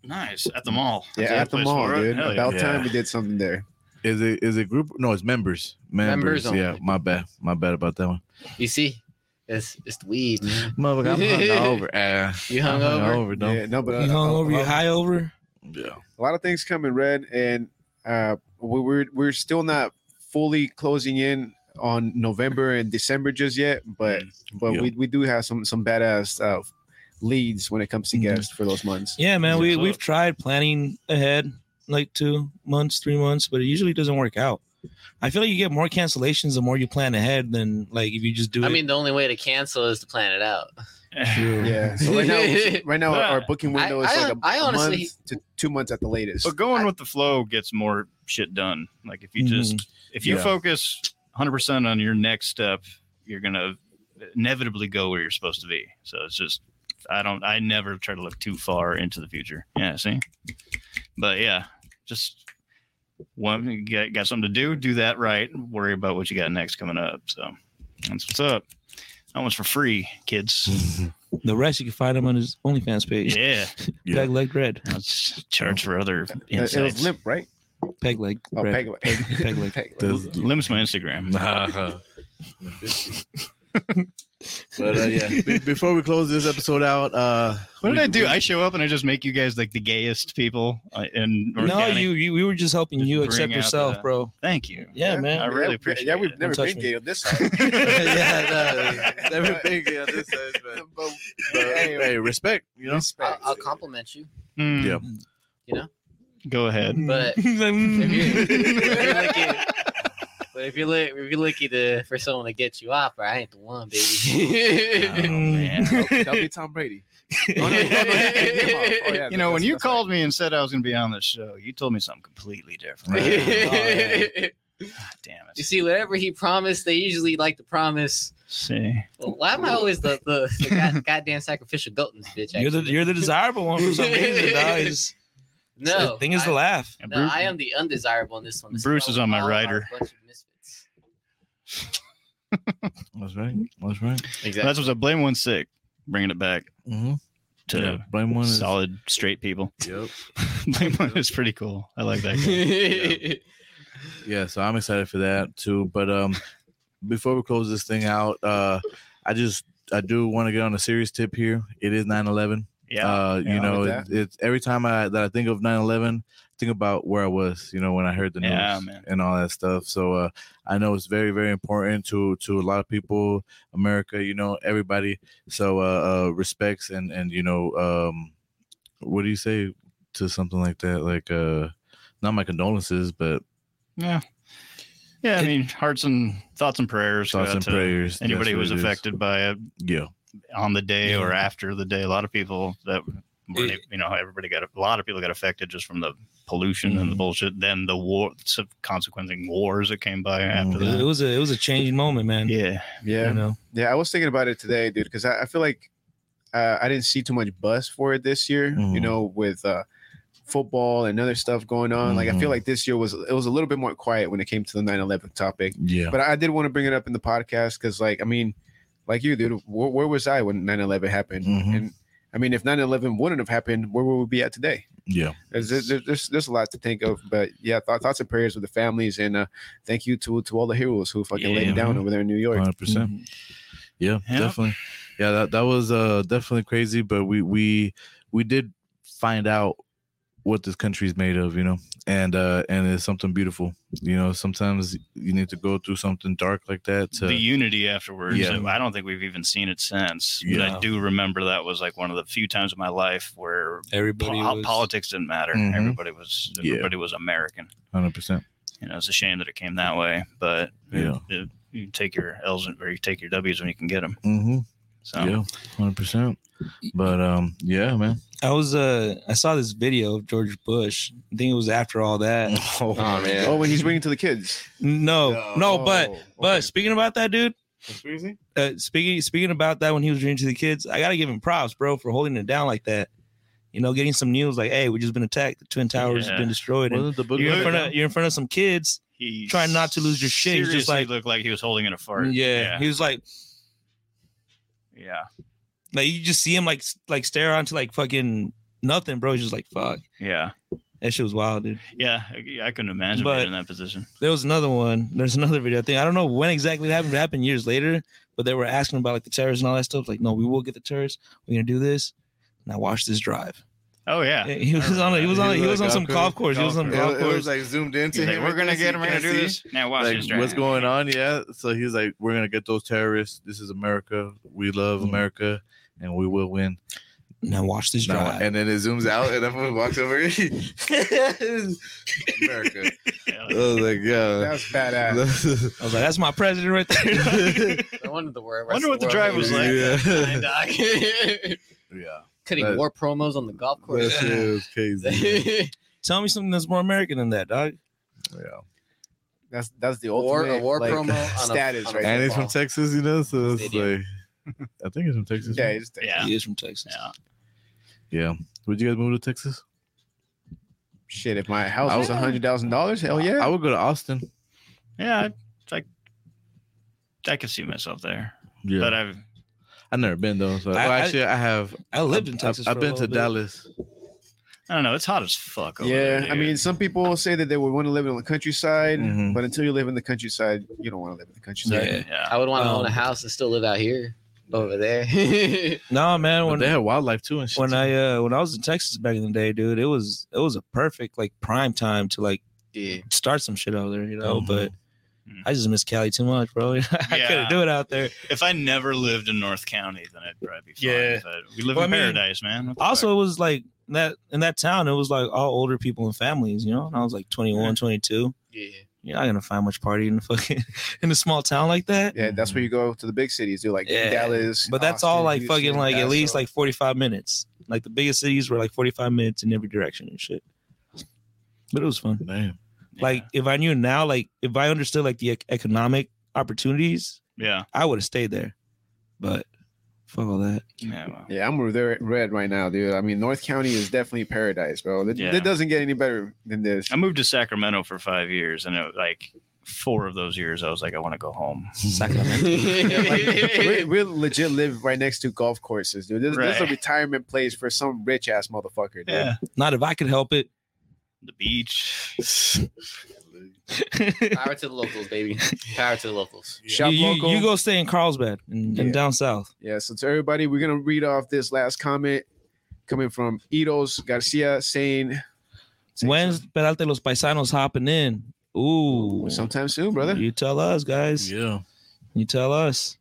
[SPEAKER 1] Nice at the mall.
[SPEAKER 3] Yeah,
[SPEAKER 1] That's a
[SPEAKER 3] at the
[SPEAKER 1] good place
[SPEAKER 3] mall,
[SPEAKER 1] for it.
[SPEAKER 3] dude.
[SPEAKER 1] Hell yeah.
[SPEAKER 3] About
[SPEAKER 5] yeah.
[SPEAKER 3] time we did something there.
[SPEAKER 5] Is it is it group? No, it's members. Members.
[SPEAKER 4] Members
[SPEAKER 5] yeah,
[SPEAKER 4] only.
[SPEAKER 5] my bad. My bad about that one.
[SPEAKER 4] you see, it's it's the weed. Man.
[SPEAKER 5] Motherfucker, I'm hungover. Uh,
[SPEAKER 4] You
[SPEAKER 5] I'm
[SPEAKER 4] hung ah, over.
[SPEAKER 5] hungover, don't.
[SPEAKER 3] Yeah, no, but uh,
[SPEAKER 2] you hung over,
[SPEAKER 3] a,
[SPEAKER 2] you
[SPEAKER 3] lot,
[SPEAKER 2] high over.
[SPEAKER 5] Yeah.
[SPEAKER 3] a lot of things coming red, and uh, we, we're we're still not fully closing in on November and December just yet, but
[SPEAKER 1] Mm.
[SPEAKER 3] but
[SPEAKER 5] Yeah.
[SPEAKER 3] we, we do have some some badass uh, leads when it comes to
[SPEAKER 1] Mm-hmm.
[SPEAKER 2] Mhm.
[SPEAKER 3] guests for those months.
[SPEAKER 2] Yeah, man.
[SPEAKER 1] Yeah.
[SPEAKER 2] We
[SPEAKER 1] So-
[SPEAKER 2] we've tried planning ahead like two months, three months, but it usually doesn't work out. I feel like you get more cancellations the more you plan ahead than like if you just do
[SPEAKER 4] I
[SPEAKER 2] it.
[SPEAKER 4] mean, the only way to cancel is to plan it out.
[SPEAKER 3] Yeah. So right now, right now
[SPEAKER 1] Yeah.
[SPEAKER 3] our booking
[SPEAKER 4] I-
[SPEAKER 3] window is
[SPEAKER 4] I-
[SPEAKER 3] like a
[SPEAKER 4] I
[SPEAKER 3] a
[SPEAKER 4] honestly-
[SPEAKER 3] month to two months at the latest.
[SPEAKER 1] But going with the flow gets more shit done. Like if you
[SPEAKER 3] Mm-hmm.
[SPEAKER 1] just if you
[SPEAKER 5] Yeah.
[SPEAKER 1] focus 100 percent on your next step, you're gonna inevitably go where you're supposed to be. So it's just I don't I never try to look too far into the future. Yeah, see. But yeah, just one you got, got something to do, do that right. Worry about what you got next coming up. So that's what's up. That one's for free, kids.
[SPEAKER 2] the rest you can find him on his OnlyFans page.
[SPEAKER 1] Yeah,
[SPEAKER 5] Yeah.
[SPEAKER 2] Peg leg red.
[SPEAKER 1] let's charge for other
[SPEAKER 3] it, it
[SPEAKER 1] insights.
[SPEAKER 3] was limp, right?
[SPEAKER 2] Peg leg.
[SPEAKER 3] Oh,
[SPEAKER 2] red.
[SPEAKER 3] peg, peg,
[SPEAKER 2] Peg leg.
[SPEAKER 5] Does-
[SPEAKER 1] Limbs my Instagram.
[SPEAKER 5] but uh, yeah, be- before we close this episode out, uh,
[SPEAKER 1] What did
[SPEAKER 5] we-
[SPEAKER 1] I do?
[SPEAKER 5] we-
[SPEAKER 1] I show up and I just make you guys like the gayest people uh, in North
[SPEAKER 2] No,
[SPEAKER 1] County.
[SPEAKER 2] you, you we were just helping
[SPEAKER 1] Just
[SPEAKER 2] you
[SPEAKER 1] bring
[SPEAKER 2] accept
[SPEAKER 1] out
[SPEAKER 2] yourself,
[SPEAKER 1] the-
[SPEAKER 2] bro.
[SPEAKER 1] Thank you.
[SPEAKER 2] Yeah,
[SPEAKER 1] I
[SPEAKER 2] man.
[SPEAKER 1] really
[SPEAKER 3] yeah,
[SPEAKER 1] appreciate
[SPEAKER 3] Yeah, we've
[SPEAKER 1] it.
[SPEAKER 3] never
[SPEAKER 2] touch
[SPEAKER 3] been
[SPEAKER 2] me.
[SPEAKER 3] gay on this side.
[SPEAKER 2] yeah,
[SPEAKER 5] Everything yeah, this is, man.
[SPEAKER 3] But-
[SPEAKER 5] But, hey, hey, respect. You know,
[SPEAKER 4] I'll,
[SPEAKER 3] respect.
[SPEAKER 4] I'll compliment you,
[SPEAKER 1] Hmm,
[SPEAKER 5] Yeah.
[SPEAKER 1] Go ahead.
[SPEAKER 2] no.
[SPEAKER 4] but if you're, if you're looking, but if you're look, if you're looking to for someone to get you off, I ain't the one, baby.
[SPEAKER 1] Oh, man.
[SPEAKER 3] That'll be Tom Brady. Oh, no, no, no, oh, yeah,
[SPEAKER 1] You know, when
[SPEAKER 3] that's-
[SPEAKER 1] you
[SPEAKER 3] that's right.
[SPEAKER 1] called me and said I was going to be on this show, you told me something completely
[SPEAKER 5] oh,
[SPEAKER 1] different. God damn
[SPEAKER 4] you
[SPEAKER 1] it.
[SPEAKER 4] see, whatever he promised, they usually like to promise.
[SPEAKER 1] See,
[SPEAKER 4] Well, why am I always the the, the god, goddamn sacrificial goat in this bitch?
[SPEAKER 2] You're the
[SPEAKER 4] actually?
[SPEAKER 2] you're the desirable one for some reason. Dog. It's-
[SPEAKER 4] no
[SPEAKER 2] the thing is
[SPEAKER 4] I,
[SPEAKER 2] to laugh.
[SPEAKER 1] And
[SPEAKER 4] No,
[SPEAKER 1] Bruce-
[SPEAKER 4] I am the undesirable in this one. This
[SPEAKER 1] Bruce is
[SPEAKER 4] why
[SPEAKER 1] on my
[SPEAKER 4] we all are a
[SPEAKER 1] rider.
[SPEAKER 4] bunch of misfits.
[SPEAKER 5] That's right. That's right.
[SPEAKER 4] Exactly.
[SPEAKER 1] That's what's I blame one sick, bringing it back
[SPEAKER 5] Mm-hmm.
[SPEAKER 1] to
[SPEAKER 5] blame one is-
[SPEAKER 1] solid straight people.
[SPEAKER 5] Yep.
[SPEAKER 1] blame one is pretty cool. I like that. guy.
[SPEAKER 5] yeah so i'm excited for that too but um before we close this thing out uh i just i do want to get on a serious tip here it is 9-11
[SPEAKER 1] Yeah.
[SPEAKER 5] uh
[SPEAKER 3] yeah,
[SPEAKER 5] you know
[SPEAKER 3] with
[SPEAKER 5] it, it's every time i that i think of 9-11 I think about where i was you know when i heard the news
[SPEAKER 1] Yeah, man.
[SPEAKER 5] and all that stuff so uh i know it's very very important to to a lot of people america you know everybody so uh, uh respects and and you know um what do you say to something like that like uh not my condolences but
[SPEAKER 1] yeah. Yeah. I
[SPEAKER 5] It-
[SPEAKER 1] mean, hearts and thoughts and prayers. go
[SPEAKER 5] thoughts
[SPEAKER 1] out
[SPEAKER 5] and
[SPEAKER 1] to
[SPEAKER 5] prayers.
[SPEAKER 1] Anybody who
[SPEAKER 5] that's
[SPEAKER 1] was
[SPEAKER 5] what it is. Mm-hmm.
[SPEAKER 1] affected by it
[SPEAKER 5] Yeah.
[SPEAKER 1] on the day
[SPEAKER 2] Yeah.
[SPEAKER 1] or after the day, a lot of people that weren't
[SPEAKER 2] It-
[SPEAKER 1] a- you know everybody got a lot of people got affected just from the pollution and the
[SPEAKER 5] Mhm.
[SPEAKER 1] bullshit. Then the war, so- consequencing wars that came by after
[SPEAKER 5] Mhm.
[SPEAKER 2] It was, it
[SPEAKER 1] that.
[SPEAKER 2] was a it was a changing moment, man.
[SPEAKER 1] Yeah.
[SPEAKER 3] Yeah.
[SPEAKER 2] You know,
[SPEAKER 3] Yeah, I was thinking about it today, dude, because I, I feel like uh, I didn't see too much buzz for it this year. You
[SPEAKER 5] Mhm.
[SPEAKER 3] know, with uh, football and other stuff going on. Like I feel
[SPEAKER 5] Mhm.
[SPEAKER 3] like this year was it was a little bit more quiet when it came to the 9/11 topic.
[SPEAKER 5] Yeah.
[SPEAKER 3] But I did want to bring it up in the podcast because, like, I mean, like you, dude, where, where was I when 9/11 happened?
[SPEAKER 5] Mhm.
[SPEAKER 3] And I mean, if 9/11 wouldn't have happened, where would we be at today?
[SPEAKER 5] Yeah.
[SPEAKER 3] There's, there's, there's, there's a lot to think of, but yeah, th- thoughts and prayers with the families, and uh, thank you to to all the heroes who fucking laid
[SPEAKER 1] Yeah,
[SPEAKER 3] it down
[SPEAKER 5] man.
[SPEAKER 3] over there in New York.
[SPEAKER 5] 100%. Yeah,
[SPEAKER 1] Yeah.
[SPEAKER 5] definitely. Yeah, that, that was uh definitely crazy, but we we we did find out what this country's made of, you know. And uh and it's something beautiful. You know, sometimes you need to go through something dark like that to
[SPEAKER 1] the unity afterwards.
[SPEAKER 5] Yeah.
[SPEAKER 1] I don't think we've even seen it since. But I
[SPEAKER 5] Yeah.
[SPEAKER 1] do remember that was like one of the few times in my life where po-
[SPEAKER 2] everybody was,
[SPEAKER 1] politics didn't matter.
[SPEAKER 5] Mhm.
[SPEAKER 1] Everybody was
[SPEAKER 5] Yeah.
[SPEAKER 1] everybody was American.
[SPEAKER 5] 100%.
[SPEAKER 1] You know, it's a shame that it came that way, but
[SPEAKER 5] Yeah.
[SPEAKER 1] it- you take your L's and, or you take your W's when you can get them.
[SPEAKER 5] Mhm.
[SPEAKER 1] So
[SPEAKER 5] Yeah. 100%. But um yeah, man.
[SPEAKER 2] I was uh I saw this video of George Bush. I think it was after all that.
[SPEAKER 5] Oh,
[SPEAKER 4] Oh, man.
[SPEAKER 3] Oh, when he's reading to the kids.
[SPEAKER 2] No, no, but
[SPEAKER 3] Oh,
[SPEAKER 2] but
[SPEAKER 3] okay.
[SPEAKER 2] speaking about that, dude.
[SPEAKER 6] Conspiracy?
[SPEAKER 2] Uh, speaking speaking about that when he was reading to the kids, I gotta give him props, bro, for holding it down like that. You know, getting some news like, "Hey, we just been attacked. The twin towers
[SPEAKER 1] Yeah.
[SPEAKER 2] have been destroyed." And
[SPEAKER 5] Wasn't the book
[SPEAKER 2] you're in
[SPEAKER 5] like
[SPEAKER 2] front
[SPEAKER 5] that?
[SPEAKER 2] of you're in front of some kids.
[SPEAKER 1] he
[SPEAKER 2] Trying not to lose your shit, he's
[SPEAKER 1] Seriously,
[SPEAKER 2] just like-
[SPEAKER 1] looked like he was holding in a fart.
[SPEAKER 2] yeah, he
[SPEAKER 1] yeah,
[SPEAKER 2] was like,
[SPEAKER 1] yeah.
[SPEAKER 2] like you just see him like s- like stare onto like fucking nothing, bro. He's just like, "Fuck."
[SPEAKER 1] yeah.
[SPEAKER 2] That shit was wild, dude.
[SPEAKER 1] Yeah, I, I couldn't imagine
[SPEAKER 2] But-
[SPEAKER 1] being in that position.
[SPEAKER 2] There was another one. There's another video. I think I don't know when exactly it happened. It happened years later, but they were asking about like the terrorists and all that stuff. Like, no, we will get the terrorists. We're gonna do this. Now watch this drive.
[SPEAKER 1] Oh yeah,
[SPEAKER 2] He was
[SPEAKER 1] remember
[SPEAKER 2] on. A, he
[SPEAKER 1] that.
[SPEAKER 2] was
[SPEAKER 5] He
[SPEAKER 2] on.
[SPEAKER 5] was
[SPEAKER 2] He
[SPEAKER 5] on a
[SPEAKER 2] was on
[SPEAKER 5] golf
[SPEAKER 2] some
[SPEAKER 5] course.
[SPEAKER 2] golf course. He was on
[SPEAKER 1] Golf
[SPEAKER 2] a
[SPEAKER 1] course.
[SPEAKER 2] golf
[SPEAKER 5] it, it
[SPEAKER 2] course.
[SPEAKER 5] was like zoomed into
[SPEAKER 1] He's like,
[SPEAKER 5] him.
[SPEAKER 1] we're
[SPEAKER 5] You
[SPEAKER 1] gonna
[SPEAKER 5] can't
[SPEAKER 1] get
[SPEAKER 5] see-
[SPEAKER 1] him. We're gonna
[SPEAKER 5] can't
[SPEAKER 1] do
[SPEAKER 5] see."
[SPEAKER 1] this now. Watch
[SPEAKER 5] like
[SPEAKER 1] this
[SPEAKER 5] what's
[SPEAKER 1] drag.
[SPEAKER 5] going on yeah so he's like we're gonna get those terrorists this is america we love
[SPEAKER 2] Mhm.
[SPEAKER 5] america and we will win
[SPEAKER 2] Now watch this
[SPEAKER 5] Nah,
[SPEAKER 2] drive.
[SPEAKER 5] and then it zooms out and everyone walks over america
[SPEAKER 1] Yeah,
[SPEAKER 5] i
[SPEAKER 1] like,
[SPEAKER 5] was like yeah
[SPEAKER 3] That's badass.
[SPEAKER 2] I was like, that's my president right there.
[SPEAKER 4] I wonder the word.
[SPEAKER 1] Wonder what the drive was like.
[SPEAKER 5] yeah yeah
[SPEAKER 4] Cutting
[SPEAKER 5] That-
[SPEAKER 4] war promos on the golf
[SPEAKER 5] that
[SPEAKER 4] course.
[SPEAKER 5] shit was crazy
[SPEAKER 2] Tell me something that's more American than that, dog.
[SPEAKER 5] yeah
[SPEAKER 3] That's that's the
[SPEAKER 4] War-
[SPEAKER 3] ultimate
[SPEAKER 4] a war
[SPEAKER 3] like,
[SPEAKER 4] promo on a-
[SPEAKER 3] status
[SPEAKER 4] on a-
[SPEAKER 3] right
[SPEAKER 5] and
[SPEAKER 3] there.
[SPEAKER 5] he's from texas you know so it's
[SPEAKER 4] Stadium.
[SPEAKER 5] like i think it's from texas
[SPEAKER 3] Yeah,
[SPEAKER 5] yeah,
[SPEAKER 3] it's
[SPEAKER 1] yeah,
[SPEAKER 2] He is from Texas.
[SPEAKER 1] yeah.
[SPEAKER 5] would you guys move to texas
[SPEAKER 3] shit. If my house
[SPEAKER 5] I
[SPEAKER 3] was
[SPEAKER 5] would-
[SPEAKER 3] hundred thousand dollars, hell yeah.
[SPEAKER 5] i would go to austin
[SPEAKER 1] Yeah, I, I, I could see myself there,
[SPEAKER 5] yeah
[SPEAKER 1] but uh, I've
[SPEAKER 5] i've never been though so
[SPEAKER 2] I-
[SPEAKER 5] well,
[SPEAKER 2] I-
[SPEAKER 5] actually i have
[SPEAKER 2] I lived in
[SPEAKER 5] I've-
[SPEAKER 2] Texas.
[SPEAKER 5] i've
[SPEAKER 2] for a
[SPEAKER 5] been to
[SPEAKER 2] little bit.
[SPEAKER 5] dallas
[SPEAKER 1] I don't know. It's hot as fuck. Over
[SPEAKER 3] yeah,
[SPEAKER 1] there,
[SPEAKER 3] I mean,
[SPEAKER 1] dude.
[SPEAKER 3] some people say that they would want to live in the countryside,
[SPEAKER 5] Mhm.
[SPEAKER 3] but until you live in the countryside, you don't want to live in the countryside.
[SPEAKER 2] Mm-hmm. Yeah.
[SPEAKER 1] yeah.
[SPEAKER 4] I would want to
[SPEAKER 2] Um,
[SPEAKER 4] own a house and still live out here, over there. yeah,
[SPEAKER 2] No, man.
[SPEAKER 5] But
[SPEAKER 2] When
[SPEAKER 5] they have wildlife too and shit
[SPEAKER 2] when
[SPEAKER 5] too.
[SPEAKER 2] I uh when I was in Texas back in the day, dude, it was it was a perfect like prime time to like start some shit out there, you know.
[SPEAKER 5] Mhm.
[SPEAKER 2] But
[SPEAKER 1] Mhm.
[SPEAKER 2] I just miss Cali too much, bro. I
[SPEAKER 1] Yeah.
[SPEAKER 2] couldn't do it out there.
[SPEAKER 1] If I never lived in North County, then I'd probably be fine.
[SPEAKER 2] Yeah.
[SPEAKER 1] But we live
[SPEAKER 2] Well,
[SPEAKER 1] in
[SPEAKER 2] I mean,
[SPEAKER 1] paradise, man. What the
[SPEAKER 2] Also, it was like that in that town. It was like all older people and families, you know. And I was like 21, 22.
[SPEAKER 4] yeah.
[SPEAKER 2] You're not gonna find much party in the fucking in a small town like that.
[SPEAKER 3] Yeah, that's where you go to the big cities, dude, like
[SPEAKER 2] Yeah.
[SPEAKER 3] Dallas.
[SPEAKER 2] But that's all
[SPEAKER 3] Austin,
[SPEAKER 2] like
[SPEAKER 3] Houston,
[SPEAKER 2] fucking like
[SPEAKER 3] El
[SPEAKER 2] at least
[SPEAKER 3] Paso.
[SPEAKER 2] like 45 minutes. Like the biggest cities were like 45 minutes in every direction and shit. But it was fun.
[SPEAKER 5] Damn.
[SPEAKER 1] fuck?
[SPEAKER 2] Like if I knew now, like if I understood like the ec- economic opportunities,
[SPEAKER 1] yeah,
[SPEAKER 2] I would have stayed there. But fuck all that.
[SPEAKER 1] yeah. Well.
[SPEAKER 3] yeah, I'm with their- red right now, dude. I mean, North County is definitely paradise, bro. It,
[SPEAKER 1] Yeah.
[SPEAKER 3] it doesn't get any better than this.
[SPEAKER 1] I moved to Sacramento for five years, and it like four of those years, I was like, I want to go home.
[SPEAKER 2] Sacramento.
[SPEAKER 3] we we legit live right next to golf courses, dude. This, this is
[SPEAKER 1] Right.
[SPEAKER 3] a retirement place for some rich ass motherfucker, dude.
[SPEAKER 1] Yeah,
[SPEAKER 2] Not if I could help it.
[SPEAKER 1] the beach.
[SPEAKER 4] Power to the locals, baby. Power to the locals.
[SPEAKER 3] Shop
[SPEAKER 2] you, you-
[SPEAKER 3] local.
[SPEAKER 2] you go stay in Carlsbad and, and
[SPEAKER 3] Yeah.
[SPEAKER 2] down south.
[SPEAKER 3] Yeah, so to everybody, we're gonna read off this last comment coming from Idos Garcia saying saying
[SPEAKER 2] When's Peralta los Paisanos hopping in? Ooh,
[SPEAKER 3] some- sometime soon, brother.
[SPEAKER 2] You tell us, guys.
[SPEAKER 5] yeah.
[SPEAKER 2] You tell us.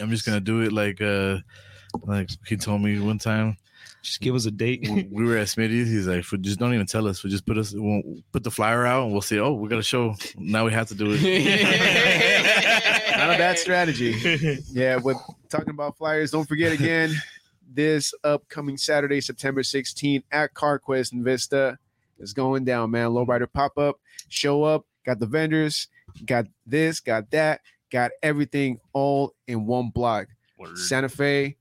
[SPEAKER 5] I'm just gonna do it like uh like he told me one time
[SPEAKER 2] Just give us a date.
[SPEAKER 3] Mm.
[SPEAKER 5] we we were at Smitty's. He's like, "For- just don't even tell us. We just put us we'll put the flyer out and we'll say, oh, we got a show. Now we have to do it.
[SPEAKER 3] Not a bad strategy. yeah, with talking about flyers, don't forget again this upcoming Saturday, September 16th at CarQuest in Vista. It's going down, man. Lowrider pop up, show up, got the vendors, got this, got that, got everything all in one block.
[SPEAKER 1] Word.
[SPEAKER 3] Santa Fe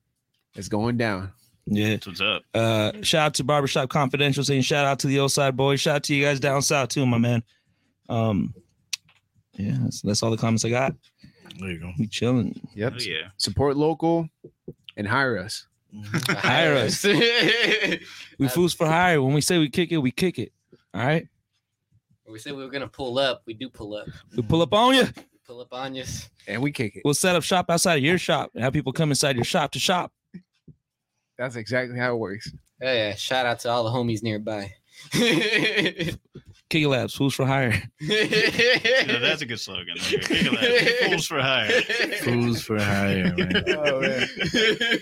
[SPEAKER 3] is going down.
[SPEAKER 2] yeah.
[SPEAKER 1] That's what's up.
[SPEAKER 2] Uh, shout out to Barbershop Confidential saying shout out to the old side boys. Shout out to you guys down south too, my man. Um, yeah, that's, that's all the comments I got.
[SPEAKER 5] There you go.
[SPEAKER 2] We chilling.
[SPEAKER 3] Yep.
[SPEAKER 1] Oh yeah.
[SPEAKER 3] Support local and hire us.
[SPEAKER 2] Hire us. We fools for hire. When we say we kick it, we kick it. All right.
[SPEAKER 4] we said we were gonna pull up. We do pull up.
[SPEAKER 2] We pull up on you.
[SPEAKER 4] We pull up on you.
[SPEAKER 3] And we kick it.
[SPEAKER 2] We'll set up shop outside of your shop and have people come inside your shop to shop.
[SPEAKER 3] That's exactly how it works.
[SPEAKER 4] Oh yeah! Shout out to all the homies nearby.
[SPEAKER 2] Kick labs, fools for hire.
[SPEAKER 1] Yeah, that's a good slogan. right there. Think of that. Fools for hire.
[SPEAKER 5] Fools for hire, man.
[SPEAKER 3] Oh, man.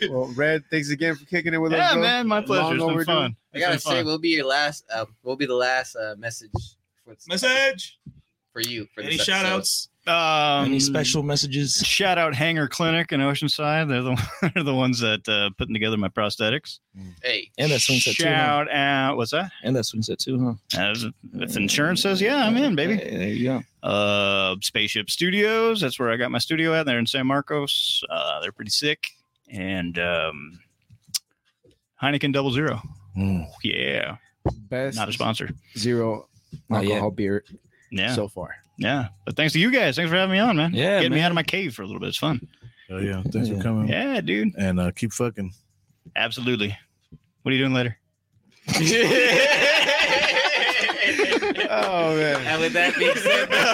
[SPEAKER 3] Well, Red, thanks again for kicking it with us.
[SPEAKER 1] Yeah,
[SPEAKER 3] bro.
[SPEAKER 1] man, my pleasure. It's
[SPEAKER 3] Long
[SPEAKER 1] been
[SPEAKER 3] overdue.
[SPEAKER 1] fun.
[SPEAKER 4] I
[SPEAKER 1] It's been
[SPEAKER 4] gotta say,
[SPEAKER 1] fun.
[SPEAKER 4] we'll be your last. Uh, we'll be the last uh, message for,
[SPEAKER 6] Message.
[SPEAKER 4] for you. For
[SPEAKER 6] Any
[SPEAKER 4] this
[SPEAKER 6] shout
[SPEAKER 4] episode.
[SPEAKER 6] outs?
[SPEAKER 1] um,
[SPEAKER 2] Any special messages?
[SPEAKER 1] shout out Hanger Clinic in Oceanside. They're the they're the ones that uh, putting together my prosthetics.
[SPEAKER 4] Hey,
[SPEAKER 2] And that swing set too. Huh?
[SPEAKER 1] shout out what's that?
[SPEAKER 2] And that swing set too, huh?
[SPEAKER 1] As, if insurance says yeah, I'm in, baby.
[SPEAKER 2] Hey, there you go.
[SPEAKER 1] Uh, Spaceship Studios. That's where I got my studio at. They're in San Marcos. Uh, they're pretty sick. And um, Heineken Double Zero.
[SPEAKER 5] Mm.
[SPEAKER 1] Yeah,
[SPEAKER 3] Best
[SPEAKER 1] not a sponsor.
[SPEAKER 3] zero
[SPEAKER 2] Not yet.
[SPEAKER 3] alcohol beer
[SPEAKER 1] Yeah,
[SPEAKER 3] so far.
[SPEAKER 1] yeah. But thanks to you guys. Thanks for having me on, man.
[SPEAKER 2] Yeah,
[SPEAKER 1] getting me
[SPEAKER 2] man.
[SPEAKER 1] out of my cave for a little bit. It's fun.
[SPEAKER 5] Oh yeah, thanks
[SPEAKER 2] Yeah.
[SPEAKER 5] for coming.
[SPEAKER 1] Yeah, dude.
[SPEAKER 5] And uh, keep fucking.
[SPEAKER 1] Absolutely. What are you doing later?
[SPEAKER 3] Oh man,
[SPEAKER 4] and with that being said, though,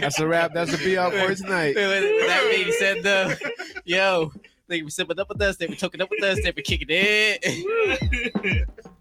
[SPEAKER 3] that's a wrap. That's a be all for tonight.
[SPEAKER 4] with that being said, though, yo, they were sipping up with us, they were talking up with us, they were kicking it.